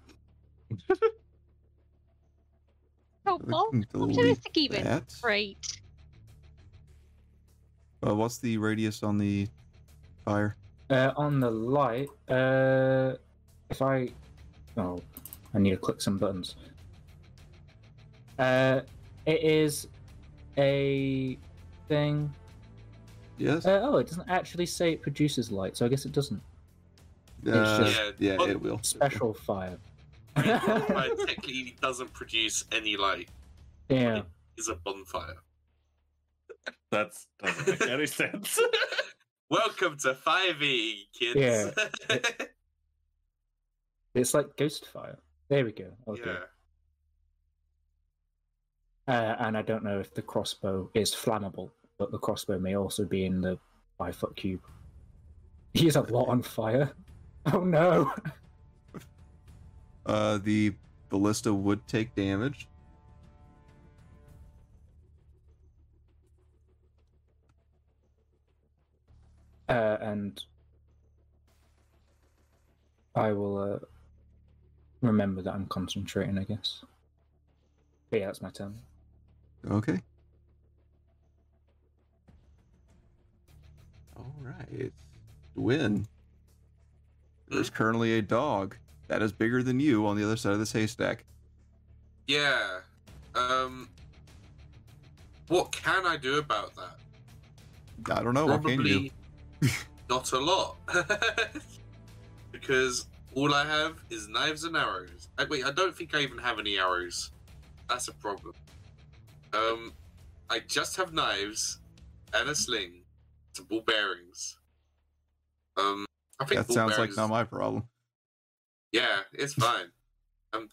Speaker 3: Hopeful.
Speaker 1: Looking to
Speaker 3: Optimistic even.
Speaker 1: That.
Speaker 3: Great.
Speaker 1: Uh, what's the radius on the fire?
Speaker 6: Uh, on the light, uh, if I. Oh, I need to click some buttons. Uh, it is a thing.
Speaker 1: Yes.
Speaker 6: Uh, oh, it doesn't actually say it produces light, so I guess it doesn't.
Speaker 1: Uh,
Speaker 4: just-
Speaker 1: yeah,
Speaker 4: Yeah.
Speaker 1: it will.
Speaker 6: Special fire.
Speaker 4: (laughs) bonfire technically doesn't produce any light.
Speaker 6: yeah.
Speaker 4: It's a bonfire.
Speaker 5: That's doesn't make
Speaker 4: (laughs)
Speaker 5: any sense.
Speaker 4: Welcome to 5e, kids.
Speaker 6: Yeah.
Speaker 4: (laughs)
Speaker 6: It's like ghost fire. There we go. Okay.
Speaker 4: yeah.
Speaker 6: Uh, and I don't know if the crossbow is flammable, but the crossbow may also be in the five foot cube. (laughs) He's a lot on fire. (laughs) Oh no!
Speaker 1: Uh, the ballista would take damage.
Speaker 6: Uh, and I will uh, remember that I'm concentrating, I guess. But yeah, that's my turn.
Speaker 1: Okay. All right. Win. There's currently a dog that is bigger than you on the other side of this haystack.
Speaker 4: Yeah. Um. What can I do about that?
Speaker 1: I don't know. What can you?
Speaker 4: Probably not a lot. (laughs) because all I have is knives and arrows. Uh, Wait, I don't think I even have any arrows. That's a problem. Um, I just have knives and a sling to ball bearings. Um, I think
Speaker 1: That
Speaker 4: ball
Speaker 1: sounds like
Speaker 4: bearings
Speaker 1: not my problem.
Speaker 4: Yeah, it's fine. Um,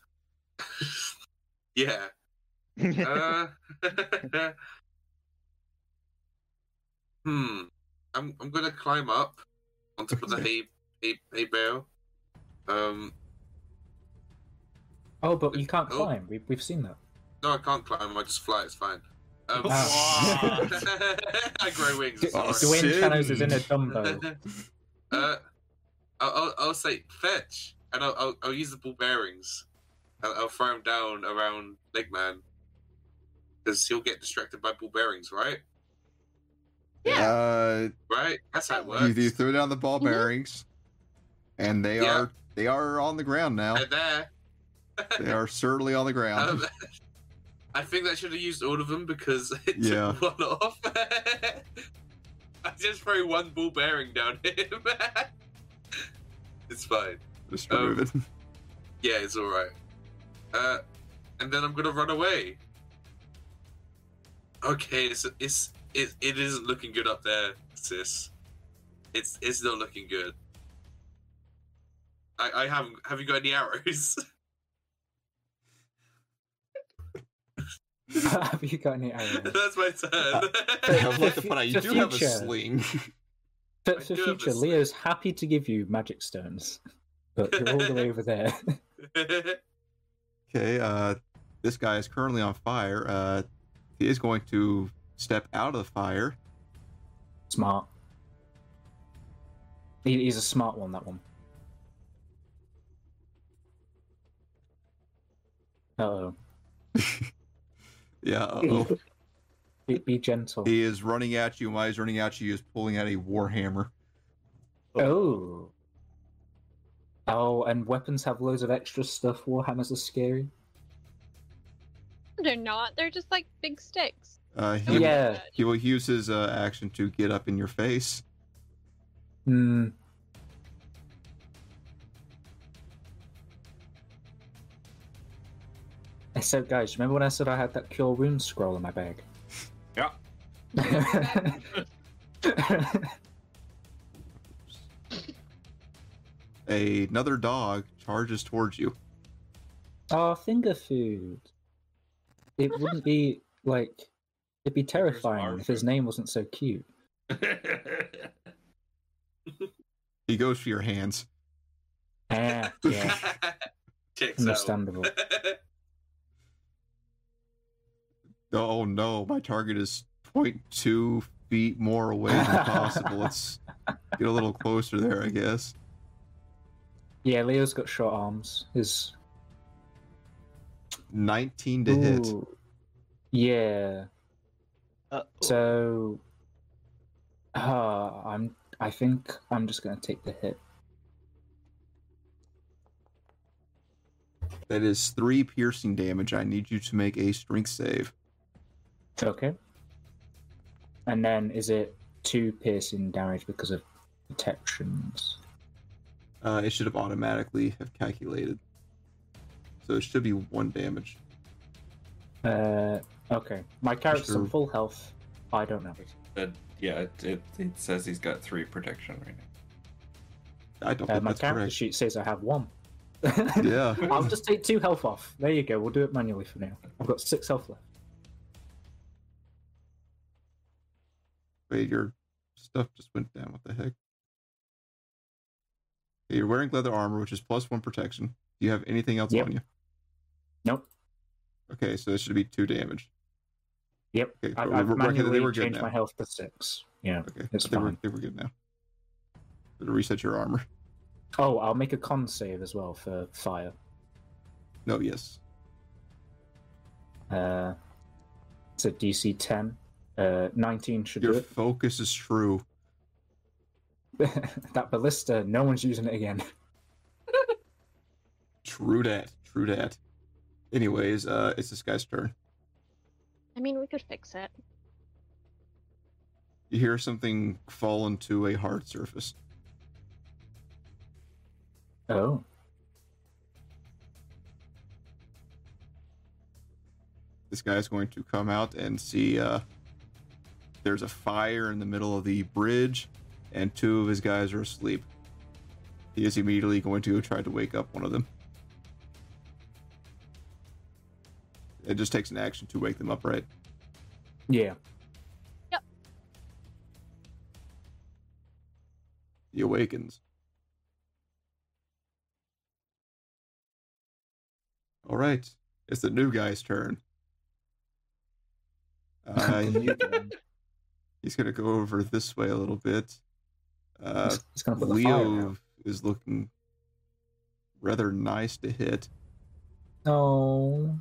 Speaker 4: (laughs) yeah. Uh, (laughs) hmm. I'm I'm gonna climb up on top of the hay hay, hay bale. Um.
Speaker 6: Oh, but you can't
Speaker 4: Oh.
Speaker 6: climb. We've, we've seen that. (laughs)
Speaker 4: No, I can't climb. I just fly. It's fine. Um,
Speaker 6: Ah.
Speaker 4: (laughs) I grow wings. it's
Speaker 1: Oh,
Speaker 4: alright.
Speaker 1: Dwayne
Speaker 6: Dwayne Shadows is in a
Speaker 1: Sin.
Speaker 6: Dumbo.
Speaker 4: (laughs) uh, I'll, I'll, I'll say fetch, and I'll, I'll, I'll use the ball bearings, and I'll throw him down around Legman, because he'll get distracted by ball bearings, right?
Speaker 3: Yeah.
Speaker 1: Uh,
Speaker 4: Right? That's how it
Speaker 1: you,
Speaker 4: works.
Speaker 1: you threw down the ball
Speaker 3: Mhm.
Speaker 1: bearings, and they
Speaker 4: Yeah.
Speaker 1: are they are on the ground now.
Speaker 4: They're there.
Speaker 1: They are certainly on the ground.
Speaker 4: (laughs) Um, I think that should have used all of them because (laughs) it
Speaker 1: Yeah.
Speaker 4: took one off. (laughs) I just threw one ball bearing down (laughs) him. it's fine.
Speaker 1: Just
Speaker 4: um,
Speaker 1: remove it.
Speaker 4: Yeah, it's all right. Uh, and then I'm gonna run away. Okay, it's it's it, it isn't looking good up there, sis. It's it's not looking good. I I haven't. Have you got any arrows? (laughs)
Speaker 6: Have you got any arrows?
Speaker 4: That's my turn.
Speaker 1: I was Uh, like to point out, you
Speaker 6: the
Speaker 1: do have a
Speaker 6: future. (laughs)
Speaker 1: sling.
Speaker 6: For,
Speaker 4: I
Speaker 6: for
Speaker 4: do have a
Speaker 6: future,
Speaker 4: sling.
Speaker 6: Leo's happy to give you magic stones, but you're all the way over there. (laughs)
Speaker 1: Okay, uh, this guy is currently on fire. Uh, he is going to step out of the fire.
Speaker 6: smart. He, he's a smart one, that one. Uh-oh.
Speaker 1: (laughs) Yeah, uh-oh.
Speaker 6: Be, be gentle.
Speaker 1: he is running at you. Why he's running at you? He is pulling out a warhammer.
Speaker 6: Oh. Oh, and weapons have loads of extra stuff. Warhammers are scary.
Speaker 3: They're not. They're just like big sticks.
Speaker 1: Uh, he,
Speaker 3: Something like
Speaker 6: Yeah.
Speaker 3: that.
Speaker 1: he will use his uh, action to get up in your face.
Speaker 6: Hmm. I said, guys, remember when I said I had that cure wounds scroll in my bag? (laughs)
Speaker 5: Yeah.
Speaker 1: Another dog charges towards you.
Speaker 6: oh, finger food. It wouldn't be like it'd be terrifying if his name wasn't so cute.
Speaker 1: He goes for your hands.
Speaker 6: Ah, yeah,
Speaker 4: Checks out. (laughs)
Speaker 6: understandable.
Speaker 1: Oh no, my target is 0.2 feet more away
Speaker 6: (laughs)
Speaker 1: than possible. Let's get a little closer there, I guess.
Speaker 6: Yeah, Leo's got short arms. His
Speaker 1: 19 to hit.
Speaker 6: Ooh. Yeah.
Speaker 8: Uh,
Speaker 6: So, uh, I'm. I think I'm just gonna take the hit.
Speaker 1: That is three piercing damage. I need you to make a strength save.
Speaker 6: Okay. And then is it two piercing damage because of protections?
Speaker 1: Uh, it should have automatically have calculated. So it should be one damage.
Speaker 6: Uh, okay. My character's
Speaker 1: Sure.
Speaker 6: on full health. I don't know.
Speaker 5: But yeah, it, it, it says he's got three protection right now.
Speaker 1: I don't
Speaker 6: Uh,
Speaker 1: think
Speaker 6: my
Speaker 1: that's
Speaker 6: character
Speaker 1: correct.
Speaker 6: sheet says I have one.
Speaker 1: Yeah.
Speaker 6: (laughs) I'll just take two health off. There you go. We'll do it manually for now. I've got six health left.
Speaker 1: Wait, your stuff just went down. What the heck? Okay, you're wearing leather armor, which is plus one protection. Do you have anything else
Speaker 6: Yep.
Speaker 1: on you?
Speaker 6: Nope.
Speaker 1: Okay, so it should be two damage.
Speaker 6: Yep.
Speaker 1: Okay,
Speaker 6: I,
Speaker 1: but
Speaker 6: I've
Speaker 1: we're- we're-
Speaker 6: manually
Speaker 1: they were good
Speaker 6: changed
Speaker 1: now.
Speaker 6: my health to six. Yeah.
Speaker 1: Okay,
Speaker 6: It's
Speaker 1: they were,
Speaker 6: fine.
Speaker 1: they were good now. Better reset your armor.
Speaker 6: Oh, I'll make a con save as well for fire.
Speaker 1: No, yes.
Speaker 6: Uh, it's a DC 10. Uh, 19 should
Speaker 1: Your
Speaker 6: do it.
Speaker 1: focus is true.
Speaker 6: (laughs) that ballista, no one's using it again.
Speaker 1: True dat. True dat. Anyways, uh, it's this guy's turn.
Speaker 3: I mean, we could fix it.
Speaker 1: You hear something fall into a hard surface.
Speaker 6: Oh.
Speaker 1: This guy's going to come out and see uh, there's a fire in the middle of the bridge, and two of his guys are asleep. He is immediately going to try to wake up one of them. It just takes an action to wake them up, right?
Speaker 6: Yeah.
Speaker 1: He awakens. All right, it's the new guy's turn. Uh,
Speaker 6: New one.
Speaker 1: he's gonna go over this way a little bit. Uh,
Speaker 6: It's- it's gonna put the fire
Speaker 1: Leo
Speaker 6: out.
Speaker 1: is looking (laughs) rather nice to hit.
Speaker 6: No.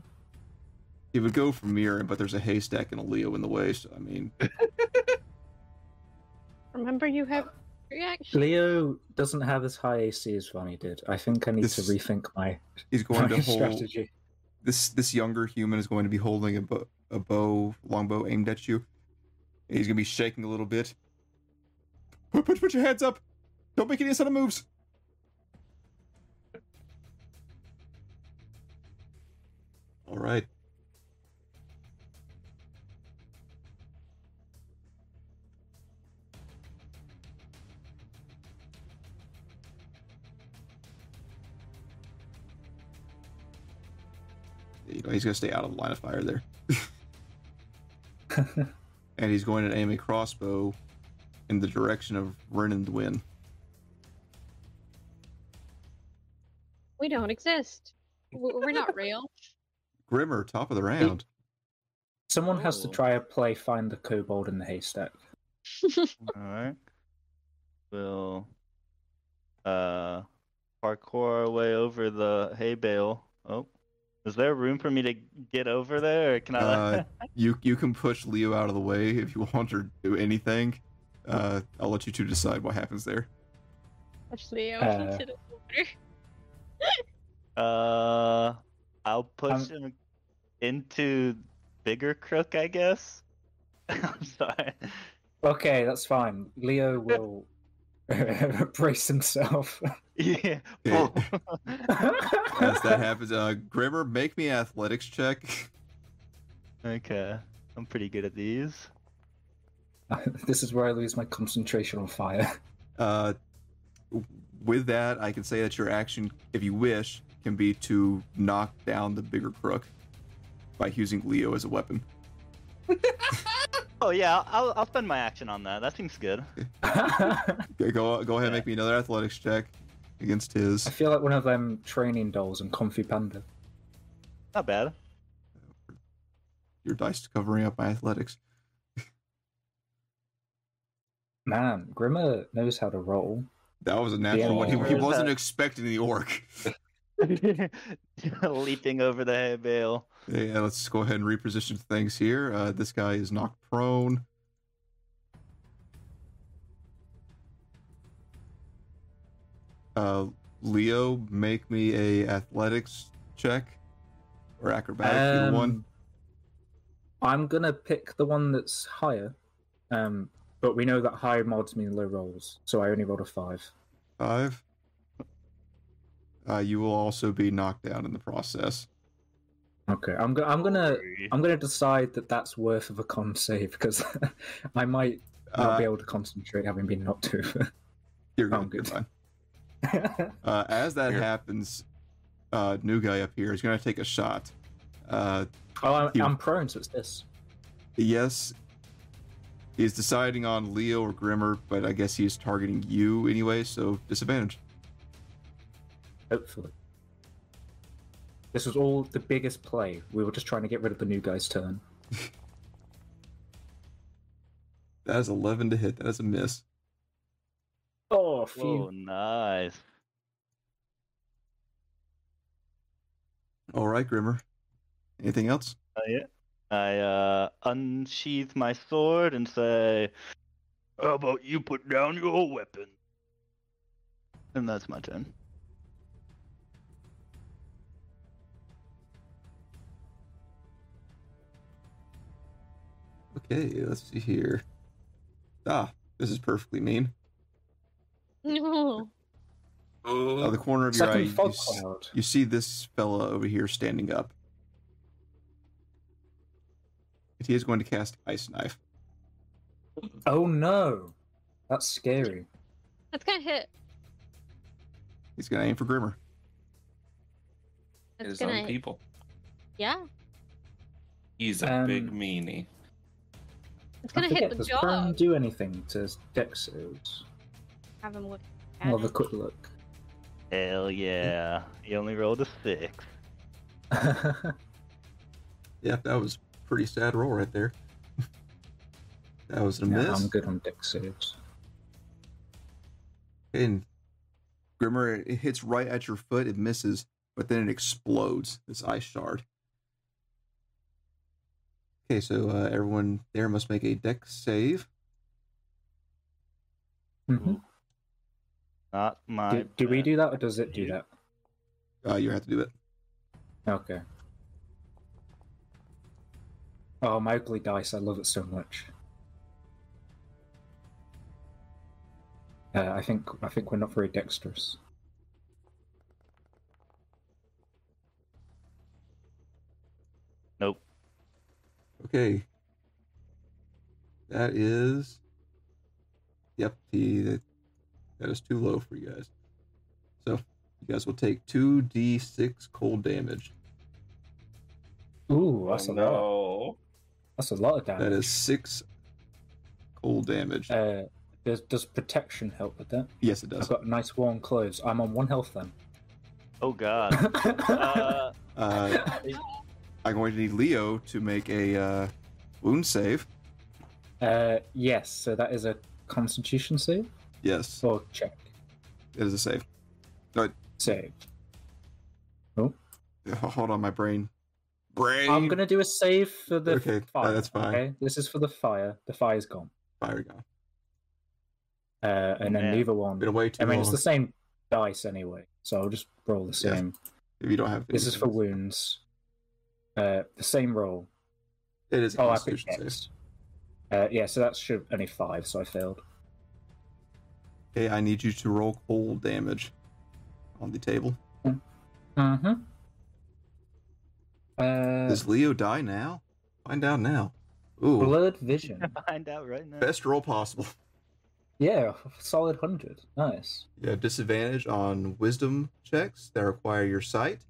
Speaker 1: He would go for Mirren, but there's a haystack and a Leo in the way. So I mean,
Speaker 3: Remember, you have reaction.
Speaker 6: Leo doesn't have as high AC as Ronnie did. I think I need to
Speaker 1: This-
Speaker 6: rethink my,
Speaker 1: he's going
Speaker 6: (laughs) my
Speaker 1: to hold
Speaker 6: strategy.
Speaker 1: this this younger human is going to be holding a bow, a bow, longbow aimed at you. And he's going to be shaking a little bit. Put, put, put your hands up! Don't make any sudden moves. All right. You know, he's going to stay out of the line of fire there. and he's going to aim a crossbow in the direction of Ren and Dwin.
Speaker 3: We don't exist. W- We're not real.
Speaker 1: Grimmer, top of the round.
Speaker 6: Someone has to
Speaker 5: Oh.
Speaker 6: try a play find the kobold in the
Speaker 8: (laughs)
Speaker 6: haystack.
Speaker 8: All right. We'll uh parkour our way over the hay bale. Oh, is there room for me to get over there? Or can I? (laughs)
Speaker 1: Uh, You you can push Leo out of the way if you want or do anything. Uh, I'll let you two decide what happens there.
Speaker 3: Actually, I
Speaker 6: Uh,
Speaker 3: was considered older.
Speaker 8: Uh, I'll push
Speaker 6: Um,
Speaker 8: him into bigger crook, I guess. I'm sorry.
Speaker 6: Okay, that's fine. Leo will (laughs) brace himself. (laughs)
Speaker 8: Yeah. Oh.
Speaker 1: Yeah.
Speaker 8: pull.
Speaker 1: (laughs) As that happens, uh, Grimmer, make me athletics check.
Speaker 8: okay. I'm pretty good at these.
Speaker 6: this is where I lose my concentration on fire.
Speaker 1: Uh, with that, I can say that your action, if you wish, can be to knock down the bigger crook by using Leo as a weapon.
Speaker 8: (laughs) Oh yeah, I'll I'll spend my action on that. That seems good.
Speaker 6: I
Speaker 1: Okay, go go ahead, and make me another athletics check against his.
Speaker 6: feel like one of them training dolls and Comfy Panda.
Speaker 8: Not bad.
Speaker 1: Your dice covering up my athletics.
Speaker 6: Man, Grimmer knows how to roll.
Speaker 1: That was a
Speaker 6: Yeah,
Speaker 1: natural one. He,
Speaker 6: where
Speaker 1: he
Speaker 8: is
Speaker 1: wasn't
Speaker 8: that?
Speaker 1: expecting the (laughs) orc.
Speaker 8: (laughs) Leaping over the hay bale.
Speaker 1: Yeah, let's go ahead and reposition things here. Uh, this guy is knocked prone. Uh, Leo, make me a athletics check or acrobatics either one.
Speaker 6: Um, I'm gonna pick the one that's higher, um, but we know that high mods mean low rolls, so I only rolled a five.
Speaker 1: Five. Uh, you will also be knocked down in the process.
Speaker 6: Okay, I'm gonna I'm gonna I'm gonna decide that that's worth of a con save because (laughs) I might not
Speaker 1: Uh,
Speaker 6: be able to concentrate having been knocked over.
Speaker 1: you're good.
Speaker 6: (laughs) I'm good.
Speaker 1: Goodbye. Uh, as that
Speaker 5: Here.
Speaker 1: happens, uh, new guy up here is going to take a shot. Uh,
Speaker 6: oh, I'm,
Speaker 1: You-
Speaker 6: I'm prone, so it's this.
Speaker 1: yes, he's deciding on Leo or Grimmer, but I guess he's targeting you anyway, so disadvantage.
Speaker 6: Hopefully, this was all the biggest play. We were just trying to get rid of the new guy's turn.
Speaker 1: (laughs) That is 11 to hit. That is a miss.
Speaker 6: Oh, phew.
Speaker 8: Whoa, nice.
Speaker 1: All right, Grimmer. Anything else?
Speaker 6: Oh,
Speaker 8: I uh, unsheath my sword and say, "How about you put down your weapon?" And that's my turn.
Speaker 1: Okay, let's see here. Ah, this is perfectly mean.
Speaker 3: No. (laughs)
Speaker 4: Oh,
Speaker 1: Out of the corner of your eye,
Speaker 6: Second
Speaker 1: you,
Speaker 6: fog
Speaker 1: s-
Speaker 6: cloud.
Speaker 1: you see this fella over here standing up. And he is going to cast Ice Knife.
Speaker 6: Oh no, that's scary.
Speaker 3: That's gonna hit.
Speaker 1: He's going to aim for Grimmer.
Speaker 3: That's
Speaker 5: his
Speaker 3: gonna
Speaker 5: own
Speaker 3: hit.
Speaker 5: people.
Speaker 3: Yeah.
Speaker 5: He's a
Speaker 6: Um,
Speaker 5: big meanie.
Speaker 3: It's
Speaker 6: I
Speaker 3: gonna hit
Speaker 6: forget,
Speaker 3: the
Speaker 6: does
Speaker 3: jaw.
Speaker 6: Bran do anything to Dex saves?
Speaker 3: Have him look.
Speaker 6: I'll have
Speaker 3: At
Speaker 6: a
Speaker 3: it.
Speaker 6: quick look.
Speaker 8: Hell yeah! He only rolled a six.
Speaker 1: Yeah, that was pretty sad roll right there. that was a
Speaker 6: No,
Speaker 1: miss.
Speaker 6: I'm good on Dex saves.
Speaker 1: And Grimmer, it hits right at your foot. It misses, but then it explodes. This ice shard. Okay, so uh, everyone there must make a deck save.
Speaker 6: Mhm.
Speaker 8: Not my.
Speaker 6: Do, do we
Speaker 8: best.
Speaker 6: do that or does it do that?
Speaker 1: Uh, you have to do it.
Speaker 6: Okay. Oh, my ugly dice! I love it so much. Uh, I think I think we're not very dexterous.
Speaker 8: Nope.
Speaker 1: Okay. That is. Yep, the, that- that is too low for you guys. So you guys will take two d6 cold damage.
Speaker 6: Ooh, that's a lot.
Speaker 5: no.
Speaker 6: That's a lot of
Speaker 1: That
Speaker 6: damage.
Speaker 1: is six cold damage.
Speaker 6: Uh, does, does protection help with that?
Speaker 1: yes, it
Speaker 6: I've
Speaker 1: does.
Speaker 6: got nice warm clothes. I'm on one health then. (laughs)
Speaker 8: Oh god. uh,
Speaker 1: Uh,
Speaker 8: (laughs)
Speaker 1: I'm going to need Leo to make a uh, wound save.
Speaker 6: Uh, yes, so that is a Constitution save
Speaker 1: Yes,
Speaker 6: or check
Speaker 1: it is a save.
Speaker 6: save.
Speaker 1: H- Hold on, my brain. Brain.
Speaker 6: I'm gonna do a save for the
Speaker 1: Okay, uh,
Speaker 6: fire.
Speaker 1: that's fine.
Speaker 6: Okay, this is for the fire. The fire's gone.
Speaker 1: Fire gun.
Speaker 6: Uh, and then
Speaker 8: Yeah.
Speaker 6: the other one.
Speaker 1: Been away too
Speaker 6: I mean, it's
Speaker 1: long.
Speaker 6: the same dice anyway, so I'll just roll the
Speaker 1: Yeah.
Speaker 6: same.
Speaker 1: If you don't have
Speaker 6: This is for
Speaker 1: anything.
Speaker 6: wounds. Uh, the same roll.
Speaker 1: It is a
Speaker 6: Oh, I picked
Speaker 1: Constitution save.
Speaker 6: Dex. Uh, yeah, so that should only five, so I failed.
Speaker 1: Okay, I need you to roll cold damage on the table.
Speaker 6: Mm-hmm. Uh,
Speaker 1: Does Leo die now? Find out now. Ooh,
Speaker 6: blurred vision.
Speaker 1: (laughs)
Speaker 8: Find out right now.
Speaker 1: best roll possible. (laughs)
Speaker 6: Yeah, solid hundred. Nice.
Speaker 1: You have disadvantage on wisdom checks that require your sight.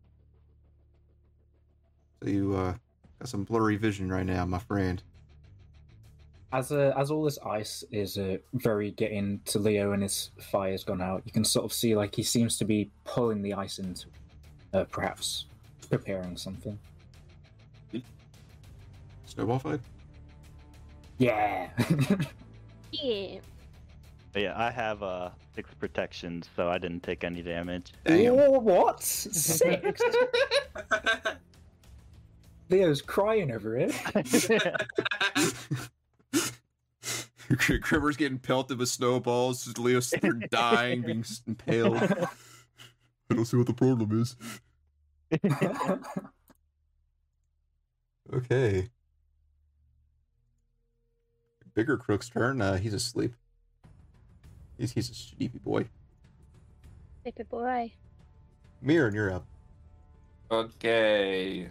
Speaker 1: So you uh, got some blurry vision right now, my friend. (laughs)
Speaker 6: As uh, as all this ice is uh, very getting to Leo and his fire's gone out, you can sort of see like he seems to be pulling the ice into, uh, perhaps preparing something.
Speaker 1: Snowball fight?
Speaker 6: Yeah. (laughs)
Speaker 3: Yeah.
Speaker 8: But yeah, I have uh six protections, so I didn't take any damage.
Speaker 1: Damn.
Speaker 6: Or what?
Speaker 1: (laughs)
Speaker 6: Six. Leo's crying over it.
Speaker 1: Grimmer's getting pelted with snowballs.
Speaker 6: (laughs)
Speaker 1: Leo's sitting there dying, being s- impaled. I don't see what the
Speaker 6: (laughs)
Speaker 1: problem is. Okay. Bigger Crook's turn. Uh, he's asleep. He's, he's a sleepy boy.
Speaker 3: Paper boy.
Speaker 1: Mirren, you're up.
Speaker 5: Okay.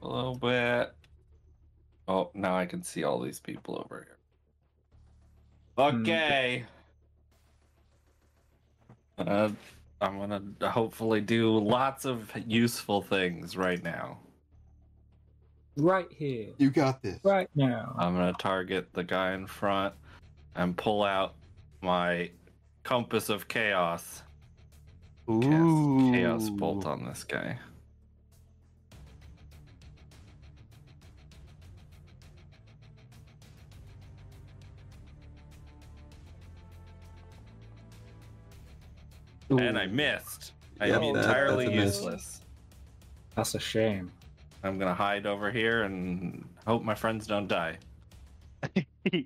Speaker 5: A little bit. Oh, now I can see all these people over here.
Speaker 6: Hmm.
Speaker 5: Okay. Uh, I'm gonna hopefully do lots of useful things right now.
Speaker 6: right here.
Speaker 1: You got this.
Speaker 6: Right now.
Speaker 5: I'm gonna target the guy in front and pull out my compass of chaos. Cast chaos bolt on this guy. And I missed. I
Speaker 1: Yep,
Speaker 5: am
Speaker 1: that- that's
Speaker 5: entirely
Speaker 1: a miss.
Speaker 5: useless.
Speaker 6: That's a shame.
Speaker 5: I'm gonna hide over here and hope my friends don't die.
Speaker 1: It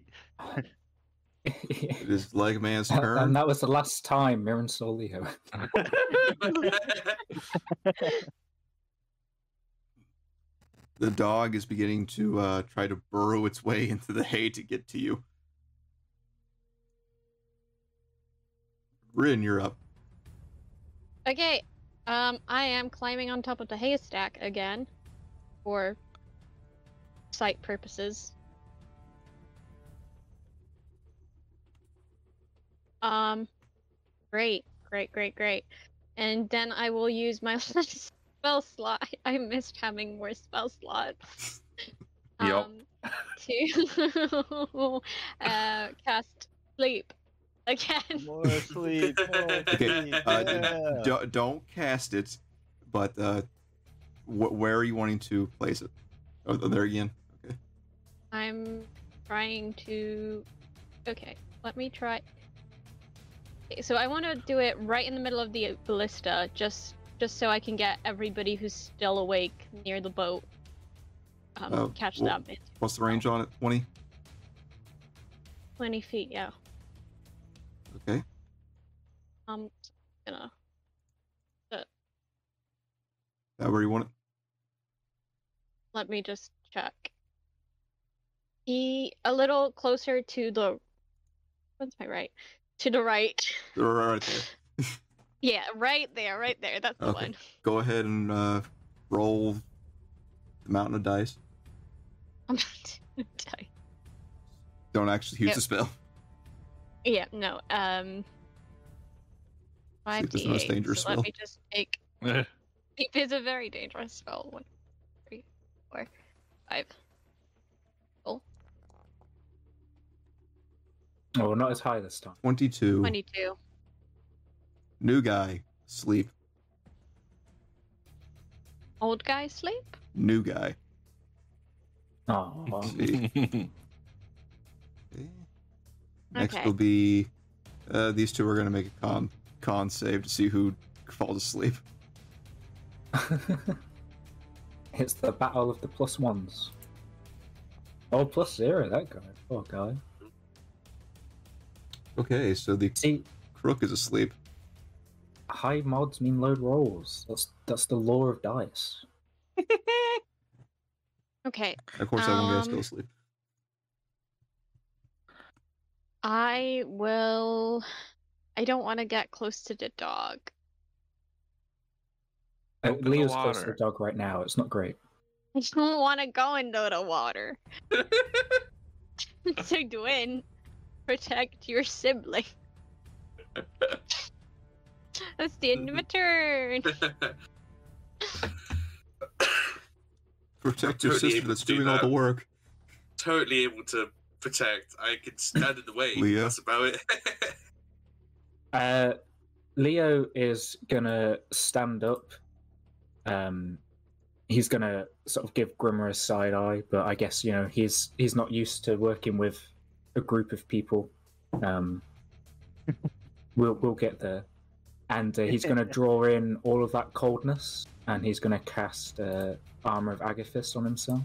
Speaker 1: is Legman's
Speaker 6: and (laughs)
Speaker 1: turn.
Speaker 6: that was the last time Mirren saw Leo.
Speaker 1: The dog is beginning to uh, try to burrow its way into the hay to get to you. Rin, you're up.
Speaker 3: Okay. Um, I am climbing on top of the haystack again, for sight purposes. Um, great, great, great, great. And then I will use my (laughs) last spell slot. I missed having more spell slots.
Speaker 5: Yep.
Speaker 3: to (laughs) uh, cast sleep again. (laughs)
Speaker 4: (laughs)
Speaker 8: more sleep. More
Speaker 4: Okay,
Speaker 8: sleep.
Speaker 1: uh,
Speaker 8: yeah.
Speaker 1: Do- don't cast it, but uh, wh- where are you wanting to place it? Oh, there again.
Speaker 3: I'm trying to. Okay, let me try. Okay, So I want to do it right in the middle of the ballista, just just so I can get everybody who's still awake near the boat. Um,
Speaker 1: Oh,
Speaker 3: catch
Speaker 1: well-
Speaker 3: them. It's
Speaker 1: What's the range on it? 20?
Speaker 3: 20 feet, yeah.
Speaker 1: Okay.
Speaker 3: Um, gonna.
Speaker 1: That where you want it?
Speaker 3: Let me just check. E a little closer to the. What's my right? To the right. (laughs)
Speaker 1: They're Right there.
Speaker 3: Yeah, right there, right there. That's the
Speaker 1: Okay.
Speaker 3: one. (laughs)
Speaker 1: Go ahead and uh, roll the mountain of dice.
Speaker 3: I'm not. I'm tired.
Speaker 1: Don't actually use
Speaker 3: Yep.
Speaker 1: the spell.
Speaker 3: Yeah, no. Um,
Speaker 1: See
Speaker 3: five
Speaker 1: if there's the most dangerous
Speaker 3: so Let
Speaker 1: spell.
Speaker 3: me just make. It is a very dangerous spell. One, three, four, five.
Speaker 6: Oh, not as high this time.
Speaker 1: 22.
Speaker 3: Twenty-two.
Speaker 1: New guy. Sleep.
Speaker 3: Old guy sleep.
Speaker 1: New guy.
Speaker 6: Oh, well.
Speaker 1: (laughs) See. Okay. Next
Speaker 3: Okay.
Speaker 1: will be uh, these two are going to make a con con save to see who falls asleep.
Speaker 6: it's the battle of the plus ones. Oh, plus zero, that guy. Poor guy.
Speaker 1: Okay, so the
Speaker 6: See,
Speaker 1: crook is asleep.
Speaker 6: high mods mean low rolls. That's that's the law of dice.
Speaker 3: Okay.
Speaker 1: Of course, that one guy's
Speaker 3: Um,
Speaker 1: still asleep.
Speaker 3: I will. I don't want to get close to the dog.
Speaker 5: Up in the
Speaker 6: Uh, Leo's close to the
Speaker 5: water.
Speaker 6: dog right now. It's not great.
Speaker 3: I (laughs) don't want to go into the water. so Dwayne, protect your sibling. That's the end of my turn.
Speaker 1: Protect
Speaker 4: I'm
Speaker 1: your
Speaker 4: totally
Speaker 1: sister
Speaker 4: able
Speaker 1: that's
Speaker 4: to do
Speaker 1: doing all
Speaker 4: that.
Speaker 1: the work.
Speaker 4: (laughs) totally able to protect. I can stand in the way.
Speaker 1: Leah.
Speaker 4: That's about it.
Speaker 6: Uh, Leo is gonna stand up. Um, he's gonna sort of give Grimmer a side eye, but I guess you know he's he's not used to working with a group of people. Um, we'll we'll get there, and uh, he's gonna draw in all of that coldness, and he's gonna cast uh, armor of Agaphis on himself.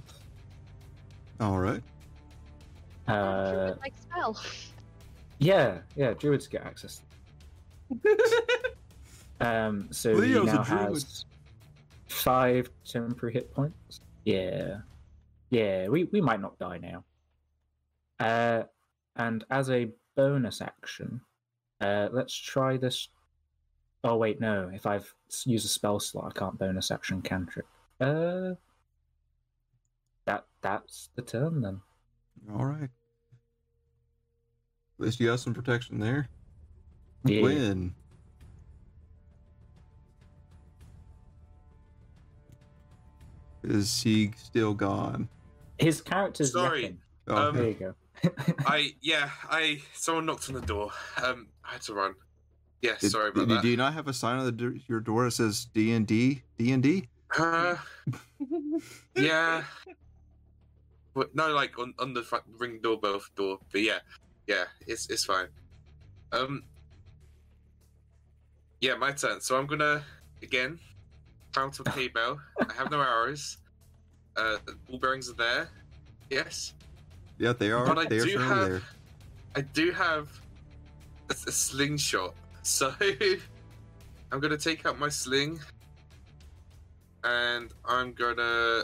Speaker 1: All right.
Speaker 6: Uh,
Speaker 3: like spell.
Speaker 6: yeah, yeah, druids get access. Um, so
Speaker 1: Leo's
Speaker 6: he
Speaker 1: a
Speaker 6: now
Speaker 1: druid.
Speaker 6: has five temporary hit points. Yeah, yeah, we we might not die now. Uh, and as a bonus action, uh, let's try this. Oh wait, no. If I've s- used a spell slot, I can't bonus action cantrip. Uh, that that's the turn then.
Speaker 1: All right. At least you got some protection there.
Speaker 6: Yeah.
Speaker 1: Win. Is he still gone?
Speaker 6: His character's
Speaker 4: Sorry.
Speaker 6: yapping.
Speaker 1: Oh,
Speaker 4: Um,
Speaker 6: There you go.
Speaker 4: I yeah. I someone knocked on the door. Um, I had to run. Yeah,
Speaker 1: did-
Speaker 4: sorry about
Speaker 1: did-
Speaker 4: that.
Speaker 1: Do you not have a sign on the, d- your door that says D and D? D and D?
Speaker 4: Uh, yeah. But no, like on, on the front ring doorbell f- door. But yeah, yeah, it's it's fine. Um. Yeah, my turn. So I'm gonna again pound of hay bell. I have no arrows. Uh, ball bearings are there. Yes,
Speaker 1: Yeah, they are.
Speaker 4: But I
Speaker 1: they are
Speaker 4: do
Speaker 1: shown
Speaker 4: have-
Speaker 1: there.
Speaker 4: I do have a, a slingshot. So (laughs) I'm gonna take out my sling, and I'm gonna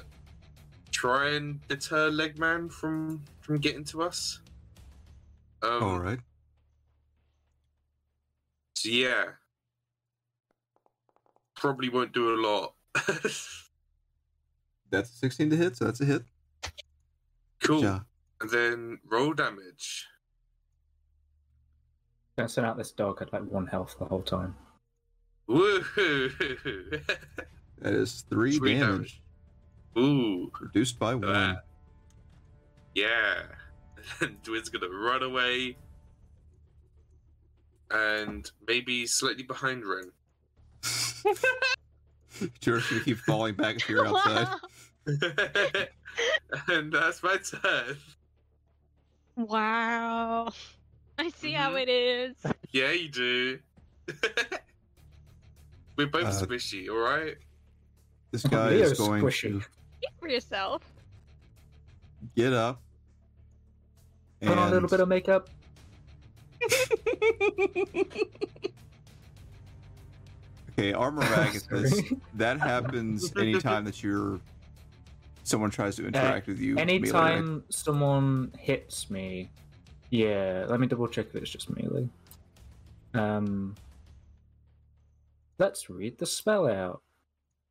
Speaker 4: try and deter Legman from from getting to us. Um,
Speaker 1: All right.
Speaker 4: So yeah, probably won't do a lot. (laughs)
Speaker 1: That's a 16 to hit, so that's a hit.
Speaker 4: cool.
Speaker 1: Yeah.
Speaker 4: And then roll damage.
Speaker 6: Don't send out this dog had like one health the whole time.
Speaker 4: Woohoo! (laughs)
Speaker 1: That is three,
Speaker 4: Three
Speaker 1: damage,
Speaker 4: damage. Ooh.
Speaker 1: reduced by one.
Speaker 4: Ah. Yeah. (laughs) And Dwin's gonna run away. And maybe slightly behind Ren.
Speaker 1: (laughs) You're just gonna keep falling back (laughs) if you're
Speaker 3: (laughs)
Speaker 1: outside.
Speaker 4: (laughs) and that's my turn.
Speaker 3: Wow. I see how
Speaker 4: Mhm.
Speaker 3: it is.
Speaker 4: Yeah, you do. (laughs) We're both
Speaker 1: Uh,
Speaker 4: squishy, alright?
Speaker 6: Oh,
Speaker 1: This guy is
Speaker 6: Leo's
Speaker 1: going
Speaker 6: squishy.
Speaker 1: to
Speaker 3: Speak for yourself.
Speaker 1: get up.
Speaker 6: Put on a little
Speaker 1: and-
Speaker 6: bit of makeup.
Speaker 1: Okay, armor
Speaker 6: (laughs)
Speaker 1: of Agathis.
Speaker 6: Sorry.
Speaker 1: that happens anytime that you're someone tries to interact with you. melee, right?
Speaker 6: Uh, Anytime someone hits me, yeah. Let me double check if it's just melee. Um, let's read the spell out.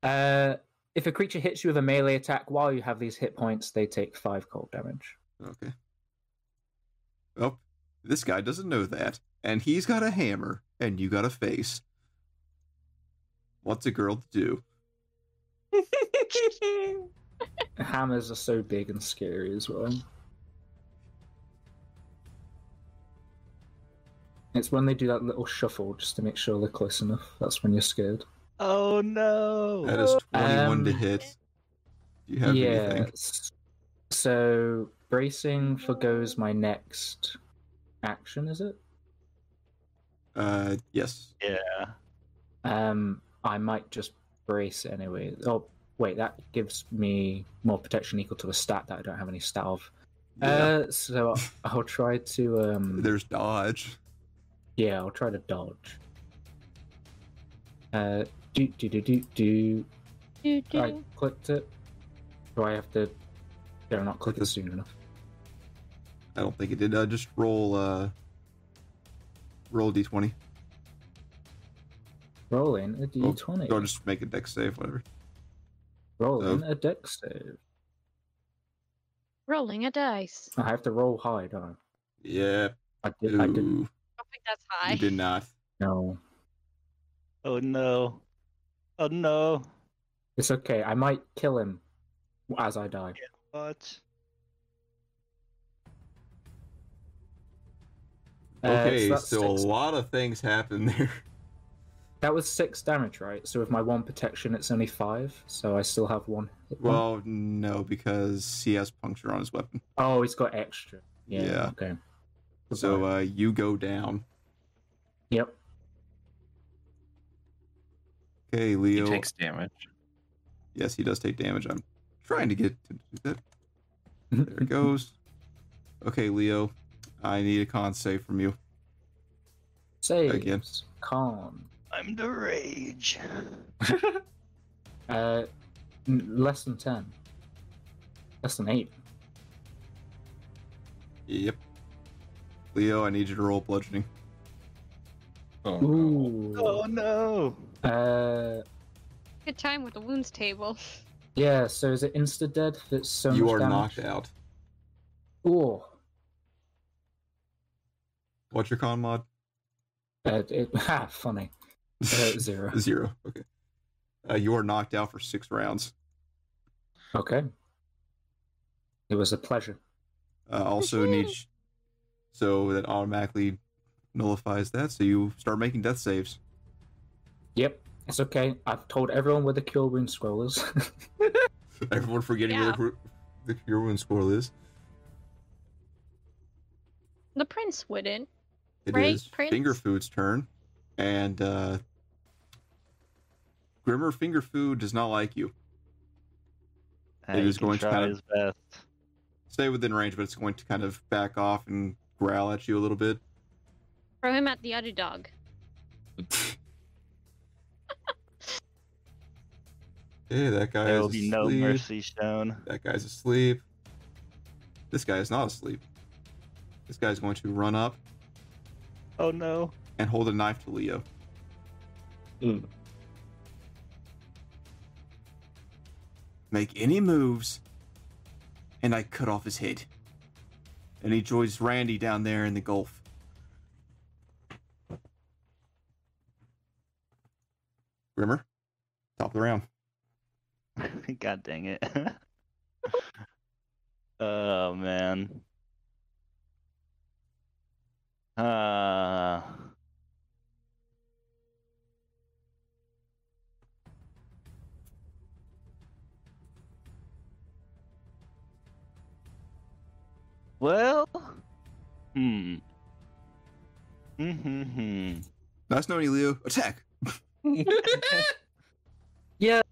Speaker 6: Uh, if a creature hits you with a melee attack while you have these hit points, they take five cold damage.
Speaker 1: Okay. Oh, this guy doesn't know that, and he's got a hammer, and you got a face. What's a girl to do?
Speaker 6: Hammers are so big and scary as well. It's when they do that little shuffle just to make sure they're close enough. That's when you're scared.
Speaker 8: Oh no!
Speaker 1: That is twenty-one to
Speaker 6: Um,
Speaker 1: hit. Do you have
Speaker 6: yeah.
Speaker 1: anything?
Speaker 6: s- So bracing forgoes my next action, is it?
Speaker 1: Uh, yes.
Speaker 8: yeah.
Speaker 6: Um, I might just brace anyway. Oh, wait, that gives me more protection equal to a stat that I don't have any stat of.
Speaker 1: Yeah.
Speaker 6: Uh,
Speaker 1: (laughs)
Speaker 6: so I'll try to. Um,
Speaker 1: There's dodge.
Speaker 6: Yeah, I'll try to dodge. Uh, do do do do do.
Speaker 3: Do,
Speaker 6: I
Speaker 3: do.
Speaker 6: clicked it. Do I have to? Did I not click it soon enough?
Speaker 1: I don't think it did. I just roll. Uh, roll a d20.
Speaker 6: Rolling a
Speaker 1: Oh,
Speaker 6: d20.
Speaker 1: Or just make a deck save, whatever. Oh.
Speaker 6: Rolling a dex save.
Speaker 3: Rolling a dice.
Speaker 6: I have to roll high, don't I?
Speaker 1: Yeah.
Speaker 6: I did. I didn't.
Speaker 1: ooh,
Speaker 3: I don't think that's
Speaker 1: You
Speaker 3: high.
Speaker 1: did not.
Speaker 6: No,
Speaker 8: Oh no. Oh no.
Speaker 6: it's okay. I might kill him as I die.
Speaker 8: What?
Speaker 6: Uh,
Speaker 1: Okay,
Speaker 6: so that's
Speaker 1: so a
Speaker 6: six.
Speaker 1: lot of things happen there.
Speaker 6: (laughs) That was six damage, right? So with my one protection, it's only five. So I still have one. hit point.
Speaker 1: Well, no, because he has puncture on his weapon.
Speaker 6: oh, he's got extra. Yeah.
Speaker 1: Yeah.
Speaker 6: Okay.
Speaker 1: So
Speaker 6: Goodbye.
Speaker 1: uh, you go down.
Speaker 6: yep.
Speaker 1: Okay,
Speaker 5: He
Speaker 1: Leo.
Speaker 5: takes damage.
Speaker 1: Yes, he does take damage. I'm trying to get him to do
Speaker 6: (laughs)
Speaker 1: that. There it goes. Okay, Leo. I need a con save from you.
Speaker 6: Saves.
Speaker 1: Again.
Speaker 6: Calm.
Speaker 8: I'm the rage.
Speaker 6: Uh, n- less than ten. Less than eight.
Speaker 1: Yep. Leo, I need you to roll bludgeoning.
Speaker 5: Oh, no.
Speaker 6: Ooh.
Speaker 8: Oh no.
Speaker 6: Uh,
Speaker 3: Good time with the wounds table.
Speaker 6: yeah. So is it insta dead? That's so
Speaker 1: you
Speaker 6: much
Speaker 1: are
Speaker 6: damage.
Speaker 1: knocked out.
Speaker 6: Ooh.
Speaker 1: What's your con mod?
Speaker 6: Uh,
Speaker 1: (laughs)
Speaker 6: it, (laughs) ha, funny. Uh, zero.
Speaker 1: Zero. Okay. Uh, you are knocked out for six rounds.
Speaker 6: Okay. It was a pleasure.
Speaker 1: Uh, also need so that automatically nullifies that. So you start making death saves. (laughs)
Speaker 6: Yep, it's okay. I've told everyone where the cure wound scroll is. (laughs)
Speaker 1: Everyone forgetting where the, the your wound score is.
Speaker 3: The prince wouldn't.
Speaker 1: It is
Speaker 3: Right, Prince?
Speaker 1: Finger Food's turn, and uh, Grimmer Finger Food does not like you.
Speaker 8: Ah,
Speaker 1: It
Speaker 8: he
Speaker 1: is
Speaker 8: can
Speaker 1: going to
Speaker 8: try
Speaker 1: kind of-
Speaker 8: his best.
Speaker 1: Stay within range, but it's going to kind of back off and growl at you a little bit.
Speaker 3: Throw him at the other dog.
Speaker 1: Hey, that guy
Speaker 8: There
Speaker 1: is
Speaker 8: will be no
Speaker 1: asleep.
Speaker 8: mercy shown.
Speaker 1: That guy's asleep. This guy is not asleep. This guy's going to run up
Speaker 8: Oh no.
Speaker 1: and hold a knife to Leo.
Speaker 5: Mm.
Speaker 7: Make any moves, and I cut off his head.
Speaker 1: And he joins Randy down there in the Gulf. Grimmer, top of the round.
Speaker 8: (laughs) God dang it. (laughs) oh man. Uh Well, hmm. Mm-hmm.
Speaker 1: Nice knowing you, Leo. Attack!
Speaker 6: yeah.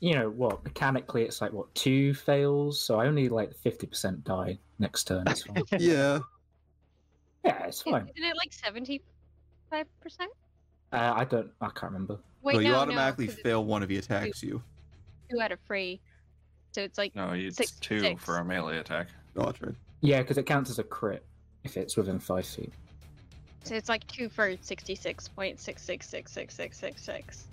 Speaker 6: You know what? Mechanically, it's like what two fails, so I only like fifty percent die next turn. It's
Speaker 8: (laughs)
Speaker 6: fine.
Speaker 1: Yeah.
Speaker 6: yeah, it's
Speaker 3: Is-
Speaker 6: fine.
Speaker 3: Isn't it like seventy-five percent?
Speaker 6: Uh, I don't. I can't remember.
Speaker 3: Wait,
Speaker 1: no,
Speaker 3: no,
Speaker 1: you automatically
Speaker 3: no, 'cause it's
Speaker 1: fail one if he attacks you.
Speaker 3: two out of three. So it's like
Speaker 5: No, it's
Speaker 3: Six,
Speaker 5: two
Speaker 3: six.
Speaker 5: for a melee attack.
Speaker 1: Oh, that's right.
Speaker 6: Yeah, because it counts as a crit if it's within five feet.
Speaker 3: so it's like two for sixty-six point six six six six six six six.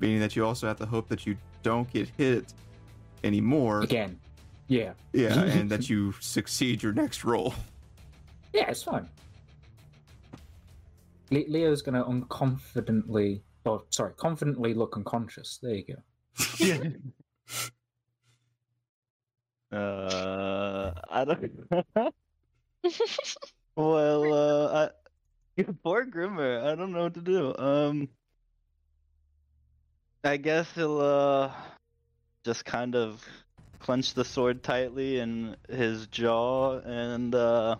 Speaker 1: Meaning that you also have to hope that you don't get hit anymore.
Speaker 6: Again. Yeah.
Speaker 1: Yeah, and that you succeed your next roll.
Speaker 6: Yeah, it's fine. Le- Leo's gonna unconfidently, or sorry, confidently look unconscious. There you go.
Speaker 8: Uh, I don't. (laughs) well, uh, I, (laughs) poor Grimmer. I don't know what to do. Um, I guess he'll uh, just kind of clench the sword tightly in his jaw and uh.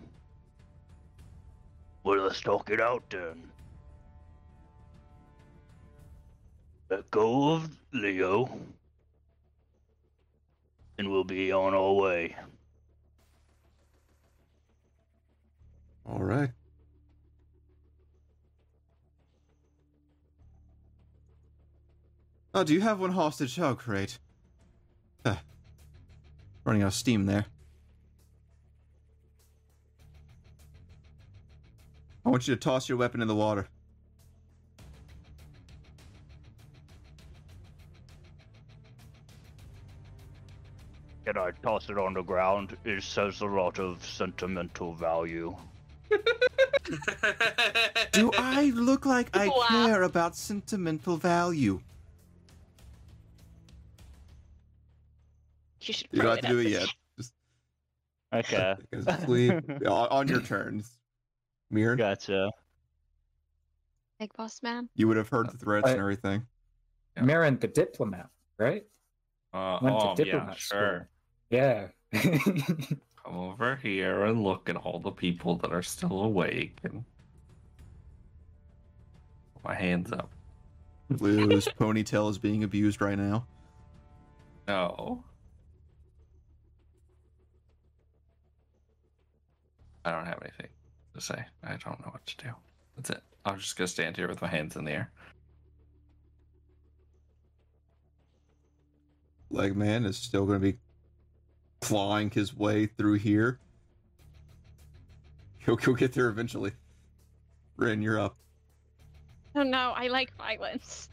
Speaker 8: Well, let's talk it out then. Let go of Leo, and we'll be on our way.
Speaker 1: All right. Oh, do you have one hostage? Oh, great. Huh. Running out of steam there. I want you to toss your weapon in the water.
Speaker 8: Can I toss it on the ground? It says a lot of sentimental value.
Speaker 7: Do I look like I
Speaker 3: Wow.
Speaker 7: care about sentimental value?
Speaker 3: You should
Speaker 1: You don't
Speaker 3: throw
Speaker 1: have to
Speaker 3: at
Speaker 1: do it
Speaker 3: the-
Speaker 6: (laughs)
Speaker 1: yet.
Speaker 8: Okay,
Speaker 1: (laughs) Because it's
Speaker 8: (laughs)
Speaker 1: leave- on, on your turns, Mirren,
Speaker 8: gotcha.
Speaker 3: Big boss man.
Speaker 1: you would have heard the threats and
Speaker 6: I-
Speaker 1: everything.
Speaker 5: Yeah.
Speaker 6: Marin the diplomat, right?
Speaker 5: Uh,
Speaker 6: Went
Speaker 5: oh,
Speaker 6: to
Speaker 5: yeah,
Speaker 6: diplomat school.
Speaker 5: sure.
Speaker 1: (laughs)
Speaker 6: Yeah.
Speaker 5: Come over here and look at all the people that are still awake. And... Put My hands up. (laughs)
Speaker 1: Lou's ponytail is being abused right now.
Speaker 5: No. I don't have anything to say. I don't know what to do. That's it. I'm just gonna stand here with my hands in the air.
Speaker 1: Legman is still going to be clawing his way through here. He'll, he'll get there eventually. Rin, you're up.
Speaker 3: Oh no, I like violence.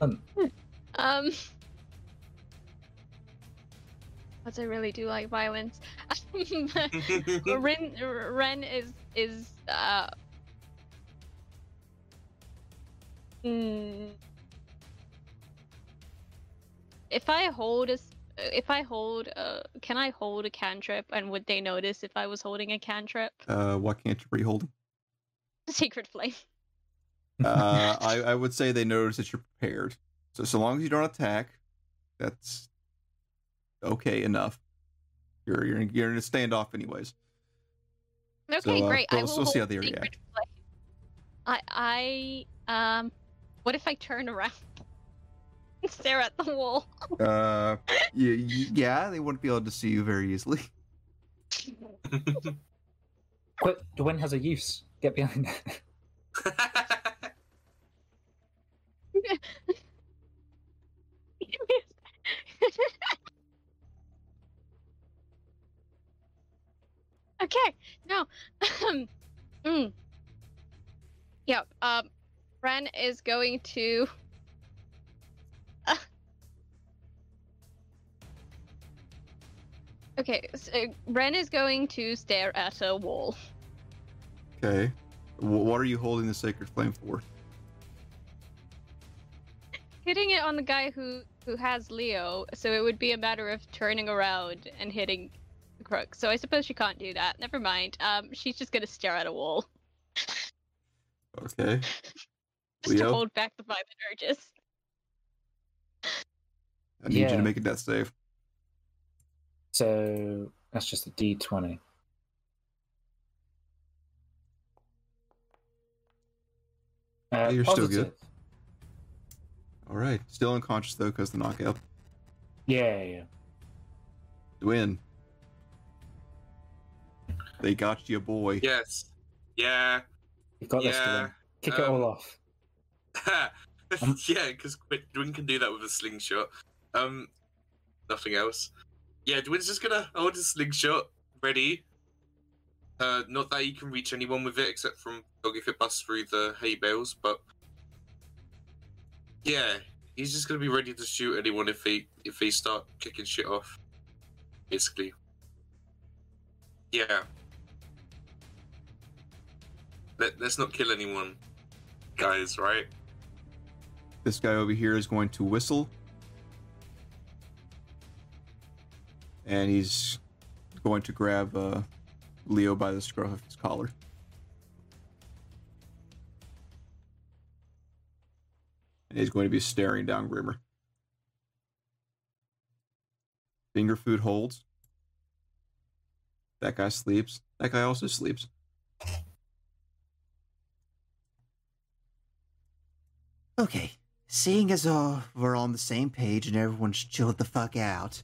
Speaker 6: Um.
Speaker 3: Um. Because I really do like violence. (laughs) Ren, Ren is is uh. mm, if I hold a, s- if I hold a, can I hold a cantrip? And would they notice if I was holding a cantrip? (laughs)
Speaker 1: Uh, what can't you be holding?
Speaker 3: Sacred flame. (laughs)
Speaker 1: Uh, I, I would say they notice that you're prepared. So, so long as you don't attack, that's okay enough. You're, you're, in, you're in a standoff, anyways.
Speaker 3: Okay,
Speaker 1: So, uh,
Speaker 3: great. I
Speaker 1: we'll-
Speaker 3: will
Speaker 1: we'll see how
Speaker 3: hold
Speaker 1: they
Speaker 3: sacred
Speaker 1: react.
Speaker 3: flame. I I um, what if I turn around (laughs) and stare at the wall? (laughs)
Speaker 1: Uh, you, you- yeah, they wouldn't be able to see you very easily. (laughs)
Speaker 6: But the wind has a use. Get behind that.
Speaker 3: okay. No. (laughs) mm. Yep. Um, Ren is going to. uh, Okay, so uh, Ren is going to stare at a wall.
Speaker 1: Okay. W- what are you holding the sacred flame for?
Speaker 3: hitting it on the guy who who has Leo, so it would be a matter of turning around and hitting the crook. So I suppose she can't do that. Never mind. Um, she's just gonna stare at a wall (laughs)
Speaker 1: Okay.
Speaker 3: just to
Speaker 1: Leo?
Speaker 3: hold back the violent urges.
Speaker 1: I need you
Speaker 6: Yeah.
Speaker 1: to make a death save.
Speaker 6: So that's just a D twenty. Uh,
Speaker 1: You're still
Speaker 6: positive.
Speaker 1: All right. Still unconscious though, because the knockout.
Speaker 6: Yeah, yeah.
Speaker 1: Win. They got you, boy.
Speaker 4: yes. Yeah.
Speaker 6: You've got this.
Speaker 4: Yeah.
Speaker 6: Dylan. Kick it
Speaker 4: um,
Speaker 6: all off.
Speaker 4: (laughs) yeah, because Dwin can do that with a slingshot. Um, nothing else. Yeah, Dwin's just gonna hold his slingshot ready. Uh, not that you can reach anyone with it except from dog if it busts through the hay bales, but yeah, he's just gonna be ready to shoot anyone if they if they start kicking shit off. Basically. Yeah. Let, let's not kill anyone, guys. Right.
Speaker 1: This guy over here is going to whistle. And he's going to grab uh, Leo by the scruff of his collar. And he's going to be staring down Grimmer. Finger food holds. That guy sleeps. That guy also sleeps.
Speaker 7: Okay, seeing as all we're on the same page and everyone's chilled the fuck out,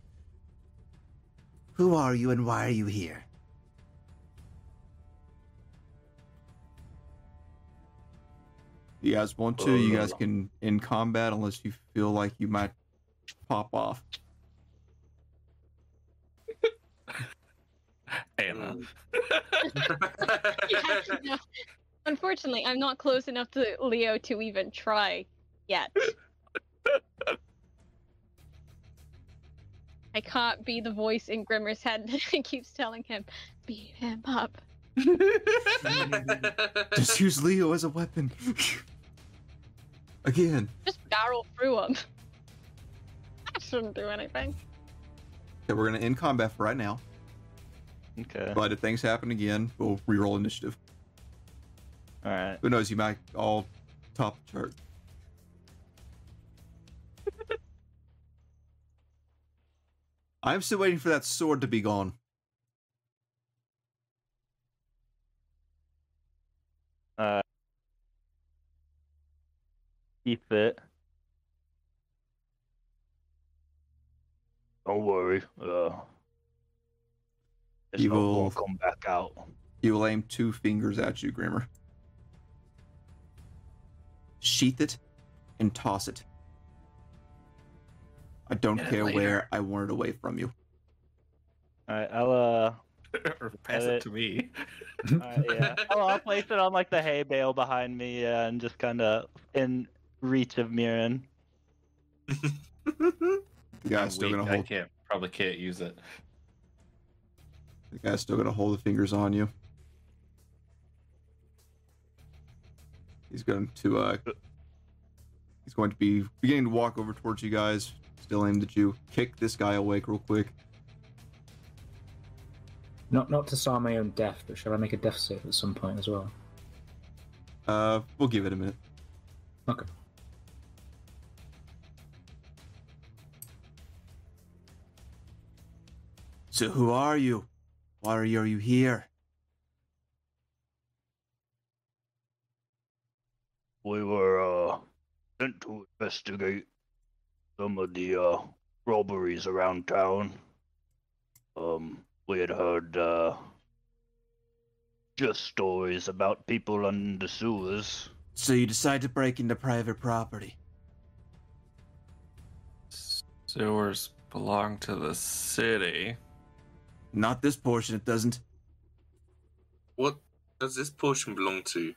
Speaker 7: who are you and why are you here?
Speaker 1: You guys want to? You guys can in combat unless you feel like you might pop off.
Speaker 5: Anna.
Speaker 3: Yeah, no. (laughs) Unfortunately, I'm not close enough to Leo to even try yet. I can't be the voice in Grimmer's head that (laughs) keeps telling him, beat him up.
Speaker 1: Just use Leo as a weapon. Again.
Speaker 3: Just barrel through him. (laughs) I shouldn't do anything.
Speaker 1: Okay, we're gonna end combat for right now.
Speaker 8: Okay.
Speaker 1: But if things happen again, we'll re-roll initiative.
Speaker 8: All right.
Speaker 1: Who knows? You might all top the chart. I'm still waiting for that sword to be gone.
Speaker 8: Uh, keep it. Don't worry. Uh, it's not
Speaker 1: Evil.
Speaker 8: gonna come back out.
Speaker 1: He will aim two fingers at you, Grimmer. Sheath it and toss it. I don't
Speaker 5: Get it
Speaker 1: care
Speaker 5: later.
Speaker 1: where. I want it away from you.
Speaker 8: All right, I'll uh,
Speaker 5: (coughs) or pass
Speaker 8: Uh,
Speaker 5: it to me.
Speaker 8: Uh,
Speaker 5: (laughs)
Speaker 8: yeah. Oh, I'll place it on like the hay bale behind me yeah, and just kind of in reach of Mirin.
Speaker 5: (laughs)
Speaker 1: The guy's
Speaker 5: I'm
Speaker 1: still
Speaker 5: weak,
Speaker 1: gonna
Speaker 5: I
Speaker 1: hold.
Speaker 5: can't probably can't use it.
Speaker 1: The guy's still gonna hold the fingers on you. He's going to uh He's going to be beginning to walk over towards you guys, still aimed at you. Kick this guy awake real quick.
Speaker 6: Not not to sound my own death, but shall I make a death save at some point as well?
Speaker 1: Uh we'll give it a minute.
Speaker 6: Okay.
Speaker 7: So who are you? Why are you, are you here?
Speaker 8: We were uh, sent to investigate some of the uh, robberies around town. Um, we had heard uh, just stories about people under the sewers.
Speaker 7: So you decide to break into private property.
Speaker 5: Sewers belong to the city.
Speaker 7: Not this portion, it doesn't.
Speaker 4: what does this portion belong to?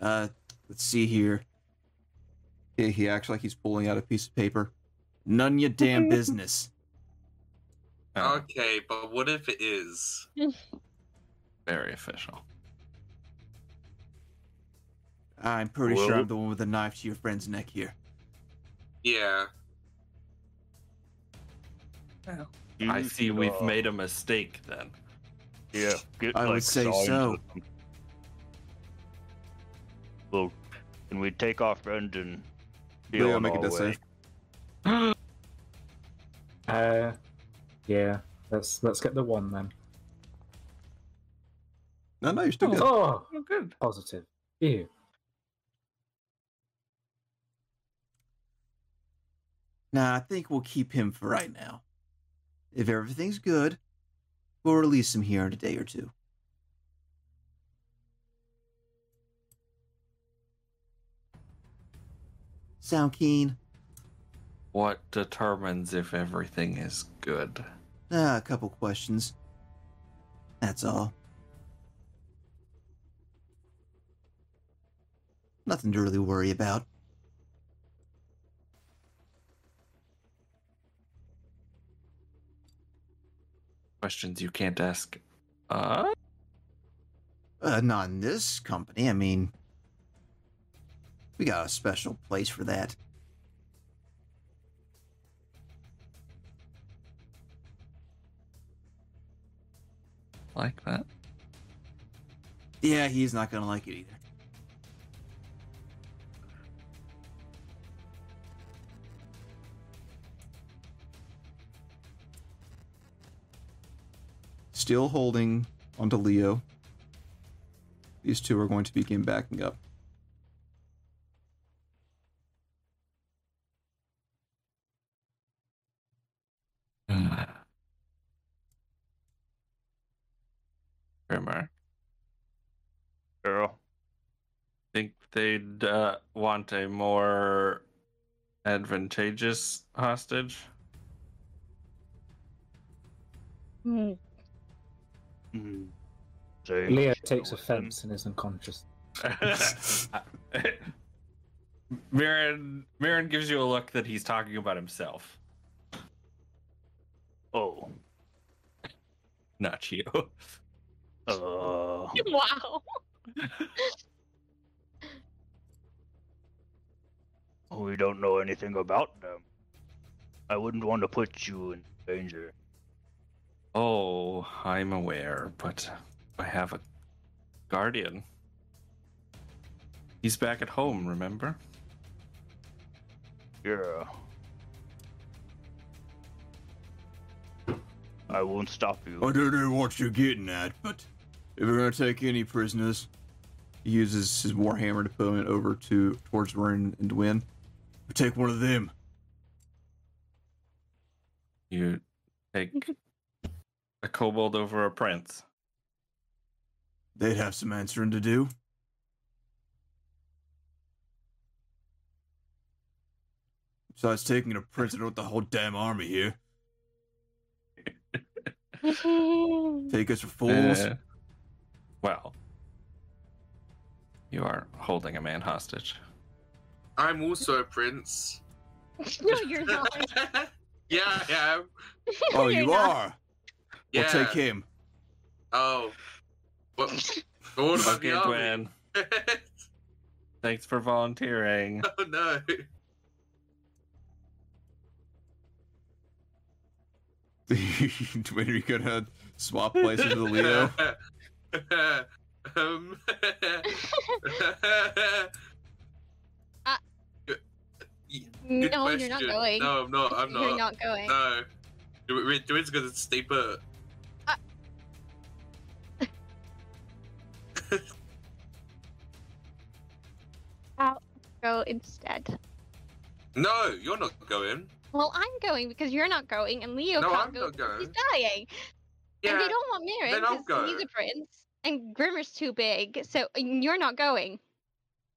Speaker 7: Uh, let's see here.
Speaker 1: He, he acts like he's pulling out a piece of paper.
Speaker 7: None your damn business.
Speaker 1: Ah.
Speaker 5: Oh,
Speaker 4: Okay, but what if it is?
Speaker 5: Very official.
Speaker 7: I'm pretty sure
Speaker 8: Well-
Speaker 7: I'm the one with the knife to your friend's neck here.
Speaker 4: Yeah.
Speaker 5: I
Speaker 8: You
Speaker 5: see
Speaker 8: should,
Speaker 5: we've
Speaker 8: uh,
Speaker 5: made a mistake then.
Speaker 8: Yeah, get,
Speaker 7: I would
Speaker 8: like,
Speaker 7: say
Speaker 8: signs
Speaker 7: so.
Speaker 8: or something. Well, can we take our friend and be
Speaker 1: Leo,
Speaker 8: on
Speaker 1: make a
Speaker 8: our
Speaker 1: death
Speaker 8: way?
Speaker 1: save.
Speaker 6: (gasps) Uh, yeah. Let's let's get the one then.
Speaker 1: No, no, you're still good.
Speaker 6: Oh,
Speaker 5: Oh, good.
Speaker 6: positive. Ew.
Speaker 7: Nah, I think we'll keep him for right now. If everything's good, we'll release him here in a day or two. Sound keen?
Speaker 5: What determines if everything is good?
Speaker 7: Ah, a couple questions. That's all. Nothing to really worry about.
Speaker 5: Questions you can't ask. Uh,
Speaker 7: Uh, not in this company. I mean, we got a special place for that.
Speaker 5: like that.
Speaker 7: Yeah, he's not gonna like it either.
Speaker 1: Still holding onto Leo. These two are going to begin backing up.
Speaker 5: Grimmer.
Speaker 8: Girl,
Speaker 5: think they'd uh, want a more advantageous hostage.
Speaker 3: Hmm.
Speaker 5: Mm-hmm.
Speaker 8: Mm.
Speaker 6: Leo takes offense and is unconscious.
Speaker 5: (laughs) Mirren Mirren gives you a look that he's talking about himself,
Speaker 8: Oh.
Speaker 5: not you.
Speaker 8: Oh.
Speaker 5: (laughs)
Speaker 3: Wow.
Speaker 8: We don't know anything about them. I wouldn't want to put you in danger.
Speaker 5: Oh, I'm aware, but I have a guardian. He's back at home, remember?
Speaker 8: Yeah. I won't stop you.
Speaker 1: I don't know what you're getting at, but if we're gonna take any prisoners, he uses his warhammer to point over to towards Rin and Dwin. We take one of them.
Speaker 5: You take a kobold over a prince.
Speaker 1: They'd have some answering to do. Besides taking a prince, I don't want the whole damn army here. (laughs) Take us for fools.
Speaker 5: Uh, well, you are holding a man hostage.
Speaker 4: I'm also a prince.
Speaker 3: (laughs) no, you're not.
Speaker 4: (laughs) yeah, yeah,
Speaker 1: oh,
Speaker 3: You're
Speaker 1: you
Speaker 3: not.
Speaker 1: are.
Speaker 4: yeah.
Speaker 1: We'll take him.
Speaker 4: Oh. What? But what about
Speaker 5: Okay,
Speaker 4: the army?
Speaker 5: Gwen. Thanks for volunteering.
Speaker 4: (laughs) oh no.
Speaker 1: Dwin, are you gonna swap places
Speaker 4: (laughs)
Speaker 1: with Leo?
Speaker 4: um.
Speaker 3: Uh,
Speaker 4: Good
Speaker 3: no, you're not
Speaker 4: question.
Speaker 3: going.
Speaker 4: No, I'm not. I'm
Speaker 3: (laughs) You're
Speaker 4: not.
Speaker 3: not going.
Speaker 4: No. Do we- do we just gonna stay put?
Speaker 3: Uh. Go instead.
Speaker 4: no, you're not going.
Speaker 3: Well, I'm going because you're not going, and Leo
Speaker 4: No,
Speaker 3: can't
Speaker 4: I'm
Speaker 3: go.
Speaker 4: not
Speaker 3: because He's
Speaker 4: going.
Speaker 3: dying,
Speaker 4: Yeah.
Speaker 3: and they don't want Mirren
Speaker 4: then I'll
Speaker 3: because he's
Speaker 4: go.
Speaker 3: a prince, and Grimmer's too big. So and you're not going.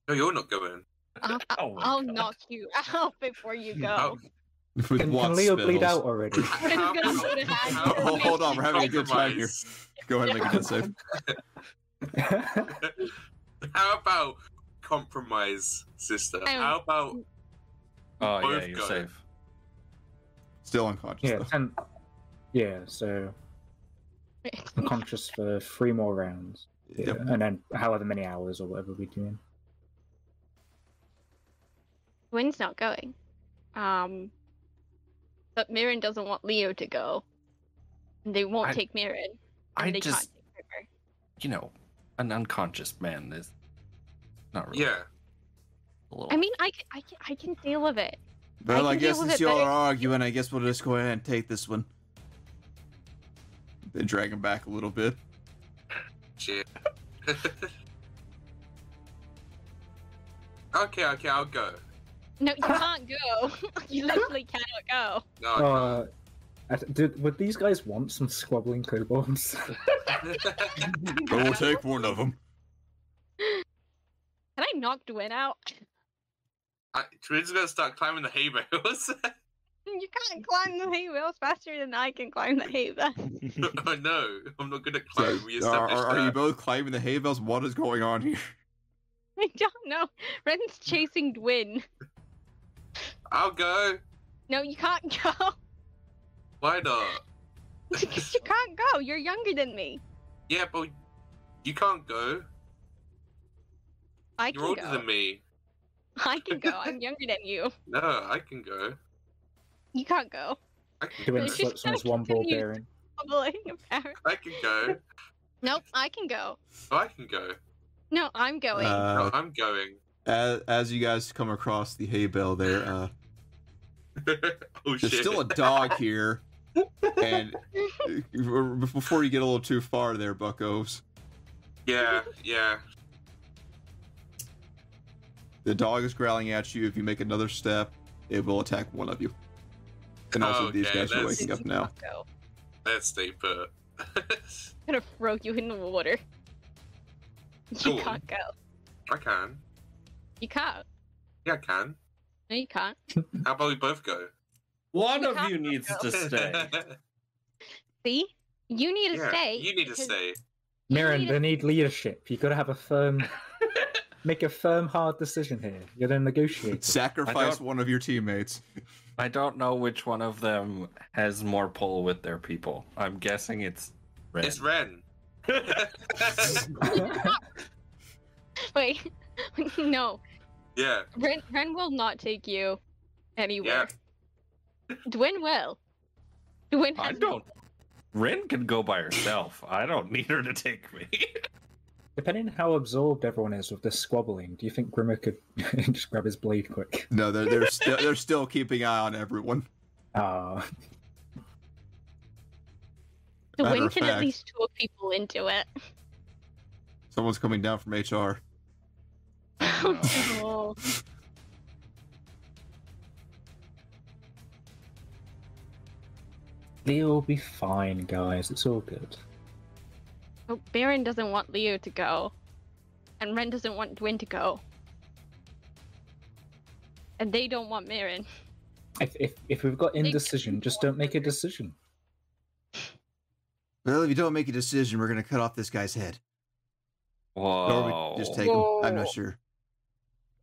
Speaker 4: No, you're not going. (laughs)
Speaker 3: I'll,
Speaker 5: Oh
Speaker 3: I'll,
Speaker 6: Oh,
Speaker 5: my
Speaker 3: I'll
Speaker 5: God.
Speaker 3: knock you (laughs) out before you go.
Speaker 4: How-
Speaker 1: (laughs) With
Speaker 6: Can, can
Speaker 1: what
Speaker 6: Leo bleed
Speaker 1: spells?
Speaker 6: out already?
Speaker 4: (laughs)
Speaker 3: I'm
Speaker 4: how-
Speaker 3: gonna put a hand
Speaker 4: how-
Speaker 3: on
Speaker 1: Hold- Oh, hold on, we're having a good time here.
Speaker 4: Compromise.
Speaker 1: Go ahead and make a death save.
Speaker 4: (laughs) How about compromise, sister?
Speaker 3: I don't-
Speaker 4: How about
Speaker 5: Oh yeah,
Speaker 4: Both
Speaker 5: you're
Speaker 4: go.
Speaker 5: safe.
Speaker 1: Still unconscious.
Speaker 6: yeah,
Speaker 1: though.
Speaker 6: ten. Yeah, so unconscious for three more rounds, yeah,
Speaker 1: Yep.
Speaker 6: and then however many hours or whatever we're doing.
Speaker 3: Wynn's not going. Um, but Mirren doesn't want Leo to go. And they won't
Speaker 5: I-
Speaker 3: take Mirren. And
Speaker 5: I
Speaker 3: they
Speaker 5: just,
Speaker 3: can't take River.
Speaker 5: you know, an unconscious man is not really.
Speaker 4: yeah?
Speaker 5: A little.
Speaker 3: I mean, I can, I can, I can deal with it.
Speaker 1: Well,
Speaker 3: I
Speaker 1: I,
Speaker 3: can
Speaker 1: guess
Speaker 3: deal with
Speaker 1: since
Speaker 3: it
Speaker 1: y'all
Speaker 3: better.
Speaker 1: are arguing, I guess we'll just go ahead and take this one. They drag him back a little bit.
Speaker 4: Shit. (laughs) okay, okay, I'll go.
Speaker 3: No, you can't go. (laughs) you literally cannot go.
Speaker 4: No, I
Speaker 6: Uh, I th- did, would these guys want some squabbling kobolds? (laughs)
Speaker 4: can't.
Speaker 1: But we'll take one of them.
Speaker 3: Can I knock Dwin out? (laughs)
Speaker 4: I- Twin's gonna start climbing the hay bales. (laughs)
Speaker 1: (laughs)
Speaker 3: You can't climb the hay bales faster than I can climb the hay bale.
Speaker 4: oh no, I'm not gonna
Speaker 1: So, uh,
Speaker 4: climb. we
Speaker 1: are,
Speaker 4: established
Speaker 1: are, are you
Speaker 4: that.
Speaker 1: both climbing the hay bales? What is going on here?
Speaker 3: (laughs) I don't know. Ren's chasing Dwin.
Speaker 4: I'll go.
Speaker 3: No, you can't go. (laughs)
Speaker 4: Why not?
Speaker 3: you can't go. You're younger than me.
Speaker 4: Yeah, but you can't go.
Speaker 3: I
Speaker 4: You're
Speaker 3: can
Speaker 4: older
Speaker 3: go.
Speaker 4: than me.
Speaker 3: I can go. I'm younger than you.
Speaker 4: No, I can go.
Speaker 3: You can't go.
Speaker 4: I can
Speaker 3: (laughs)
Speaker 6: Doing
Speaker 4: go.
Speaker 3: She's
Speaker 6: slips on his
Speaker 3: gonna
Speaker 6: one ball
Speaker 3: continue.
Speaker 6: bearing.
Speaker 3: Bubbling (laughs) apparently.
Speaker 4: (laughs) I can go.
Speaker 3: Nope, I can go.
Speaker 4: I can go.
Speaker 3: No, I'm going.
Speaker 4: No,
Speaker 1: Uh,
Speaker 4: I'm going. (laughs)
Speaker 1: as, as you guys come across the hay bale there, uh,
Speaker 4: oh
Speaker 1: there's
Speaker 4: shit. (laughs)
Speaker 1: still a dog here. And before you get a little too far there, buckos,
Speaker 4: Yeah, yeah.
Speaker 1: the dog is growling at you. If you make another step, it will attack one of you. And also, these
Speaker 4: Okay,
Speaker 1: guys are
Speaker 4: that's-
Speaker 1: waking up
Speaker 4: (laughs)
Speaker 1: now.
Speaker 3: Go.
Speaker 4: Let's stay put.
Speaker 3: I'm gonna throw you in the water. You
Speaker 4: Go on.
Speaker 3: can't go.
Speaker 4: I can.
Speaker 3: You can't.
Speaker 4: Yeah, I can.
Speaker 3: No, you can't.
Speaker 4: How about we both go?
Speaker 5: One
Speaker 3: You
Speaker 5: of
Speaker 4: (laughs)
Speaker 3: have
Speaker 5: you needs to stay.
Speaker 3: See? You need to
Speaker 4: Yeah,
Speaker 3: stay.
Speaker 4: You need to
Speaker 3: because
Speaker 4: stay.
Speaker 3: you
Speaker 6: Mirren,
Speaker 3: need
Speaker 6: they need leadership. You gotta have a firm, make a firm, hard decision here. You're the
Speaker 5: (laughs)
Speaker 6: negotiator.
Speaker 1: Sacrifice one of your teammates.
Speaker 5: I don't know which one of them has more pull with their people. I'm guessing it's Ren.
Speaker 4: It's Ren.
Speaker 3: (laughs) Wait, (laughs) no.
Speaker 4: (laughs) yeah.
Speaker 3: Ren, Ren will not take you
Speaker 4: Yeah.
Speaker 3: anywhere. Dwyn will. Dwyn
Speaker 5: I
Speaker 3: has
Speaker 5: don't. Ren can go by herself. I don't need her to take me. (laughs)
Speaker 6: Depending on how absorbed everyone is with this squabbling, do you think Grimmer could (laughs) just grab his blade quick?
Speaker 1: No, they're they're still they're still keeping eye on everyone.
Speaker 6: Ah,
Speaker 1: matter
Speaker 3: Dwyn
Speaker 1: of
Speaker 3: can at
Speaker 1: fact.
Speaker 3: least talk people into it.
Speaker 1: Someone's coming down from HR.
Speaker 4: Uh.
Speaker 3: (laughs) Oh,
Speaker 6: they'll be fine, guys. It's all good.
Speaker 3: no. Oh, Baron doesn't want Leo to go, and Ren doesn't want Dwyn to go, and they don't want Mirren.
Speaker 6: If if, if we've got indecision, just don't make a decision.
Speaker 7: Well, if you don't make a decision, we're gonna cut off this guy's head.
Speaker 5: Whoa.
Speaker 7: Or we just take him. I'm not
Speaker 3: Whoa.
Speaker 7: sure.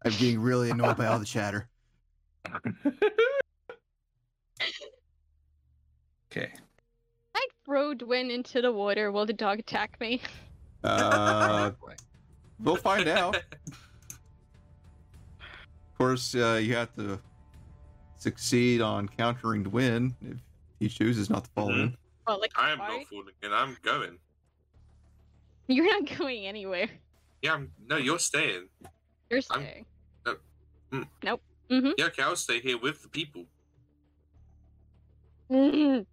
Speaker 7: I'm getting really annoyed by all the chatter.
Speaker 5: okay.
Speaker 3: I'd throw Dwyn into the water while the dog attack me. (laughs)
Speaker 1: Uh, we'll find out. Of course, uh, you have to succeed on countering Dwin if he chooses not to fall in.
Speaker 3: Well, like
Speaker 4: I am
Speaker 3: sorry,
Speaker 4: not falling and I'm going.
Speaker 3: you're not going anywhere.
Speaker 4: Yeah, I'm, no, you're staying.
Speaker 3: You're
Speaker 4: I'm-
Speaker 3: staying.
Speaker 4: uh, mm.
Speaker 3: Nope. Mm-hmm.
Speaker 4: Yeah, okay, I'll stay here with the people.
Speaker 3: (laughs)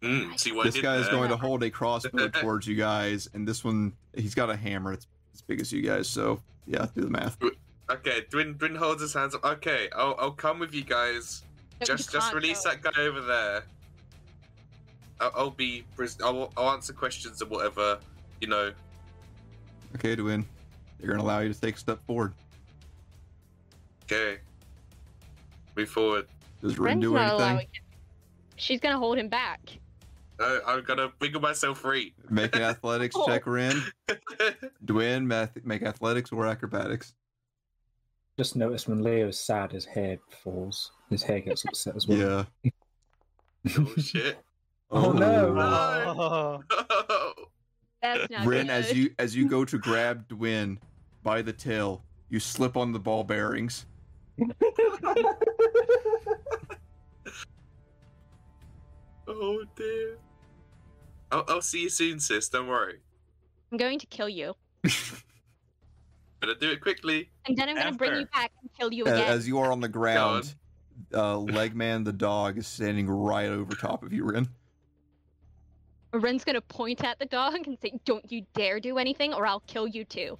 Speaker 3: Mm.
Speaker 4: Mm, see what I
Speaker 1: This
Speaker 4: did
Speaker 1: guy is
Speaker 4: there?
Speaker 1: going to hold a crossbow towards you guys, and this one he's got a hammer. It's as big as you guys, so yeah, do the math.
Speaker 4: Okay, Dwyn, Dwyn holds his hands up. Okay, I'll, I'll come with you guys.
Speaker 3: No,
Speaker 4: just
Speaker 3: you
Speaker 4: just
Speaker 3: can't
Speaker 4: release
Speaker 3: go.
Speaker 4: that guy over there. I'll, I'll be. pres- I'll, I'll answer questions and whatever. You know.
Speaker 1: Okay, Dwin, they're going to allow you to take a step forward.
Speaker 4: Okay. Move forward.
Speaker 1: Does Rin
Speaker 3: Ren's
Speaker 1: do
Speaker 3: not allowing
Speaker 1: anything?
Speaker 3: it. She's gonna hold him back.
Speaker 4: No, I'm gonna Oh, wiggle myself free.
Speaker 1: Make an athletics
Speaker 3: (laughs) Oh.
Speaker 1: check,
Speaker 4: (laughs)
Speaker 1: Rin. Dwin, math- make athletics or acrobatics.
Speaker 6: Just notice when Leo's sad, his hair falls. His hair gets upset as well.
Speaker 1: Yeah.
Speaker 4: oh shit.
Speaker 6: Oh, no.
Speaker 8: Oh.
Speaker 4: No.
Speaker 3: (laughs) That's not
Speaker 1: Rin,
Speaker 3: good.
Speaker 1: as you as you go
Speaker 3: (laughs)
Speaker 1: to grab Dwin by the tail, you slip on the ball bearings.
Speaker 4: oh dear. I'll, I'll see you soon, sis. Don't worry.
Speaker 3: I'm going to kill you,
Speaker 4: Better do it quickly.
Speaker 3: and then I'm gonna bring you
Speaker 5: After.
Speaker 3: back and kill you
Speaker 1: A-
Speaker 3: again.
Speaker 1: As you are on the ground, uh, Legman the dog is standing right over top of you, Rin.
Speaker 3: Ren's gonna point at the dog and say, "Don't you dare do anything, or I'll kill you too."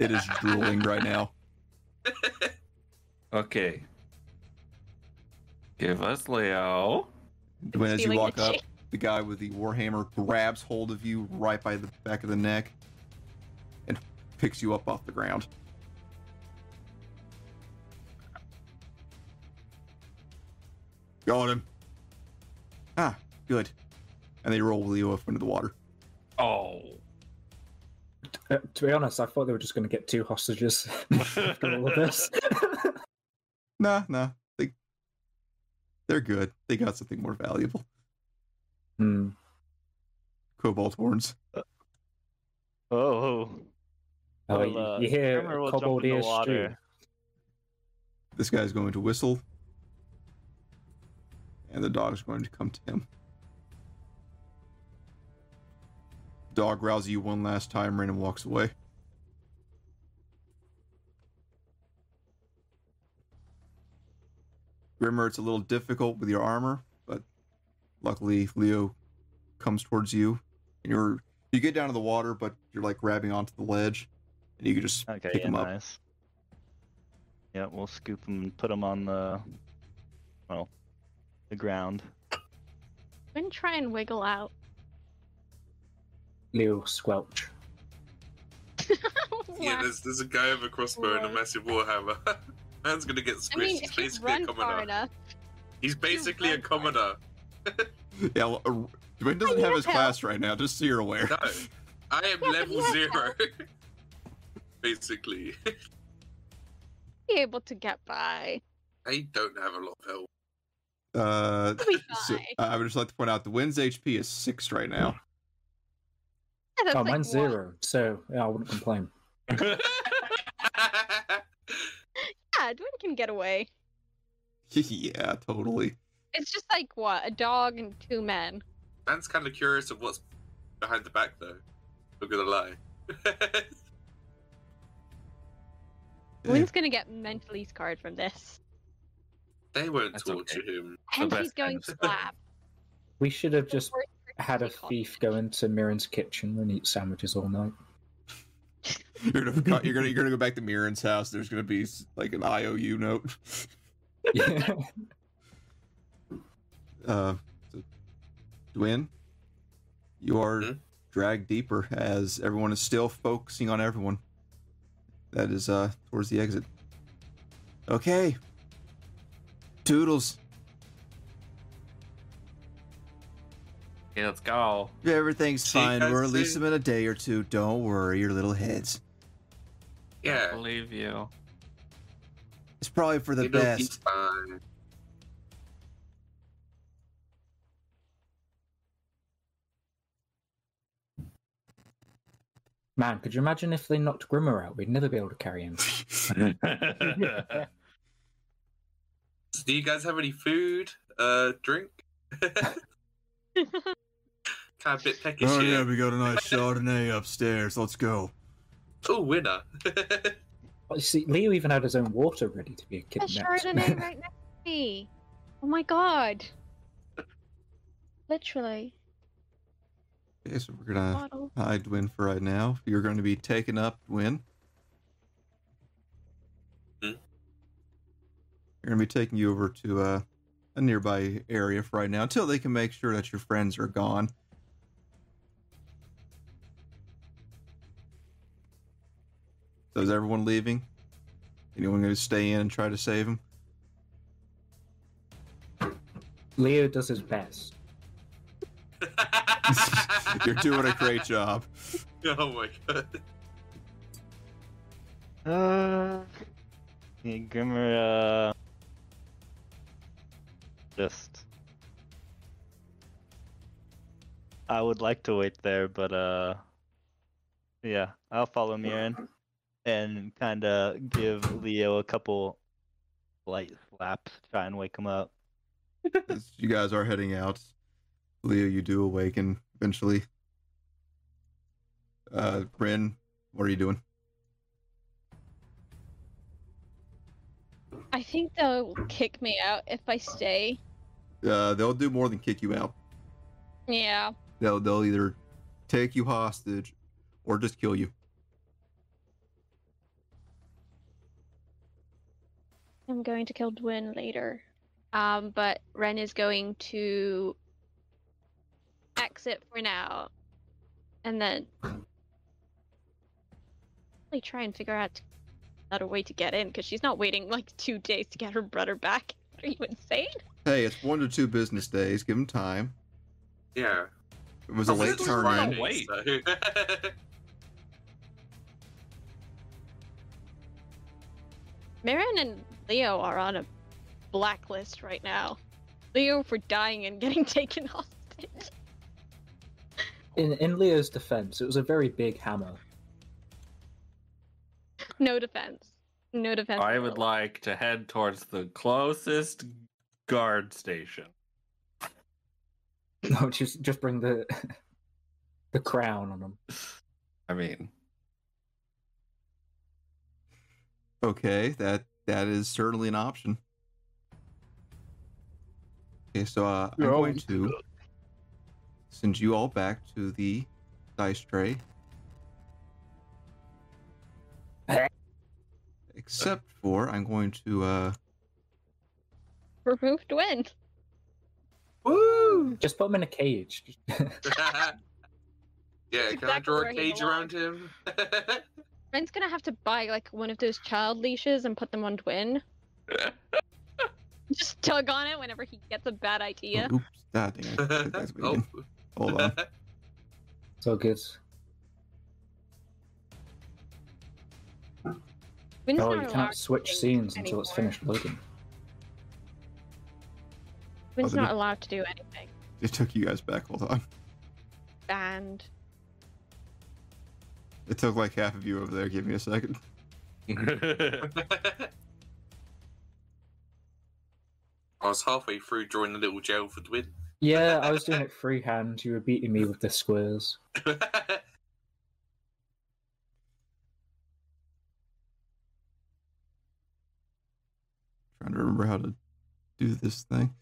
Speaker 1: It is drooling right now.
Speaker 5: (laughs) Okay. Give us Leo.
Speaker 1: Dwin, as you
Speaker 3: Feeling
Speaker 1: walk
Speaker 3: the
Speaker 1: up,
Speaker 3: chick-
Speaker 1: the guy with the warhammer grabs hold of you right by the back of the neck and picks you up off the ground. Got him. Ah, good. And they roll Leo up into the water.
Speaker 5: Oh.
Speaker 6: Uh, to be honest, I thought they were just going to get two hostages (laughs) after all of this.
Speaker 1: (laughs) Nah, nah. They, they're good. They got something more valuable.
Speaker 6: Hmm.
Speaker 1: Cobalt horns.
Speaker 8: Oh,
Speaker 6: Oh,
Speaker 8: Well,
Speaker 6: you,
Speaker 8: uh,
Speaker 6: you hear
Speaker 8: Grimmer will jump
Speaker 6: cobalt
Speaker 8: in the
Speaker 6: ear stew.
Speaker 8: water.
Speaker 1: This guy's going to whistle. And the dog's going to come to him. Dog rouses you one last time, Ren, and walks away. Grimmer, it's a little difficult with your armor, but luckily Leo comes towards you. And you're you get down to the water, but you're like grabbing onto the ledge, and you can just
Speaker 8: okay,
Speaker 1: pick
Speaker 8: yeah,
Speaker 1: him up.
Speaker 8: nice. Yeah, we'll scoop him and put him on the, well, the ground.
Speaker 3: Ren try and wiggle out.
Speaker 6: Leo squelch.
Speaker 4: Yeah,
Speaker 3: Wow.
Speaker 4: there's, there's a guy with a crossbow and a
Speaker 3: Wow.
Speaker 4: massive warhammer. (laughs) Man's gonna get squished.
Speaker 3: I mean,
Speaker 4: He's
Speaker 3: if you
Speaker 4: basically a
Speaker 3: run far
Speaker 4: commoner.
Speaker 3: enough,
Speaker 4: He's basically a
Speaker 3: run far
Speaker 4: commoner.
Speaker 1: (laughs) Yeah, well, uh, Dwayne doesn't
Speaker 3: need
Speaker 1: have his
Speaker 3: help.
Speaker 1: class right now, just so you're aware.
Speaker 4: No,
Speaker 3: (laughs)
Speaker 4: I am
Speaker 3: but
Speaker 4: level
Speaker 3: you have
Speaker 4: zero. (laughs) Basically, (laughs)
Speaker 3: Be able to get by.
Speaker 4: I don't have a lot of help.
Speaker 1: Uh,
Speaker 3: It'll be
Speaker 1: so,
Speaker 3: fine.
Speaker 1: I would just like to point out the wind's HP is six right now. (laughs)
Speaker 3: Yeah, that's
Speaker 6: Oh,
Speaker 3: like
Speaker 6: mine's
Speaker 3: one.
Speaker 6: zero, so yeah, I wouldn't complain.
Speaker 3: Yeah, Dwayne can get away.
Speaker 1: yeah, totally.
Speaker 3: It's just like what a dog and two men.
Speaker 4: Man's kind of curious of what's behind the back, though. Not gonna lie.
Speaker 1: Yeah.
Speaker 3: Wynn's gonna get mentally scarred from this,
Speaker 4: they won't
Speaker 5: That's
Speaker 4: torture him.
Speaker 5: the
Speaker 3: and he's
Speaker 5: best kind
Speaker 3: going
Speaker 5: of
Speaker 3: to
Speaker 5: stuff. (laughs)
Speaker 3: slap.
Speaker 6: We should have just
Speaker 3: The worst person
Speaker 6: had a
Speaker 3: we caught.
Speaker 6: thief go into Mirren's kitchen and eat sandwiches all night.
Speaker 1: You're gonna, forgot- you're gonna you're gonna go back to Miran's house. There's gonna be s- like an IOU note.
Speaker 6: Yeah.
Speaker 1: (laughs) Uh, so, Dwayne, you are
Speaker 4: Hmm?
Speaker 1: dragged deeper as everyone is still focusing on everyone. That is uh towards the exit. Okay. Toodles,
Speaker 5: Okay, let's go.
Speaker 1: everything's
Speaker 4: See,
Speaker 1: fine.
Speaker 4: guys,
Speaker 1: We'll release
Speaker 4: see-
Speaker 1: them in a day or two. Don't worry, your little heads.
Speaker 5: I
Speaker 4: Yeah,
Speaker 5: believe you.
Speaker 1: It's probably for the
Speaker 4: it'll be
Speaker 1: best.
Speaker 4: fine.
Speaker 6: Man, could you imagine if they knocked Grimmer out? We'd never be able to carry him.
Speaker 4: So do you guys have any food? Uh, drink? kind of bit peckish
Speaker 1: Oh yeah,
Speaker 4: here.
Speaker 1: we got a nice (laughs) Chardonnay upstairs. Let's go.
Speaker 4: Oh, winner. (laughs)
Speaker 6: Well, you see, Leo even had his own water ready to be
Speaker 3: A
Speaker 6: kidnapped. (laughs)
Speaker 3: Chardonnay right next to me. Oh my god. Literally.
Speaker 1: Okay, so we're gonna
Speaker 3: Bottle.
Speaker 1: hide Win for right now. You're going to be taking up Win.
Speaker 4: Hmm.
Speaker 1: You're going to be taking you over to uh, a nearby area for right now until they can make sure that your friends are gone. So is everyone leaving? Anyone going to stay in and try to save him?
Speaker 6: Leo does his best.
Speaker 1: (laughs) You're doing a great job.
Speaker 4: Oh my god.
Speaker 2: Uh,
Speaker 8: Yeah, Grimmer, uh. Just. I would like to wait there, but, uh. Yeah, I'll follow Miran and kind of give Leo a couple light slaps, try and wake him up.
Speaker 1: As you guys are heading out. Leo, you do awaken eventually. Uh, Bryn, what are you doing?
Speaker 3: I think they'll kick me out if I stay.
Speaker 1: Uh, they'll do more than kick you out.
Speaker 3: Yeah.
Speaker 1: They'll they'll either take you hostage or just kill you.
Speaker 3: I'm going to kill Dwin later. Um, but Ren is going to exit for now. And then really try and figure out another way to get in because she's not waiting like two days to get her brother back. Are you insane?
Speaker 1: Hey, it's one to two business days. Give them time.
Speaker 4: Yeah.
Speaker 1: It was a
Speaker 4: Oh,
Speaker 1: late
Speaker 4: it's
Speaker 1: turn
Speaker 4: Friday,
Speaker 1: in.
Speaker 5: Wait.
Speaker 4: so- (laughs)
Speaker 3: Marin and Leo are on a blacklist right now. Leo for dying and getting (laughs) taken hostage.
Speaker 6: In in Leo's defense, it was a very big hammer. (laughs)
Speaker 3: No defense. No defense.
Speaker 5: I
Speaker 3: at
Speaker 5: would
Speaker 3: all.
Speaker 5: like to head towards the closest guard station.
Speaker 6: No, Oh, just just bring the (laughs) the crown on him.
Speaker 5: I mean,
Speaker 1: Okay, that that is certainly an option. Okay, so uh, I'm going to send you all back to the dice tray. Except for I'm going to uh
Speaker 3: Remove Dwin.
Speaker 4: Woo!
Speaker 6: Just put him in a
Speaker 4: (laughs)
Speaker 6: cage.
Speaker 4: yeah, can I
Speaker 3: exactly
Speaker 4: draw
Speaker 3: where
Speaker 4: a
Speaker 3: he
Speaker 4: cage around
Speaker 3: belongs.
Speaker 4: him? (laughs)
Speaker 6: (laughs)
Speaker 3: Ren's gonna have to buy like one of those child leashes and put them on Dwin. Just tug on it whenever he gets a bad idea.
Speaker 1: Oops, that thing. I
Speaker 4: (laughs)
Speaker 1: think that's
Speaker 4: oh.
Speaker 1: vegan. Hold on.
Speaker 6: It's all good.
Speaker 3: Vin's
Speaker 6: Oh,
Speaker 3: not
Speaker 6: you
Speaker 3: allowed
Speaker 6: can't switch
Speaker 3: to do
Speaker 6: scenes until it's
Speaker 3: anymore.
Speaker 6: finished loading.
Speaker 3: Vin's
Speaker 1: Oh,
Speaker 3: not allowed to do anything.
Speaker 1: It took you guys back. Hold on.
Speaker 3: Banned.
Speaker 1: It took like half of you over there. Give me a second.
Speaker 4: I was halfway through drawing a little jail for Dwin. (laughs)
Speaker 6: Yeah, I was doing it freehand. You were beating me with the squares.
Speaker 1: trying to remember how to do this thing.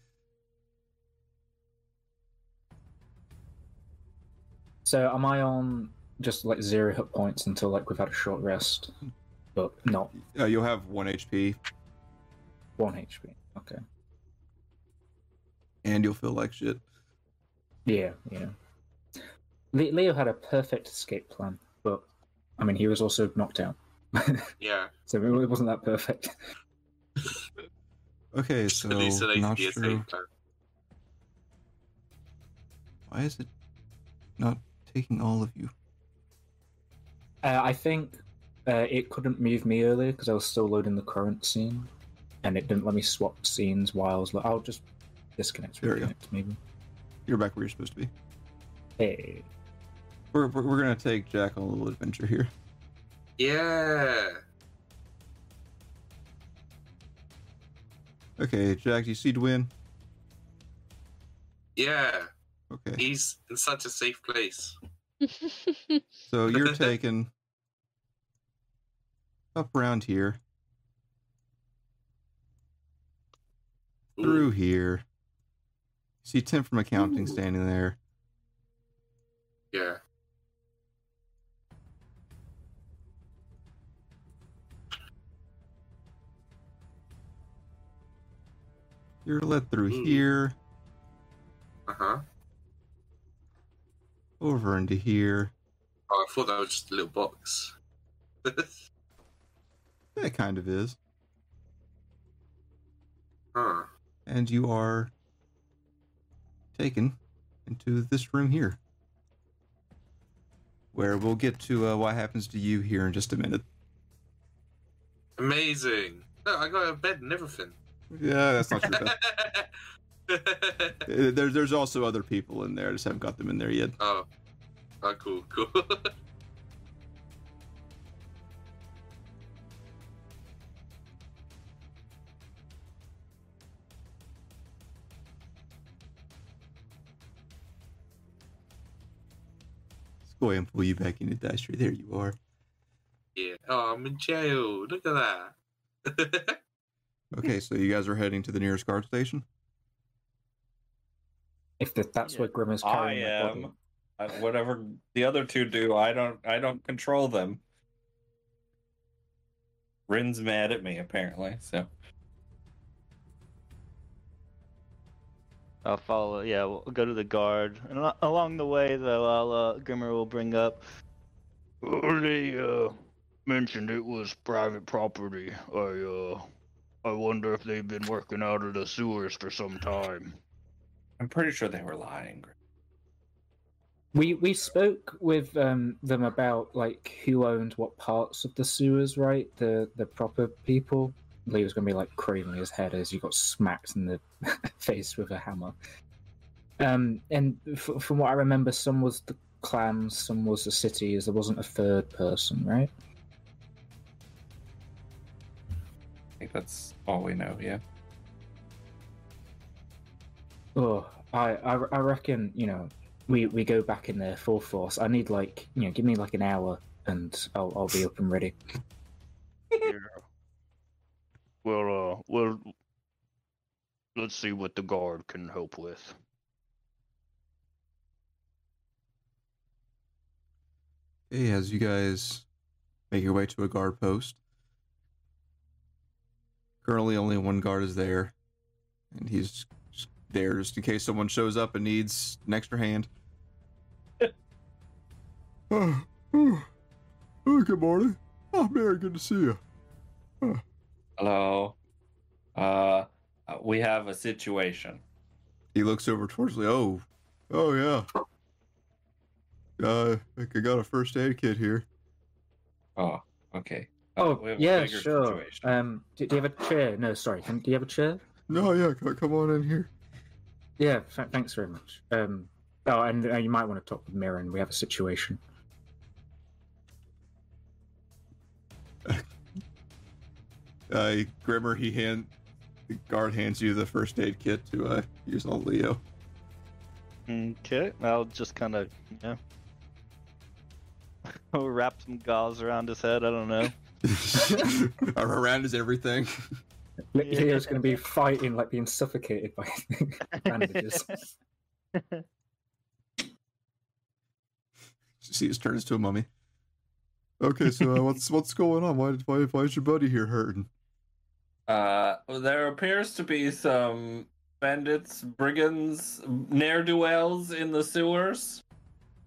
Speaker 6: So am I on just like zero hit points until like we've had a short rest, but not
Speaker 1: Uh, you'll have one HP,
Speaker 6: one HP? Okay.
Speaker 1: and you'll feel like shit.
Speaker 6: Yeah, yeah. Le- Leo had a perfect escape plan, but I mean he was also knocked out, (laughs)
Speaker 4: yeah.
Speaker 6: so it really wasn't that perfect.
Speaker 1: (laughs) Okay,
Speaker 4: Just
Speaker 1: so
Speaker 4: hallucinating
Speaker 1: not
Speaker 4: the
Speaker 1: sure.
Speaker 4: escape plan.
Speaker 1: Why is it not taking all of you?
Speaker 6: Uh, I think uh, it couldn't move me earlier because I was still loading the current scene, and it didn't let me swap scenes while I was. Lo- I'll just disconnect.
Speaker 1: There we go.
Speaker 6: reconnect, Maybe.
Speaker 1: You're back where you're supposed to be.
Speaker 6: Hey.
Speaker 1: We're, we're, we're gonna take Jack on a little adventure here.
Speaker 4: Yeah.
Speaker 1: Okay, Jack, do you see Dwin?
Speaker 4: Yeah.
Speaker 1: Okay,
Speaker 4: He's in such a safe place.
Speaker 1: so you're taken up around here,
Speaker 4: Ooh.
Speaker 1: through here. see Tim from accounting standing there.
Speaker 4: Yeah.
Speaker 1: You're led through
Speaker 4: Ooh.
Speaker 1: here,
Speaker 4: Uh huh.
Speaker 1: over into here.
Speaker 4: Oh, I thought that was just a little box. (laughs)
Speaker 1: That kind of is.
Speaker 4: huh.
Speaker 1: and you are taken into this room here, where we'll get to uh, what happens to you here in just a minute.
Speaker 4: Amazing. No, I got a bed and everything.
Speaker 1: Yeah, that's not true. there's there's also other people in there. I just haven't got them in there yet.
Speaker 4: oh. Oh, cool, cool. (laughs)
Speaker 1: Let's go ahead and pull you back into Dice Tree. There you are.
Speaker 4: yeah. Oh, I'm in jail. Look at that.
Speaker 1: Okay, so you guys are heading to the nearest guard station.
Speaker 6: If the, that's
Speaker 5: Yeah.
Speaker 6: where Grimmer's
Speaker 5: I
Speaker 6: carrying the body.
Speaker 5: am. Uh, Whatever the other two do, I don't. I don't control them. Rin's mad at me apparently. So
Speaker 8: I'll follow. Yeah, we'll go to the guard. And al- along the way, though, I'll uh, Grimmer will bring up. "Oh, They uh, mentioned it was private property. I uh, I wonder if they've been working out of the sewers for some time.
Speaker 5: I'm pretty sure they were lying.
Speaker 6: We we spoke with um, them about like who owned what parts of the sewers, right? The the proper people. Lee was going to be like craving his head as he got smacked in the (laughs) face with a hammer. Um, and f- from what I remember, some was the clans, some was the city, as there wasn't a third person, right?
Speaker 5: I think that's all we know. Yeah.
Speaker 6: Oh, I, I, I reckon you know we, we go back in there full force. I need like you know give me like an hour and I'll I'll be up and ready.
Speaker 8: (laughs) yeah. Well, uh, well, let's see what the guard can help with.
Speaker 1: Okay, as you guys make your way to a guard post. Currently, only one guard is there, and he's just there just in case someone shows up and needs an extra hand. oh, (sighs) oh, oh, good morning. Oh, Mary, good to see you.
Speaker 5: Hello. Uh, Uh, we have a situation.
Speaker 2: He looks over towards Lee. Oh, oh yeah. Uh, I think I got a first aid kit here.
Speaker 5: Oh, okay. Uh,
Speaker 6: Oh,
Speaker 5: we have a
Speaker 6: yeah,
Speaker 5: bigger
Speaker 6: sure.
Speaker 5: situation.
Speaker 6: Um, do, do you have a chair? No, sorry. Can, do you have a chair?
Speaker 2: No, yeah, c- come on in here.
Speaker 6: Yeah, fa- thanks very much. Um, oh, and uh, you might want to talk with Mirren. We have a situation.
Speaker 2: Uh, Grimmer, he hand the guard hands you the first aid kit to uh, use on Leo.
Speaker 8: Okay, I'll just kind of, you
Speaker 2: (laughs)
Speaker 8: know, I'll wrap some gauze around his head. I
Speaker 1: (laughs)
Speaker 8: don't know.
Speaker 2: Around is everything.
Speaker 8: Yeah.
Speaker 6: Leo's going to be fighting, like being suffocated by (laughs) bandages.
Speaker 2: She just turns to a mummy. Okay, so uh, what's what's going on? Why, why why is your buddy here hurting?
Speaker 5: Uh, there appears to be some bandits, brigands, ne'er do wells in the sewers.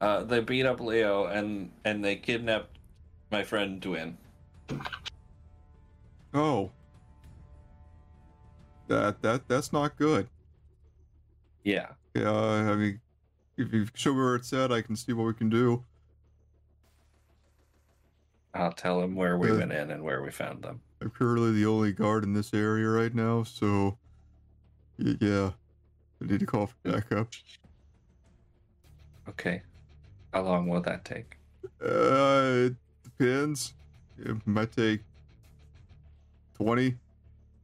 Speaker 5: Uh, they beat up Leo and and they kidnapped my friend Dwin.
Speaker 2: Oh, that that that's not good.
Speaker 5: Yeah.
Speaker 2: Yeah, I mean, if you show me where it's at, I can see what we can do.
Speaker 5: I'll tell him where we
Speaker 2: Uh.
Speaker 5: went in and where we found them.
Speaker 2: I'm currently the only guard in this area right now, so y- yeah, I need to call for backup.
Speaker 5: Okay. How long will that take?
Speaker 2: Uh, it depends. It might take 20,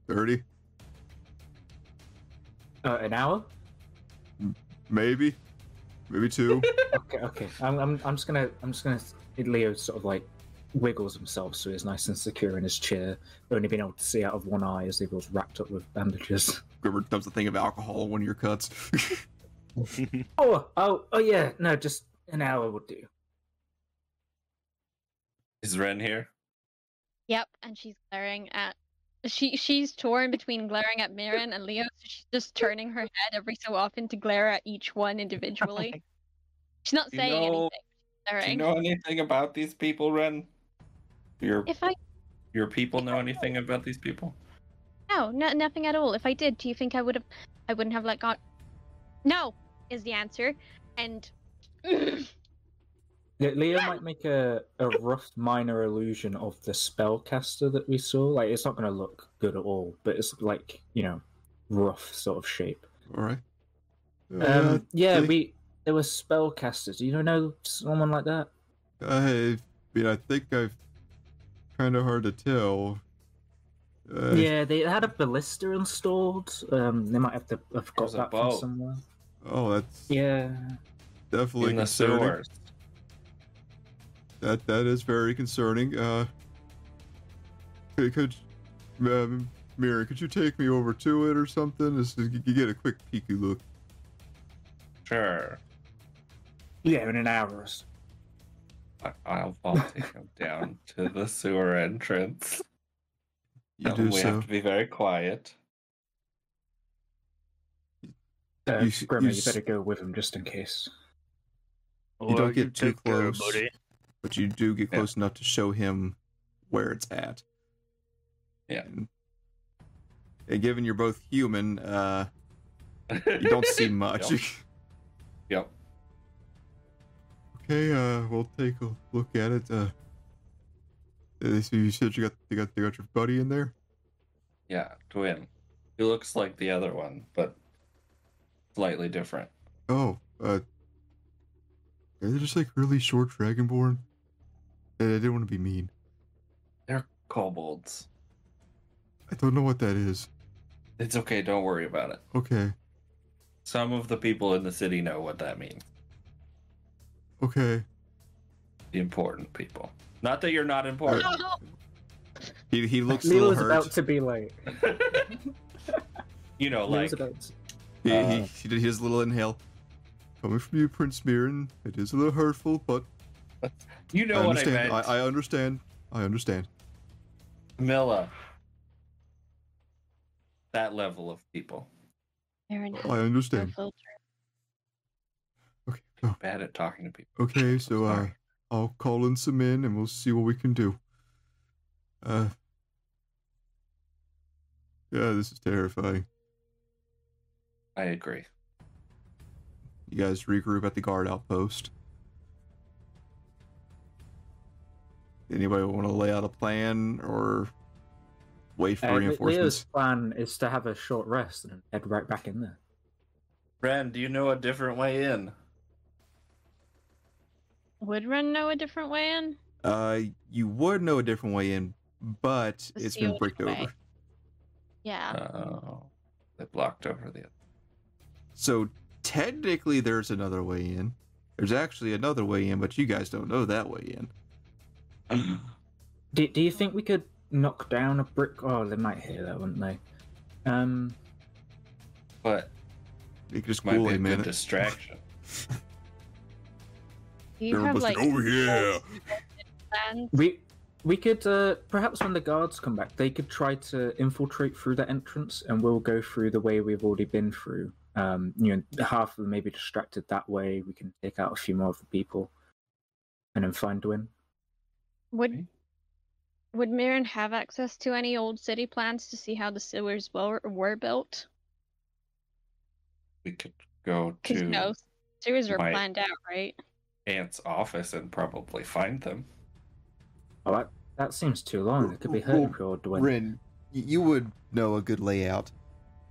Speaker 2: 30,
Speaker 6: uh, an hour?
Speaker 2: maybe, maybe two.
Speaker 6: Okay, okay. I'm, I'm, I'm just gonna, I'm just gonna. Leo sort of like wiggles himself so he's nice and secure in his chair, only being able to see out of one eye as he was wrapped up with bandages.
Speaker 2: Grimmer dumps a thing of alcohol in one of your
Speaker 1: (laughs)
Speaker 2: cuts.
Speaker 6: Oh, oh, oh yeah. No, just an hour would do.
Speaker 5: Is Ren here?
Speaker 3: Yep, and she's glaring at she she's torn between
Speaker 5: (laughs)
Speaker 3: glaring at Mirren and Leo, so she's just turning her head every so often to glare at each one individually. She's
Speaker 5: (laughs)
Speaker 3: not
Speaker 5: Do you
Speaker 3: saying
Speaker 5: know-
Speaker 3: anything.
Speaker 5: Do you
Speaker 3: Glaring.
Speaker 5: know anything about these people, Ren? Do Your
Speaker 3: If I
Speaker 5: your people know anything about these people?
Speaker 3: no, no nothing at all. If I did, do you think I would have I wouldn't have let God No is the answer. And
Speaker 6: Le- Leo might make a, a rough minor illusion of the spellcaster that we saw. Like it's not going to look good at all, but it's like you know, rough sort of shape.
Speaker 2: All right. Uh,
Speaker 6: Um, yeah,
Speaker 2: think-
Speaker 6: we there were spellcasters. Do you know (laughs) someone like that?
Speaker 2: Uh, I mean, I think I've kind of hard to tell. Uh,
Speaker 6: yeah, they had a ballista installed. Um, they might have to have got
Speaker 5: There's a
Speaker 6: that from
Speaker 5: boat.
Speaker 6: somewhere.
Speaker 2: Oh, that's
Speaker 6: Yeah,
Speaker 2: definitely
Speaker 5: in the
Speaker 2: concerning.
Speaker 5: sewers.
Speaker 2: That that is very concerning. Uh, could, could um, Mira, could you take me over to it or something? Just to g- get a quick peeky look.
Speaker 5: Sure.
Speaker 6: yeah, in an hour. Or so.
Speaker 5: I- I'll, I'll take him
Speaker 3: (laughs)
Speaker 5: down to the sewer entrance.
Speaker 2: You
Speaker 5: Tell
Speaker 2: do
Speaker 5: him we
Speaker 2: so.
Speaker 5: have to be very quiet.
Speaker 6: Uh,
Speaker 2: You s-
Speaker 6: Grimmer,
Speaker 2: you
Speaker 6: you,
Speaker 2: s-
Speaker 6: better go with him just in case.
Speaker 2: You
Speaker 1: uh,
Speaker 2: don't get too close.
Speaker 8: buddy.
Speaker 2: But you do get
Speaker 5: Yeah.
Speaker 2: close enough to show him where it's at.
Speaker 5: Yeah.
Speaker 2: And, and given you're both human, uh, you don't
Speaker 5: (laughs)
Speaker 2: see much.
Speaker 5: Yep. Yep.
Speaker 2: Okay, uh, we'll take a look at it. Uh, uh, so you said you got you got you got your buddy in there.
Speaker 5: Yeah, twin. He looks like the other one, but slightly different.
Speaker 2: Oh, uh, they're just like really short dragonborn. And I didn't want to be mean.
Speaker 5: They're kobolds.
Speaker 2: I don't know what that is.
Speaker 5: It's okay, don't worry about it.
Speaker 2: Okay,
Speaker 5: Some of the people in the city know what that means.
Speaker 2: okay.
Speaker 5: The important people. Not that you're not important.
Speaker 2: Alright.
Speaker 3: no,
Speaker 2: He he looks a
Speaker 6: Leo
Speaker 2: little
Speaker 6: was
Speaker 2: hurt.
Speaker 6: about to be like,
Speaker 5: you know,
Speaker 6: Leo
Speaker 5: like
Speaker 6: was about to-
Speaker 2: He, he,
Speaker 5: Uh,
Speaker 2: he did his little inhale. Coming from you, Prince Mirren, it is a little hurtful, but
Speaker 5: (laughs) you know
Speaker 2: I
Speaker 5: what I
Speaker 2: understand.
Speaker 5: meant.
Speaker 2: I, I, understand. I understand.
Speaker 5: Milla. That level of people.
Speaker 3: Mirren has
Speaker 2: I
Speaker 3: no
Speaker 2: understand.
Speaker 3: filter.
Speaker 2: Okay, so,
Speaker 5: Bad at talking to people.
Speaker 2: okay, so uh,
Speaker 5: Sorry.
Speaker 2: I'll call in some men and we'll see what we can do. Uh, yeah, this is terrifying.
Speaker 5: I agree.
Speaker 1: You guys regroup at the guard outpost. Anybody want to lay out a plan or wait for
Speaker 6: Uh, Le- Leo's
Speaker 1: reinforcements?
Speaker 6: plan is to have a short rest and head right back in there.
Speaker 5: Ren, do you know a different way in?
Speaker 3: Would Ren know a different way in?
Speaker 1: Uh, you would know a different way in, but
Speaker 3: The
Speaker 1: it's been
Speaker 3: sealed
Speaker 1: bricked
Speaker 3: way.
Speaker 1: over.
Speaker 3: Yeah.
Speaker 1: (laughs)
Speaker 8: (laughs)
Speaker 5: Oh, they blocked over the.
Speaker 1: So technically, there's another way in. There's actually another way in, but you guys don't know that way in.
Speaker 5: (laughs)
Speaker 6: Do, do you think we could knock down a brick? Oh, they might hear that, wouldn't they? Um,
Speaker 5: But
Speaker 1: You could just
Speaker 5: might
Speaker 1: cool
Speaker 5: be
Speaker 1: a
Speaker 5: a good
Speaker 1: minute.
Speaker 5: distraction.
Speaker 3: Do you
Speaker 1: They're
Speaker 3: have like
Speaker 1: listening, "Oh, yeah."
Speaker 3: plans?
Speaker 6: we we could uh, perhaps when the guards come back, they could try to infiltrate through that entrance, and we'll go through the way we've already been through. Um, you know, half of them may be distracted that way. We can take out a few more of the people, and then find Dwin.
Speaker 3: Would would Marin have access to any old city plans to see how the sewers were, were built?
Speaker 5: we could go
Speaker 3: Because
Speaker 5: to
Speaker 3: no, sewers were
Speaker 5: might-
Speaker 3: planned out, right?
Speaker 5: Ant's office and probably find them.
Speaker 6: Oh, that, that seems too long. It could be her or Dwin.
Speaker 1: Rin, y- you would know a good layout.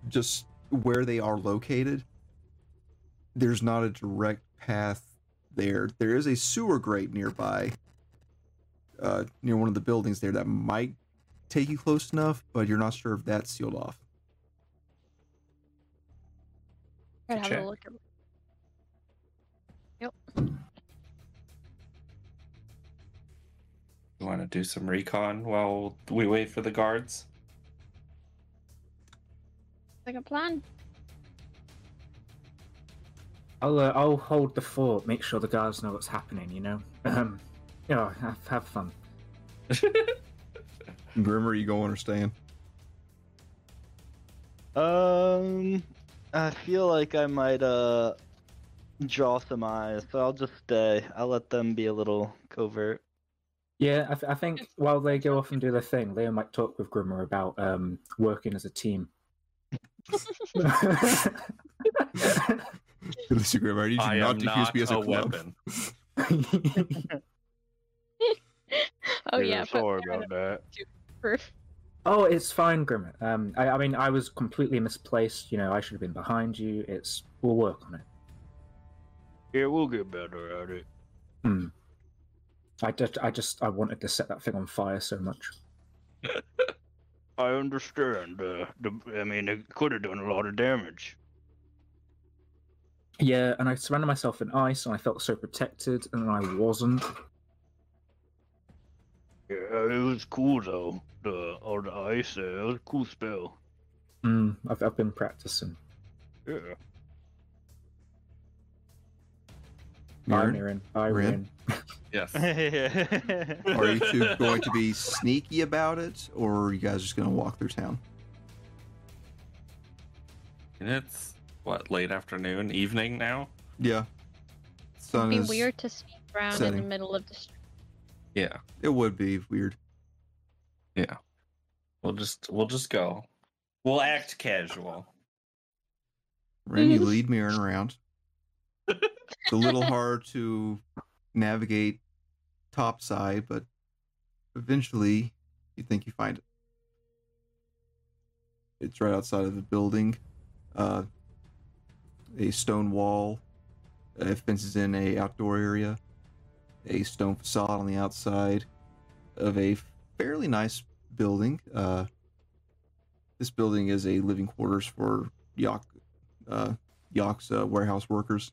Speaker 1: Just where they are located, there's not a direct path there. There is a sewer grate nearby, uh, near one of the buildings there that might take you close enough, but you're not sure if that's sealed off.
Speaker 3: Could have
Speaker 5: check.
Speaker 3: a look at.
Speaker 5: You want to do some recon while we wait for the guards?
Speaker 3: Like a plan.
Speaker 6: I'll uh, I'll hold the fort. Make sure the guards know what's happening. You know, um, you know, have, have fun.
Speaker 1: Grimmer, you going or staying?
Speaker 2: Um, I feel like I might uh draw some eyes, but I'll just stay. I'll let them be a little covert.
Speaker 6: Yeah, I, th- I think while they go off and do their thing, Leo might talk with Grimmer about um, working as a team.
Speaker 1: Listen, Grimmer, you
Speaker 5: I am not a weapon.
Speaker 3: (laughs) Oh yeah, but
Speaker 8: sorry
Speaker 3: Marin
Speaker 8: about that.
Speaker 3: proof.
Speaker 6: oh, it's fine, Grimmer. Um, I, I mean, I was completely misplaced. You know, I should have been behind you. It's we'll work on it.
Speaker 8: Yeah, we'll get better at it.
Speaker 6: Hmm. I just, I just, I wanted to set that thing on fire so much.
Speaker 8: I understand. Uh, the, I mean, it could have done a lot of damage.
Speaker 6: Yeah, and I surrounded myself in ice, and I felt so protected, and I wasn't.
Speaker 8: Yeah, it was cool though. The all the ice there, it was a cool spell.
Speaker 6: Mm, I've, I've been practicing.
Speaker 5: (laughs)
Speaker 8: Yeah.
Speaker 6: I'm
Speaker 1: Marin,
Speaker 6: Mirin. I
Speaker 1: Rin?
Speaker 6: win.
Speaker 2: (laughs)
Speaker 5: Yes.
Speaker 1: are you two
Speaker 6: (laughs)
Speaker 1: going to be sneaky about it, or are you guys just going to walk through town?
Speaker 5: And it's what late afternoon, evening now.
Speaker 1: Yeah. Sun
Speaker 3: It'd
Speaker 1: is-
Speaker 3: be weird to sneak around in
Speaker 1: setting.
Speaker 3: the middle of the street.
Speaker 5: Yeah,
Speaker 1: It would be weird.
Speaker 5: we'll just we'll just go. We'll act casual.
Speaker 1: Ren, you lead Mirren around. it's a little hard to navigate topside, but eventually you think you find it. It's right outside of the building. Uh, a stone wall uh, fences in a outdoor area. A stone facade on the outside of a fairly nice building. Uh, this building is a living quarters for Yak uh, Yawk's uh, warehouse workers.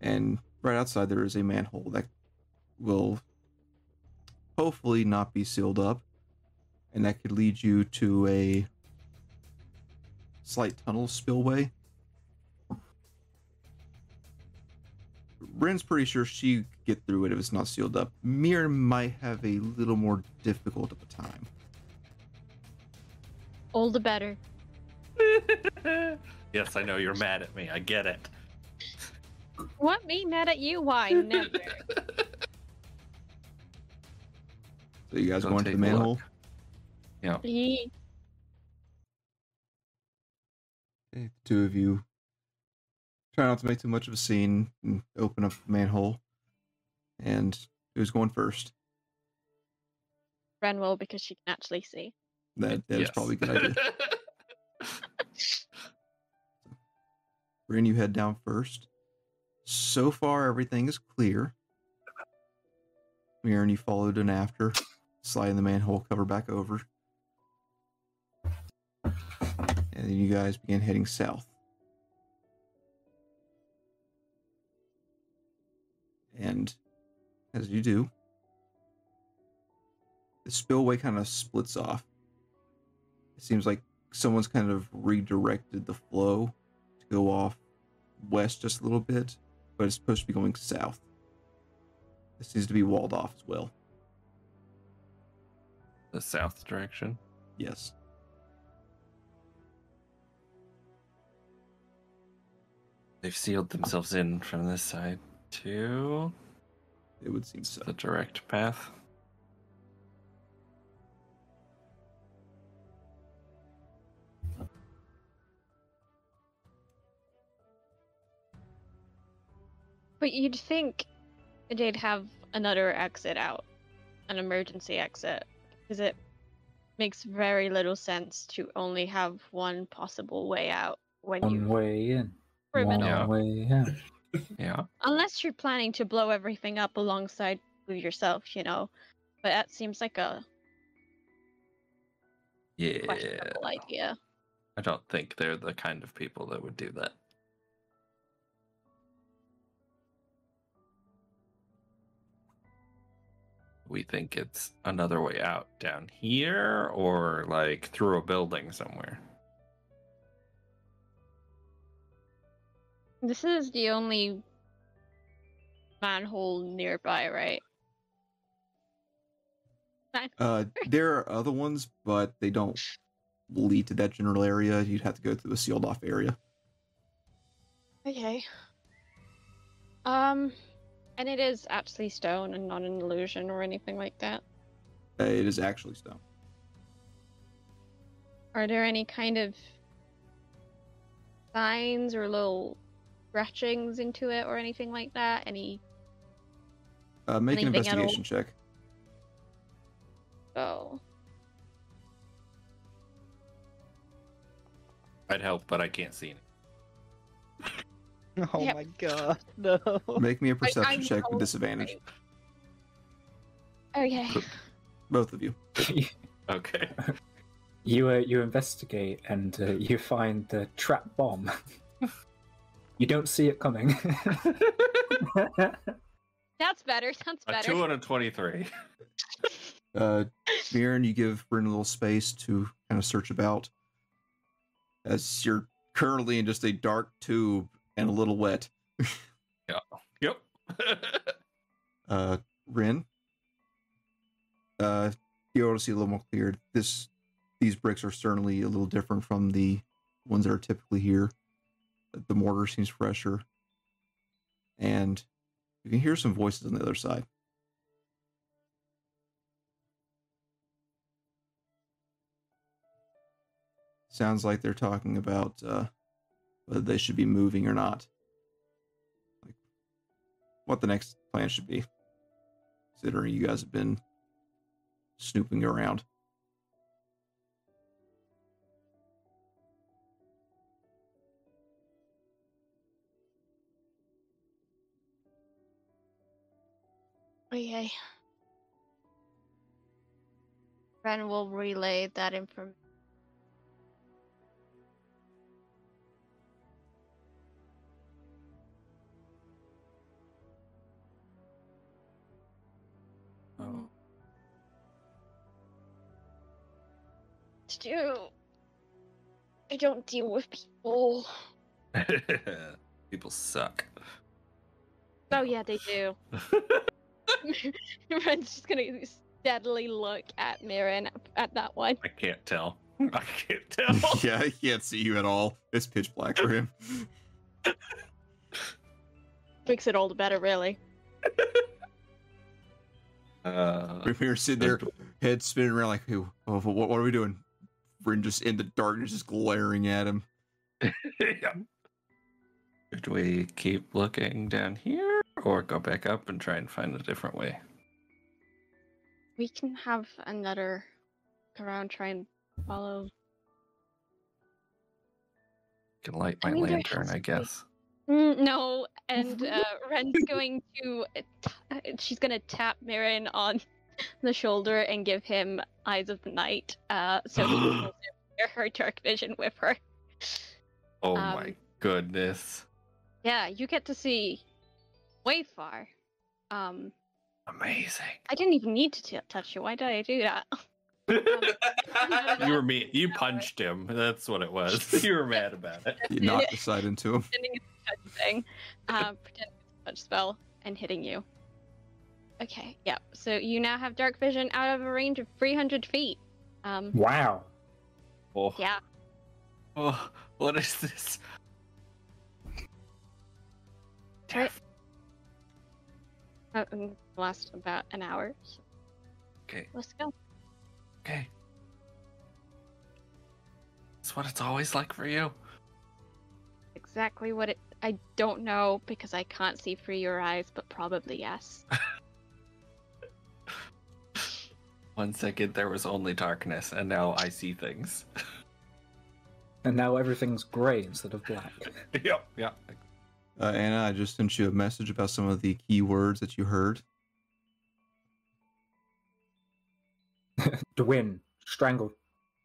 Speaker 1: And right outside there is a manhole that will hopefully not be sealed up. And that could lead you to a slight tunnel spillway. Ren's pretty sure she could get through it if it's not sealed up. Mir might have a little more difficult of a time.
Speaker 3: All the better.
Speaker 5: yes, I know you're mad at me. I get it.
Speaker 3: What me mad at
Speaker 8: (laughs)
Speaker 3: you? Why never?
Speaker 1: So you guys
Speaker 5: Go
Speaker 1: going to the
Speaker 5: take a look.
Speaker 1: manhole?
Speaker 3: Please.
Speaker 1: eh, the two of you try not to make too much of a scene and open up the manhole. And who's going first?
Speaker 3: Ren will because she can actually see.
Speaker 1: That that's
Speaker 5: Yes.
Speaker 1: probably a good idea. Ren, you head down first. So far, everything is clear. Mirren, you followed in after, sliding the manhole cover back over. And then you guys begin heading south. And as you do, the spillway kind of splits off. It seems like someone's kind of redirected the flow to go off west just a little bit, but it's supposed to be going south. This seems to be walled off as well.
Speaker 5: The south direction.
Speaker 1: Yes.
Speaker 5: They've sealed themselves in from this side too.
Speaker 1: It would seem so.
Speaker 5: The direct path.
Speaker 3: But you'd think they'd have another exit out, an emergency exit, because it makes very little sense to only have one possible way out when
Speaker 6: One
Speaker 3: you
Speaker 6: way in, one
Speaker 3: criminal.
Speaker 5: Yeah.
Speaker 6: way out.
Speaker 5: Yeah.
Speaker 3: Unless you're planning to blow everything up alongside with yourself, you know. But that seems like a
Speaker 5: Yeah.
Speaker 3: questionable idea.
Speaker 5: I don't think they're the kind of people that would do that. We think it's another way out down here or like through a building somewhere.
Speaker 3: This is the only manhole nearby, right?
Speaker 1: Uh, there are other ones, but they don't lead to that general area. You'd have to go through a sealed off area.
Speaker 3: Okay. Um, and it is actually stone and not an illusion or anything like that.
Speaker 1: Uh, it is actually stone.
Speaker 3: Are there any kind of signs or little scratchings into it or anything like that? Any?
Speaker 1: Uh, make an
Speaker 3: Anything at all?
Speaker 1: investigation check.
Speaker 3: Oh,
Speaker 5: I'd help, but I can't see anything.
Speaker 8: Oh
Speaker 2: Oh
Speaker 3: Yep.
Speaker 8: my god, no.
Speaker 1: Make me a perception
Speaker 3: I'm
Speaker 1: check
Speaker 3: out.
Speaker 1: with disadvantage.
Speaker 3: okay.
Speaker 1: Both of you.
Speaker 5: (laughs) Okay.
Speaker 6: you uh, you investigate and uh, you find the trap bomb. (laughs) you don't see it coming. (laughs)
Speaker 3: That's better. (laughs) Sounds
Speaker 5: A
Speaker 3: better.
Speaker 5: 2 and a (laughs) 23.
Speaker 1: Uh, Mirren, you give Bryn a little space to kind of search about. As you're currently in just a dark tube and a little wet.
Speaker 5: Yep.
Speaker 1: Uh, Rin, uh, you're able to see a little more clear. This, these bricks are certainly a little different from the ones that are typically here. The mortar seems fresher, and you can hear some voices on the other side. Sounds like they're talking about uh, whether they should be moving or not. Like what the next plan should be, considering you guys have been snooping around.
Speaker 3: Okay. Ren will relay that information.
Speaker 5: Oh.
Speaker 3: To do. I don't deal with people.
Speaker 5: (laughs) People suck.
Speaker 3: Oh yeah, they (laughs) do. Ren's just gonna steadily look at Mirren at that one.
Speaker 5: I can't tell. I can't tell.
Speaker 1: (laughs) yeah, he can't see you at all. It's pitch black
Speaker 5: (laughs)
Speaker 1: for him.
Speaker 3: Makes it all the better, really.
Speaker 5: Uh,
Speaker 1: we were sitting there,
Speaker 5: (laughs)
Speaker 1: head spinning around like, "Hey, oh, what, what are we doing? We're just in the darkness, just glaring at him.
Speaker 5: yeah. Should we keep looking down here or go back up and try and find a different way?
Speaker 3: We can have another around try and follow.
Speaker 5: Can light
Speaker 3: I
Speaker 5: my
Speaker 3: mean, there
Speaker 5: lantern,
Speaker 3: has
Speaker 5: I
Speaker 3: to be.
Speaker 5: guess.
Speaker 3: Mm, no, (laughs) and uh, Ren's going to. uh, t- She's going to tap Marin on the shoulder and give him Eyes of the Night uh, so he can also share her dark vision with her.
Speaker 5: Oh
Speaker 3: Um,
Speaker 5: my goodness.
Speaker 3: Yeah, you get to see way far. Um,
Speaker 5: Amazing.
Speaker 3: I didn't even need to t- touch you. Why did I do that? (laughs)
Speaker 5: You were me. You punched him. That's what it
Speaker 3: (laughs)
Speaker 5: was. You were mad about it.
Speaker 1: (laughs) You knock the side into him.
Speaker 3: pretending it's a touch thing, um, pretending it's a touch spell, and hitting you. Okay, yeah. So you now have dark vision out of a range of 300 feet. Um,
Speaker 6: Wow.
Speaker 5: Oh,
Speaker 3: yeah.
Speaker 5: oh, what is this?
Speaker 3: Uh, mm, last about an hour. so
Speaker 5: Okay,
Speaker 3: Let's go.
Speaker 5: okay. It's what it's always like for you.
Speaker 3: Exactly what it. I don't know because I can't see through your eyes, but probably yes. (laughs)
Speaker 5: One second there was only darkness, and now I see things.
Speaker 6: And now everything's grey instead of black.
Speaker 5: (laughs) yep, yep.
Speaker 1: Uh, Anna, I just sent you a message about some of the key words that you heard.
Speaker 6: Dwin strangled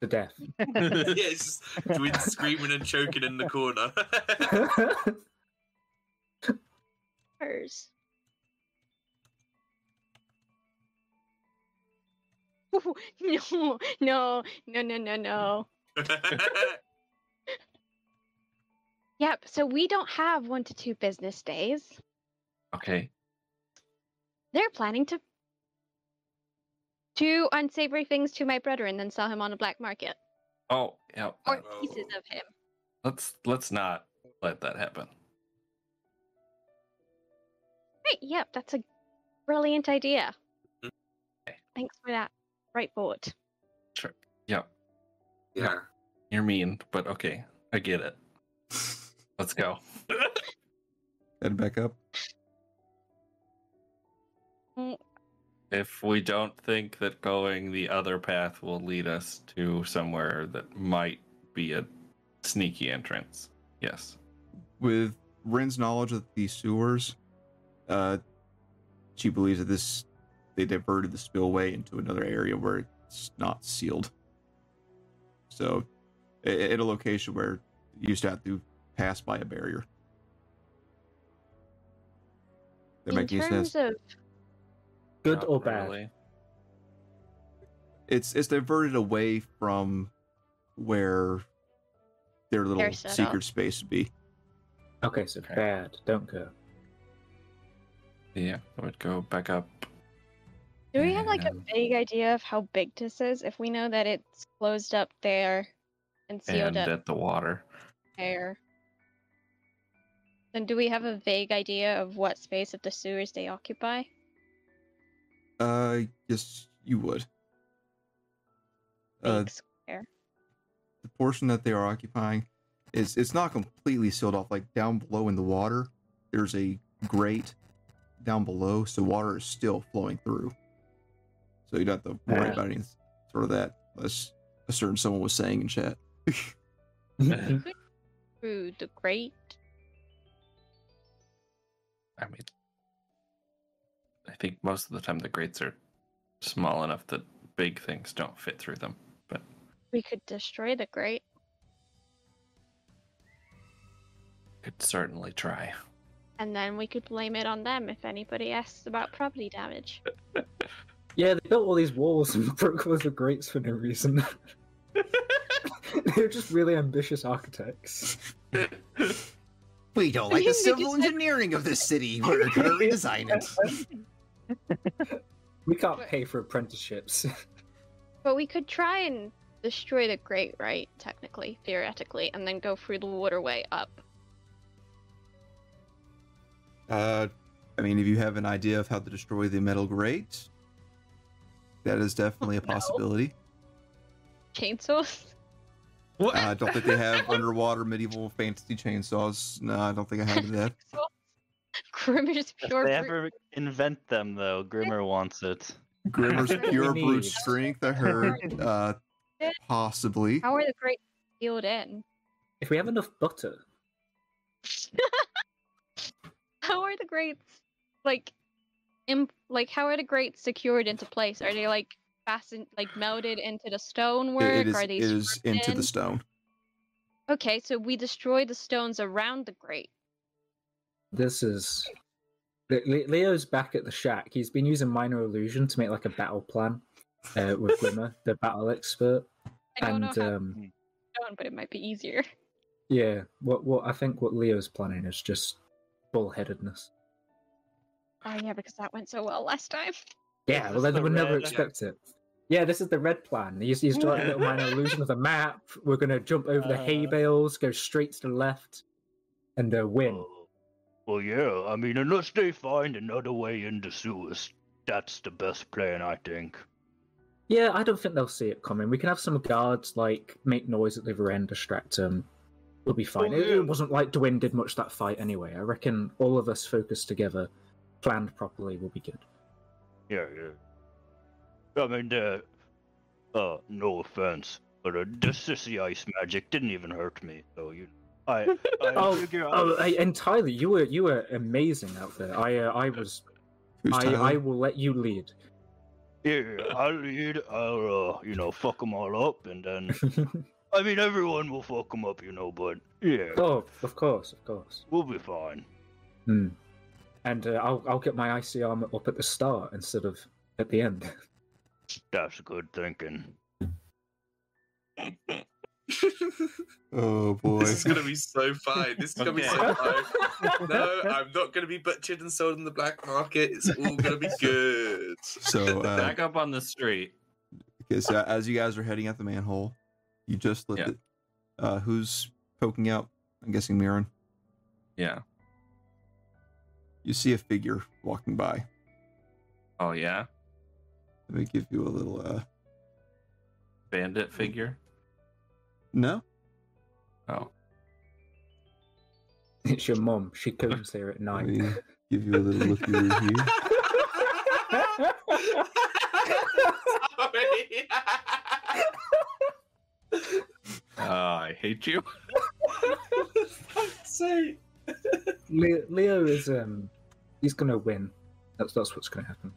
Speaker 6: to death.
Speaker 4: (laughs)
Speaker 6: (laughs)
Speaker 4: yeah, it's just Dwin screaming and choking in the corner. (laughs)
Speaker 3: Hers. no, no, no, no, no, no. Yep. So we don't have one to two business days.
Speaker 5: Okay.
Speaker 3: They're planning to do unsavory things to my brother and then sell him on the black market
Speaker 5: Oh, yep.
Speaker 3: or pieces
Speaker 4: Oh.
Speaker 3: of
Speaker 5: (laughs)
Speaker 3: him.
Speaker 5: Let's let's not let that happen.
Speaker 3: Right. Yep. That's a brilliant idea.
Speaker 4: Mhm.
Speaker 5: Okay.
Speaker 3: Thanks for that. Right board.
Speaker 5: Sure. Yep.
Speaker 4: yeah.
Speaker 5: You're mean, but okay. I get
Speaker 1: (laughs)
Speaker 5: it. Let's go.
Speaker 1: Head back up.
Speaker 5: if we don't think that going the other path will lead us to somewhere that might be a sneaky entrance. Yes.
Speaker 1: with Ren's knowledge of the sewers, uh, she believes that this they diverted the spillway into another area where it's not sealed. So, i- i- at a location where you used to have to pass by a barrier. That
Speaker 3: In
Speaker 1: makes any sense.
Speaker 3: terms of
Speaker 6: Good
Speaker 5: Not
Speaker 6: or bad?
Speaker 5: really.
Speaker 1: it's it's diverted away from where their little
Speaker 3: set up.
Speaker 1: secret space would be.
Speaker 6: Okay, so
Speaker 5: Okay.
Speaker 6: bad. Don't go.
Speaker 5: Yeah, I would go back up.
Speaker 3: Do we have like a
Speaker 5: Um,
Speaker 3: vague idea of how big this is? If we know that it's closed up there and
Speaker 5: and
Speaker 3: sealed up
Speaker 5: at the water.
Speaker 3: there, then do we have a vague idea of what space of the sewers they occupy?
Speaker 1: Uh, yes, you would. Uh,
Speaker 3: Big square.
Speaker 1: the portion that they are occupying is it's not completely sealed off. Like down below in the water, there's a grate down below, so water is still flowing through. So you don't have to worry
Speaker 6: Ah.
Speaker 1: about any sort of that, unless a certain someone was saying in chat.
Speaker 5: I
Speaker 3: Through the grate.
Speaker 5: mean, I think most of the time the grates are small enough that big things don't fit through them.
Speaker 3: We could destroy the grate.
Speaker 5: Could certainly try.
Speaker 3: And then we could blame it on them if anybody asks about property damage.
Speaker 6: yeah, they built all these walls and (laughs) broke all the grates for no reason. (laughs) They're just really ambitious architects.
Speaker 7: We don't
Speaker 3: I
Speaker 7: like
Speaker 3: mean,
Speaker 7: the
Speaker 3: they
Speaker 7: civil
Speaker 3: just-
Speaker 7: engineering of this
Speaker 3: (laughs)
Speaker 7: city. We're gonna redesign it.
Speaker 6: (laughs) We can't pay for apprenticeships. (laughs)
Speaker 3: But we could try and destroy the grate, right? Technically, theoretically, and then go through the waterway up.
Speaker 1: Uh, I mean, if you have an idea of how to destroy the metal grate, that is definitely a
Speaker 3: No.
Speaker 1: possibility.
Speaker 3: Chainsaws? (laughs)
Speaker 1: Uh, I don't think they have underwater medieval fantasy chainsaws. No, I don't think I have
Speaker 3: (laughs)
Speaker 1: that.
Speaker 3: Grimmer's
Speaker 8: If
Speaker 3: pure
Speaker 8: they
Speaker 3: brute
Speaker 8: ever invent them, though, Grimmer wants it. (laughs)
Speaker 1: Grimmer's
Speaker 3: That's what
Speaker 1: pure
Speaker 6: we
Speaker 1: brute
Speaker 6: need.
Speaker 1: strength. I heard uh, possibly.
Speaker 3: How are the great sealed in?
Speaker 6: If we have enough butter,
Speaker 3: How are the greats like, imp- like how are the greats secured into place? Are they like fastened, like melted into the stonework?
Speaker 1: It- it is,
Speaker 3: are
Speaker 1: it
Speaker 3: they
Speaker 1: is
Speaker 3: screwed
Speaker 1: into
Speaker 3: in?
Speaker 1: the
Speaker 3: (laughs)
Speaker 1: stone.
Speaker 3: Okay, so we destroy the stones around the grate.
Speaker 6: this is. Le- Le- Leo's back at the shack. He's been using minor illusion to make like a battle plan uh, with Glimmer, the battle expert.
Speaker 3: I
Speaker 6: and
Speaker 3: don't know how Hmm. to
Speaker 6: um,
Speaker 3: stone, but it might be easier.
Speaker 6: yeah, what what I think what Leo's planning is just bullheadedness.
Speaker 3: Oh yeah, because that went so well last time.
Speaker 6: Yeah,
Speaker 8: Is
Speaker 6: well,
Speaker 8: this
Speaker 6: they
Speaker 8: the
Speaker 6: would never
Speaker 8: red-
Speaker 6: expect it. Yeah, this is the red plan. He's, he's drawing a little
Speaker 8: (laughs)
Speaker 6: minor illusion of the map. We're going to jump over the hay
Speaker 8: Uh.
Speaker 6: bales, go straight to the left, and uh, win.
Speaker 8: Oh. Well, yeah, I mean, unless they find another way into sewers, that's the best plan, I think.
Speaker 6: Yeah, I don't think they'll see it coming. We can have some guards, like, make noise at the other end, distract them. We'll be fine.
Speaker 8: Oh,
Speaker 6: It,
Speaker 8: yeah.
Speaker 6: it wasn't like Dwayne did much that fight anyway. I reckon all of us focused together, planned properly, will be good.
Speaker 8: Yeah, yeah. I mean, uh, uh, no offense, but uh, the sissy ice magic didn't even hurt me, so you. I, I
Speaker 6: (laughs) Oh,
Speaker 8: figure I-
Speaker 6: Oh, I, entirely. You were you were amazing out there. I uh, I was.
Speaker 1: Who's
Speaker 6: I,
Speaker 1: Tyler?
Speaker 6: I will let you lead.
Speaker 8: Yeah, I'll lead. I'll, uh, you know, fuck them all up,
Speaker 6: (laughs)
Speaker 8: and then. I mean, everyone will fuck them up, you know, but yeah,
Speaker 6: oh, of course, of course.
Speaker 8: we'll be fine.
Speaker 6: Hmm. And uh, I'll I'll get my icy armor up at the start instead of at the end.
Speaker 8: That's good thinking.
Speaker 1: Oh boy.
Speaker 4: This is gonna be so fine. This is gonna be so
Speaker 5: Okay.
Speaker 4: fine. No, I'm not gonna be butchered and sold in the black market. It's all gonna be good.
Speaker 1: so, uh,
Speaker 5: Back up on the (laughs) street.
Speaker 1: okay, so as you guys are heading out the manhole, you just lit
Speaker 5: Yeah.
Speaker 1: it. Uh, who's poking out? I'm guessing Mirren.
Speaker 5: Yeah.
Speaker 1: You see a figure walking by.
Speaker 5: Oh yeah.
Speaker 1: Let me give you a little. uh
Speaker 5: Bandit figure.
Speaker 1: No,
Speaker 5: Oh.
Speaker 6: (laughs) it's your mum. She comes here at
Speaker 1: let
Speaker 6: night.
Speaker 1: me give you a little
Speaker 6: (laughs)
Speaker 1: looky here.
Speaker 4: Oh Sorry.
Speaker 5: Oh, I hate you.
Speaker 4: Fuck's sake.
Speaker 6: Leo, Leo is um, he's gonna win. That's that's what's gonna happen.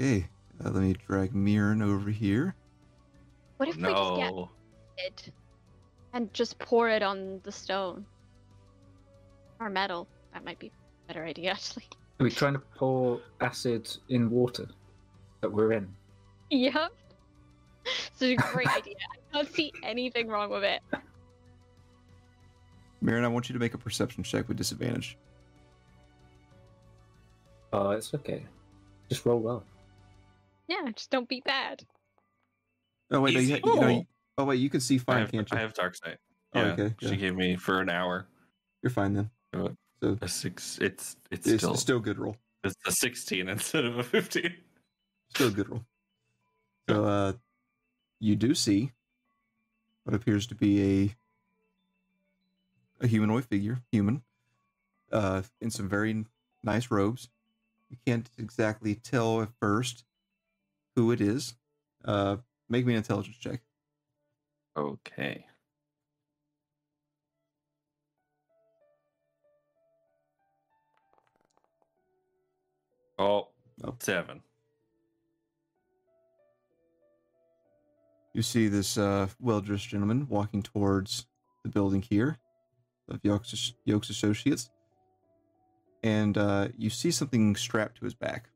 Speaker 1: Okay, uh, let me drag Mirren over here.
Speaker 3: What if we just get
Speaker 5: No.
Speaker 3: it and just pour it on the stone or metal? That might be a better idea actually. (laughs)
Speaker 6: Are we trying to pour acid in water that we're in?
Speaker 3: Yep. It's a
Speaker 1: (laughs)
Speaker 3: great idea. I don't see anything wrong with it.
Speaker 1: Mirren, I want you to make a perception check with disadvantage.
Speaker 6: Oh, it's okay. Just roll well.
Speaker 3: Yeah, just don't be bad.
Speaker 1: Oh wait, no, you,
Speaker 4: Easy.
Speaker 1: ha- you know,
Speaker 5: Oh.
Speaker 1: you- oh wait, you can see
Speaker 5: I
Speaker 1: fine,
Speaker 5: have,
Speaker 1: can't you?
Speaker 5: I have dark sight.
Speaker 1: Oh,
Speaker 5: Yeah,
Speaker 1: okay,
Speaker 5: she
Speaker 1: yeah.
Speaker 5: gave me for an hour.
Speaker 1: You're fine then.
Speaker 5: Uh,
Speaker 1: So
Speaker 5: A six. It's it's,
Speaker 1: it's, it's
Speaker 5: still,
Speaker 1: still, good roll.
Speaker 5: it's a sixteen (laughs) instead of a fifteen.
Speaker 1: Still good roll. So uh, you do see what appears to be a a humanoid figure, human, uh, in some very nice robes. You can't exactly tell at first who it is. Uh, make me an intelligence check.
Speaker 5: Okay. Oh,
Speaker 1: Oh.
Speaker 5: seven.
Speaker 1: you see this uh, well-dressed gentleman walking towards the building here of Yokes, Yokes Associates, and uh, you see something strapped to his back.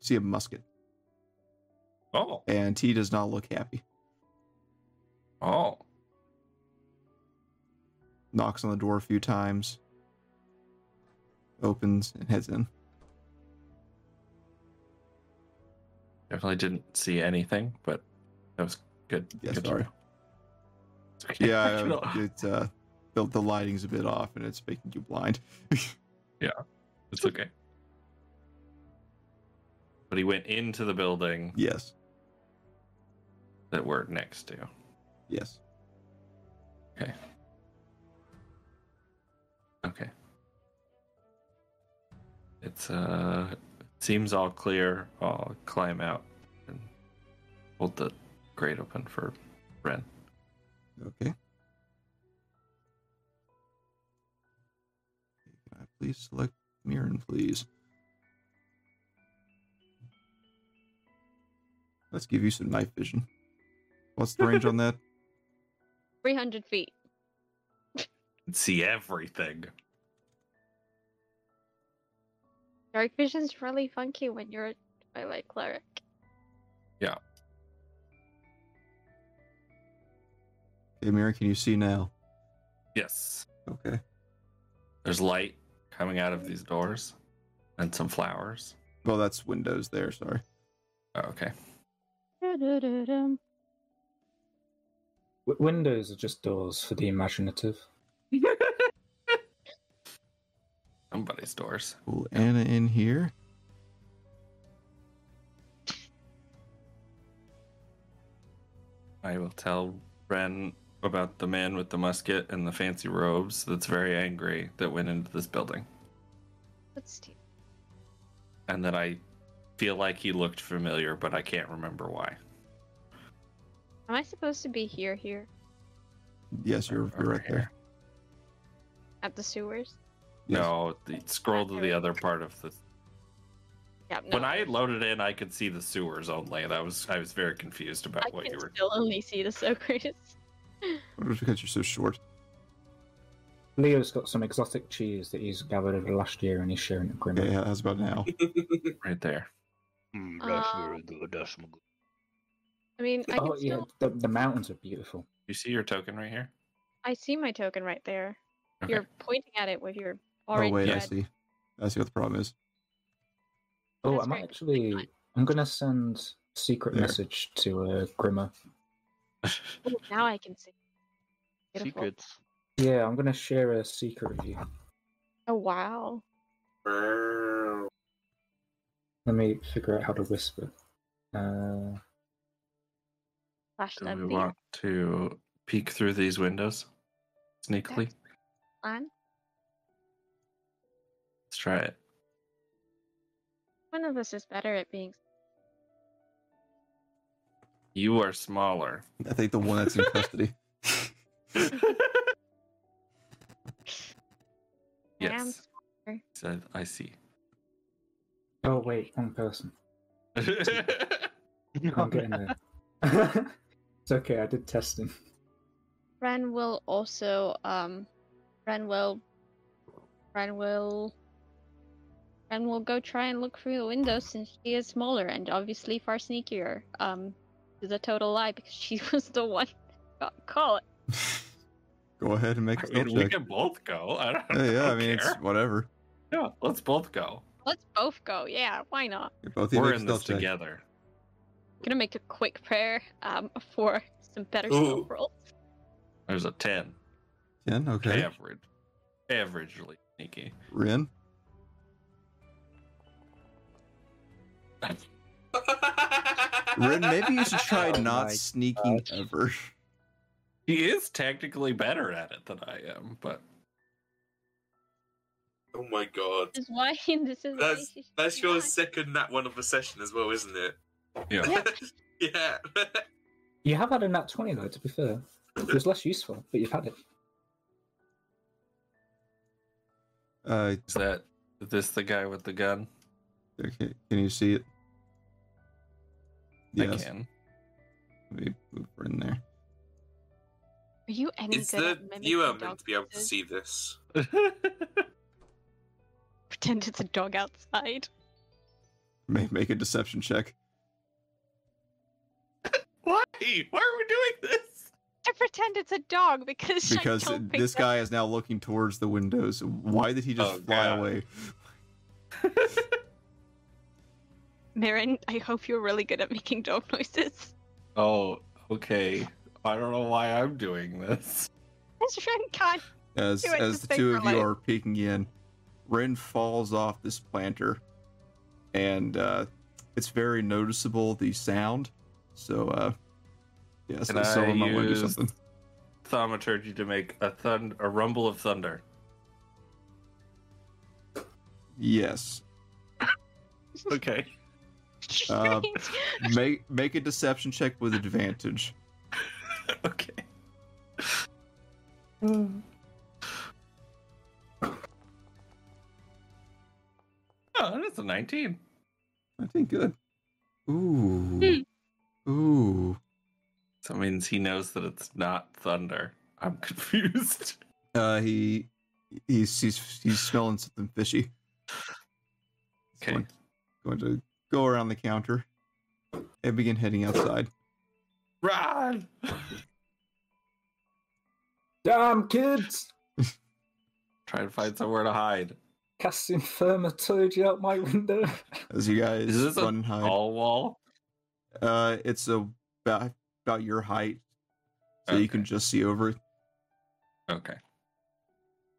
Speaker 1: See a musket,
Speaker 5: Oh,
Speaker 1: and he does not look happy.
Speaker 5: oh.
Speaker 1: Knocks on the door a few times, opens and heads in.
Speaker 5: Definitely didn't see anything, but that was good.
Speaker 1: Yeah,
Speaker 5: good to
Speaker 1: sorry.
Speaker 5: know. It's okay. (laughs)
Speaker 1: Yeah,
Speaker 5: No,
Speaker 1: it's uh, the, the lighting's a bit off, and it's making you blind.
Speaker 5: it's okay. but he went into the building
Speaker 1: Yes.
Speaker 5: that we're next to.
Speaker 1: Yes.
Speaker 5: Okay. It's uh seems all clear. I'll climb out and hold the grate open for Ren.
Speaker 1: Okay. Can I please select Mirren, please? Let's give you some night vision. What's the range
Speaker 5: (laughs)
Speaker 1: on that?
Speaker 3: 300 feet.
Speaker 5: And see everything.
Speaker 3: Dark vision's really funky when you're a Twilight cleric.
Speaker 1: Hey, Mirren, can you see now?
Speaker 5: Yes.
Speaker 1: Okay.
Speaker 5: There's light coming out of these doors and some flowers.
Speaker 1: Well, that's windows there, sorry.
Speaker 5: Oh, okay.
Speaker 3: Du-du-du-dum.
Speaker 6: W- windows are just doors for the imaginative.
Speaker 5: Somebody's doors.
Speaker 1: Pull Anna in here.
Speaker 5: I will tell Ren about the man with the musket and the fancy robes that's very angry that went into this building.
Speaker 3: Let's see.
Speaker 5: and that I feel like he looked familiar, but I can't remember why.
Speaker 3: Am I supposed to be here, here?
Speaker 1: Yes, you're, you're right there.
Speaker 3: At the sewers?
Speaker 1: Yes.
Speaker 5: No, the, scroll to the other part of the.
Speaker 3: Yeah, no.
Speaker 5: When I loaded in, I could see the sewers only. That was I was very confused about
Speaker 3: I
Speaker 5: what
Speaker 3: can
Speaker 5: you were.
Speaker 3: still only see the sewers.
Speaker 1: Just because you're so short.
Speaker 6: Leo's got some exotic cheese that he's gathered over the last year and he's sharing it
Speaker 1: Okay,
Speaker 6: grimly.
Speaker 1: yeah, that's about
Speaker 3: (laughs)
Speaker 1: now.
Speaker 5: Right there.
Speaker 8: Mm, that's
Speaker 3: Um,
Speaker 8: very good. That's very good.
Speaker 3: I mean, I
Speaker 6: oh
Speaker 3: can
Speaker 6: yeah,
Speaker 3: still.
Speaker 6: the, the mountains are beautiful.
Speaker 5: You see your token right here.
Speaker 3: I see my token right there.
Speaker 5: Okay.
Speaker 3: You're pointing at it with your
Speaker 1: Oh
Speaker 3: orange.
Speaker 1: wait, I
Speaker 3: red.
Speaker 1: see. I see what the problem is.
Speaker 6: Oh,
Speaker 3: That's
Speaker 6: I'm
Speaker 3: very good.
Speaker 6: actually I'm gonna send a secret
Speaker 1: There.
Speaker 6: message to uh, Grimmer.
Speaker 3: Ooh, Oh, now I can see. Beautiful.
Speaker 8: Secrets.
Speaker 6: Yeah, I'm gonna share a secret with you.
Speaker 3: Oh wow.
Speaker 4: Brrr.
Speaker 6: Let me figure out how to whisper. Uh,
Speaker 3: Flash
Speaker 5: Do we
Speaker 3: them.
Speaker 5: want to peek through these windows sneakily?
Speaker 3: I'm
Speaker 5: Let's try it.
Speaker 3: One of us is better at being.
Speaker 5: You are smaller.
Speaker 1: I think the one that's in
Speaker 5: (laughs)
Speaker 1: custody.
Speaker 5: yes, so I see.
Speaker 6: oh wait, one
Speaker 5: (laughs)
Speaker 6: person. I'm getting there. (laughs) it's okay. I did test him.
Speaker 3: Ren will also um, Ren will, Ren will, Ren will go try and look through the window since she is smaller and obviously far sneakier. Um, is a total lie because she (laughs) was the one who got caught.
Speaker 1: Go ahead and make a
Speaker 5: I
Speaker 1: stealth
Speaker 5: mean, we
Speaker 1: check.
Speaker 5: can both go. (laughs) I don't,
Speaker 1: Yeah, yeah, I mean,
Speaker 5: care.
Speaker 1: it's whatever.
Speaker 5: Yeah, let's both go.
Speaker 3: Let's both go. Yeah, why not?
Speaker 1: You're both
Speaker 5: We're
Speaker 1: make a
Speaker 5: in this
Speaker 1: stealth check.
Speaker 5: together.
Speaker 3: gonna make a quick prayer um for some better
Speaker 4: Ooh.
Speaker 3: skill rolls.
Speaker 5: There's a 10.
Speaker 1: Ten, okay.
Speaker 5: Average. Averagely sneaky.
Speaker 1: Rin, Rin, maybe you should try
Speaker 4: Oh
Speaker 1: not
Speaker 8: my
Speaker 1: sneaking ever. (laughs)
Speaker 5: He is technically better at it than I am, but
Speaker 4: Oh my god.
Speaker 3: This is why. (laughs) This is why
Speaker 4: That's-
Speaker 3: she should
Speaker 4: That's
Speaker 3: be
Speaker 4: your
Speaker 3: mine.
Speaker 4: second nat one of the session as well, isn't it?
Speaker 5: yeah.
Speaker 4: (laughs)
Speaker 3: Yeah.
Speaker 4: yeah.
Speaker 6: You have had a nat twenty though. To be fair, it was less useful, but you've had it.
Speaker 1: Uh,
Speaker 5: Is that is this the guy with the gun?
Speaker 1: okay, can you see it?
Speaker 5: I can.
Speaker 1: Let me move Rin there.
Speaker 3: Are you any
Speaker 4: it's
Speaker 3: good
Speaker 4: the
Speaker 3: at mimicking
Speaker 4: you are
Speaker 3: dog
Speaker 4: meant to be able to
Speaker 3: voices?
Speaker 4: see
Speaker 5: (laughs)
Speaker 4: this.
Speaker 3: Pretend it's a dog outside.
Speaker 1: Make, make a deception check.
Speaker 5: Why? Why are we doing this?
Speaker 3: I pretend it's a dog because
Speaker 1: Because
Speaker 3: I don't pick
Speaker 1: this
Speaker 3: them-
Speaker 1: guy is now looking towards the windows. Why did he just
Speaker 5: Oh,
Speaker 1: fly
Speaker 5: God.
Speaker 1: away?
Speaker 3: Marin, I hope you're really good at making dog noises. (laughs)
Speaker 5: Oh, okay. I don't know why I'm doing this.
Speaker 3: This Ren can't.
Speaker 1: As
Speaker 3: Do it,
Speaker 1: as
Speaker 3: just
Speaker 1: the
Speaker 3: stay
Speaker 1: two
Speaker 3: for
Speaker 1: of you
Speaker 3: life.
Speaker 1: are peeking in, Rin falls off this planter, and uh, It's very noticeable the sound. So uh yeah, so
Speaker 5: Can
Speaker 1: someone
Speaker 5: I
Speaker 1: might want to do
Speaker 5: use-
Speaker 1: something.
Speaker 5: Thaumaturgy to make a thund- a rumble of thunder.
Speaker 1: Yes.
Speaker 5: Okay.
Speaker 1: Uh, Make make a deception check with advantage.
Speaker 5: okay. Oh, that's a 19.
Speaker 1: I think good. Ooh. Ooh.
Speaker 5: So that means he knows that it's not thunder. I'm (laughs) confused.
Speaker 1: Uh he he's he's he's smelling something fishy.
Speaker 5: Okay.
Speaker 1: Fine. Going to go around the counter and begin heading outside.
Speaker 5: Run!
Speaker 6: Damn kids!
Speaker 5: (laughs) Try to find somewhere to hide.
Speaker 6: Casting thermaturgy out my window. (laughs)
Speaker 1: As you guys
Speaker 5: Is this a
Speaker 1: run and hide.
Speaker 5: All wall?
Speaker 1: Uh, it's about about your height, so you can
Speaker 5: Okay.
Speaker 1: just see over it.
Speaker 5: Okay.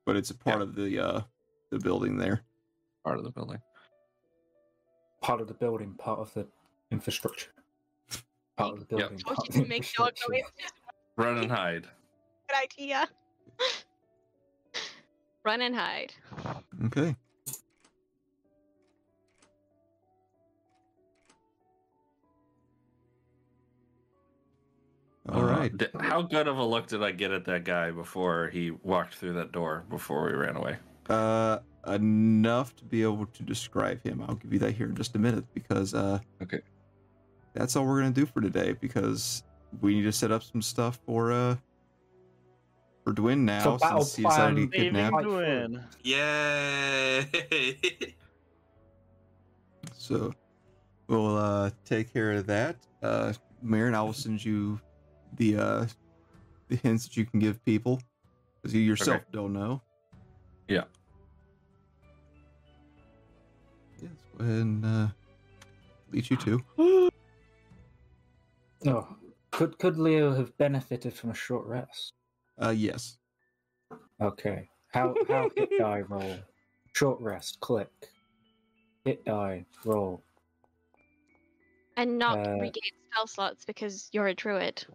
Speaker 1: But it's a part of the uh the building there.
Speaker 5: Part of the building.
Speaker 6: part of the building, part of the infrastructure. Part of the
Speaker 5: Yep.
Speaker 6: building. part of the
Speaker 3: to make
Speaker 1: (laughs)
Speaker 3: dog
Speaker 6: infrastructure.
Speaker 3: noises.
Speaker 5: Run and hide.
Speaker 3: Good idea. (laughs) Run and hide.
Speaker 1: Okay. All
Speaker 5: Uh,
Speaker 1: right.
Speaker 5: d- how good of a look did I get at that guy before he walked through that door before we ran away?
Speaker 1: Uh, enough to be able to describe him. I'll give you that here in just a minute because uh,
Speaker 5: Okay.
Speaker 1: that's all we're gonna do for today because we need to set up some stuff for uh for Dwin now
Speaker 6: battle
Speaker 1: since he decided to
Speaker 6: plan.
Speaker 1: get kidnapped.
Speaker 6: Fight
Speaker 8: Edwin.
Speaker 4: Yay!
Speaker 1: So we'll uh, take care of that. Uh, Marin, I will send you the uh, the hints that you can give people because you yourself
Speaker 5: Okay.
Speaker 1: don't know.
Speaker 5: Yeah.
Speaker 1: Yes. Go ahead and uh, lead you to.
Speaker 6: Oh, could could Leo have benefited from a short rest?
Speaker 1: Uh, yes.
Speaker 6: Okay. How how hit die roll? Short rest, click. Hit die roll.
Speaker 3: And not
Speaker 6: Uh,
Speaker 3: regain spell slots because you're
Speaker 6: (laughs)
Speaker 3: a druid.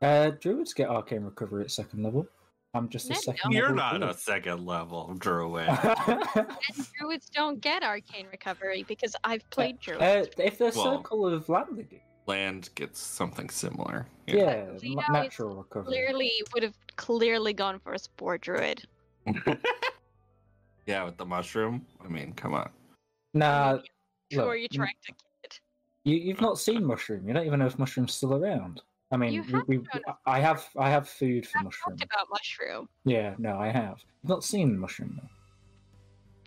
Speaker 6: Uh, druids get arcane recovery at second level. I'm just a
Speaker 3: No,
Speaker 6: second.
Speaker 5: You're
Speaker 6: level
Speaker 5: not a
Speaker 6: druid.
Speaker 5: second level
Speaker 6: (laughs)
Speaker 5: druid.
Speaker 3: And druids don't get arcane recovery because I've played druid.
Speaker 6: uh, if they're
Speaker 5: Well-
Speaker 6: circle of land, they do.
Speaker 5: Land gets something similar.
Speaker 6: Yeah, ma-
Speaker 3: But Leo is
Speaker 6: natural recovery.
Speaker 3: clearly would have clearly gone for a spore druid.
Speaker 5: yeah, with the mushroom. I mean, come on.
Speaker 6: Nah,
Speaker 3: Who are
Speaker 6: look,
Speaker 3: you
Speaker 6: mm.
Speaker 3: trying to
Speaker 6: You, you've not seen mushroom. You don't even know if mushroom's still around. I mean,
Speaker 3: have
Speaker 6: we, we,
Speaker 3: known of-
Speaker 6: I have I have food for mushroom.
Speaker 3: talk about mushroom?
Speaker 6: Yeah, no, I have. You've not seen mushroom. Though.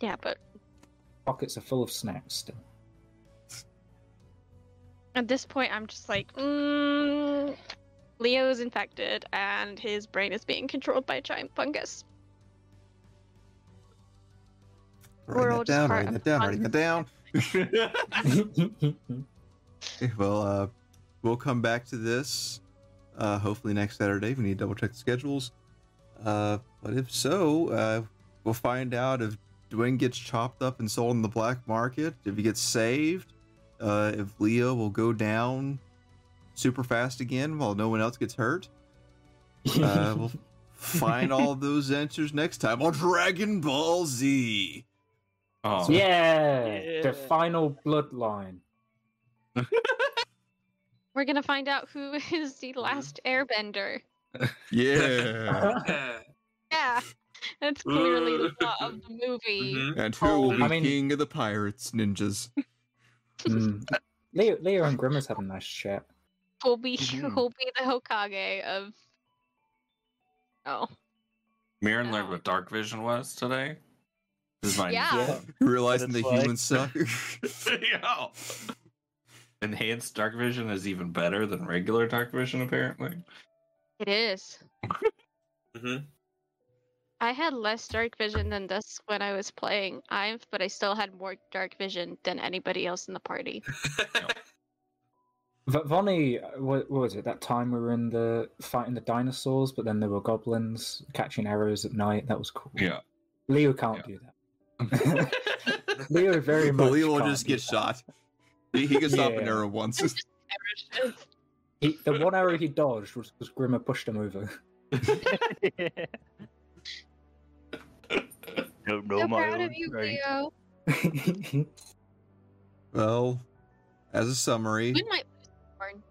Speaker 3: Yeah, but
Speaker 6: Pockets are full of snacks still.
Speaker 3: at this point, I'm just like, mm, Leo is infected and his brain is being controlled by a giant fungus. We're all
Speaker 1: Writing that
Speaker 3: just
Speaker 1: down.
Speaker 3: part
Speaker 1: Writing
Speaker 3: of
Speaker 1: that down.
Speaker 3: the
Speaker 1: Writing that down. Okay, well, uh, we'll come back to this. Uh, hopefully next Saturday. We need to double check the schedules. Uh, but if so, uh, we'll find out if Dwayne gets chopped up and sold in the black market. If he gets saved. Uh, if Leo will go down super fast again while no one else gets hurt. Uh, we'll find all of those answers next time on Dragon Ball Z.
Speaker 5: Oh.
Speaker 6: yeah,
Speaker 8: Yeah.
Speaker 6: the final bloodline.
Speaker 3: We're gonna find out who (laughs) is the last airbender.
Speaker 1: Yeah.
Speaker 5: (laughs)
Speaker 4: Yeah.
Speaker 3: Yeah, (laughs) that's clearly the plot of the movie.
Speaker 4: Mhm.
Speaker 5: Hmm?
Speaker 1: and who
Speaker 3: Oh,
Speaker 5: Oh.
Speaker 1: will be
Speaker 6: I mean-
Speaker 1: king of the pirates, ninjas?
Speaker 6: Mm. Leo, Leo and Grimmer's had a nice chat.
Speaker 3: Will (laughs) be
Speaker 5: Mhm.
Speaker 3: will be the Hokage of. Oh
Speaker 5: Mirren learned what dark vision was today. This is my
Speaker 3: yeah,
Speaker 1: Realizing the
Speaker 8: it's like-
Speaker 1: humans suck.
Speaker 5: Yeah. Enhanced dark vision is even better than regular dark vision, apparently.
Speaker 3: it is.
Speaker 4: Mhm.
Speaker 3: I had less dark vision than this when I was playing I've, but I still had more dark vision than anybody else in the
Speaker 1: (laughs)
Speaker 3: party.
Speaker 6: V- Vonnie, uh, what, what was it? That time we were in the fighting the dinosaurs, but then there were goblins catching arrows at night. That was cool.
Speaker 5: (laughs) Yeah.
Speaker 6: Leo can't do that. Leo very much.
Speaker 1: Leo will (laughs)
Speaker 6: can't
Speaker 1: just
Speaker 6: do
Speaker 1: get
Speaker 6: that.
Speaker 1: shot. He, he can stop an
Speaker 6: Yeah. (laughs)
Speaker 1: arrow once.
Speaker 6: He, the one arrow he dodged was because Grimmer pushed him
Speaker 8: (laughs)
Speaker 6: over.
Speaker 8: Don't know
Speaker 3: so
Speaker 8: my
Speaker 3: proud
Speaker 8: own
Speaker 3: of you,
Speaker 8: strength.
Speaker 3: Leo.
Speaker 1: well, as a summary,
Speaker 3: We might lose Thorn.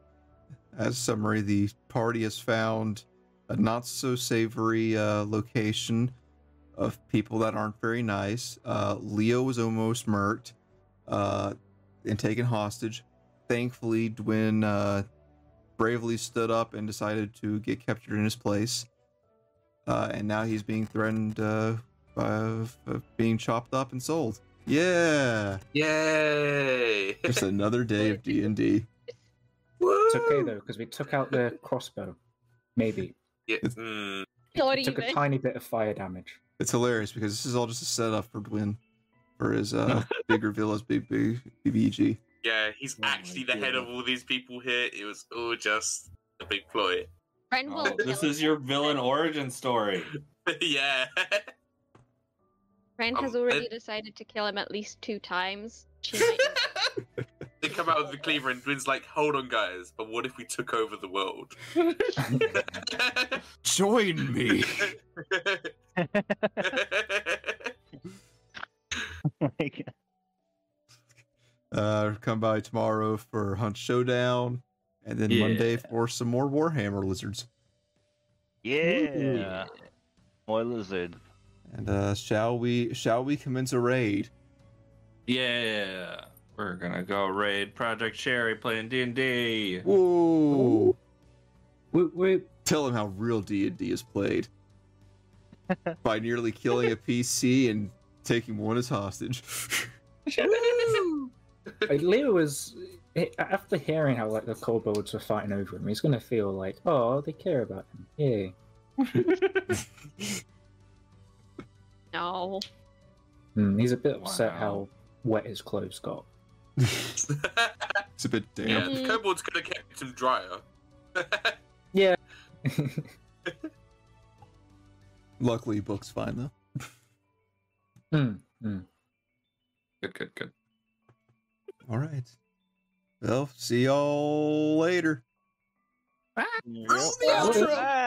Speaker 1: as summary, the party has found a not so savory uh, location of people that aren't very nice. Uh, Leo was almost murked uh, and taken hostage. Thankfully, Dwin uh, bravely stood up and decided to get captured in his place. Uh, and now he's being threatened uh, of, of being chopped up and sold. Yeah,
Speaker 4: Yay!
Speaker 1: it's another day of D and D.
Speaker 6: it's okay
Speaker 4: Woo!
Speaker 6: though because we took out
Speaker 3: (laughs)
Speaker 6: the crossbow. Maybe
Speaker 4: Yeah, mm,
Speaker 3: Not
Speaker 6: it took a
Speaker 8: (laughs)
Speaker 3: even.
Speaker 6: tiny (laughs) bit of fire
Speaker 3: (laughs)
Speaker 6: damage.
Speaker 1: It's hilarious because this is all just a setup for Dwin for his uh, bigger villa's big big BBG.
Speaker 4: yeah, he's
Speaker 5: Oh my
Speaker 4: actually the head of
Speaker 5: goodness.
Speaker 4: all these people here. It was all just a big ploy.
Speaker 3: Friend will
Speaker 5: Oh, this
Speaker 3: kill
Speaker 5: is your villain origin story.
Speaker 4: yeah.
Speaker 3: Rand has
Speaker 4: Um,
Speaker 3: already
Speaker 4: it-
Speaker 3: decided to kill him at least two times. She might
Speaker 4: they come out with the cleaver and Dwin's like, hold on guys, but what if we took over the world?
Speaker 1: (laughs) Join me.
Speaker 6: Oh
Speaker 8: Like,
Speaker 1: Uh, come by tomorrow for Hunt Showdown, and then Monday for some more Warhammer lizards.
Speaker 8: yeah. More lizard.
Speaker 1: And uh, shall we shall we commence a raid?
Speaker 5: Yeah, we're gonna go raid Project Cherry playing D and D.
Speaker 1: Whoa!
Speaker 6: Woo, woo.
Speaker 1: Tell him how real D and D is played by nearly killing a PC and taking one as hostage.
Speaker 6: Like, Leo is after hearing how like the kobolds were fighting over him, he's gonna feel like, oh, they care about him. Yeah.
Speaker 3: know.
Speaker 6: Mm, he's a bit upset
Speaker 5: Wow.
Speaker 6: how wet his clothes
Speaker 1: (laughs)
Speaker 6: got.
Speaker 1: it's a bit damp.
Speaker 4: yeah, the
Speaker 3: Mm.
Speaker 4: kobolds could have kept him drier.
Speaker 1: (laughs) Luckily, book's fine though.
Speaker 6: Mm, mm.
Speaker 5: Good, good, good.
Speaker 1: All right. Well, see y'all later.
Speaker 8: Yep.
Speaker 1: outro.
Speaker 8: Bye.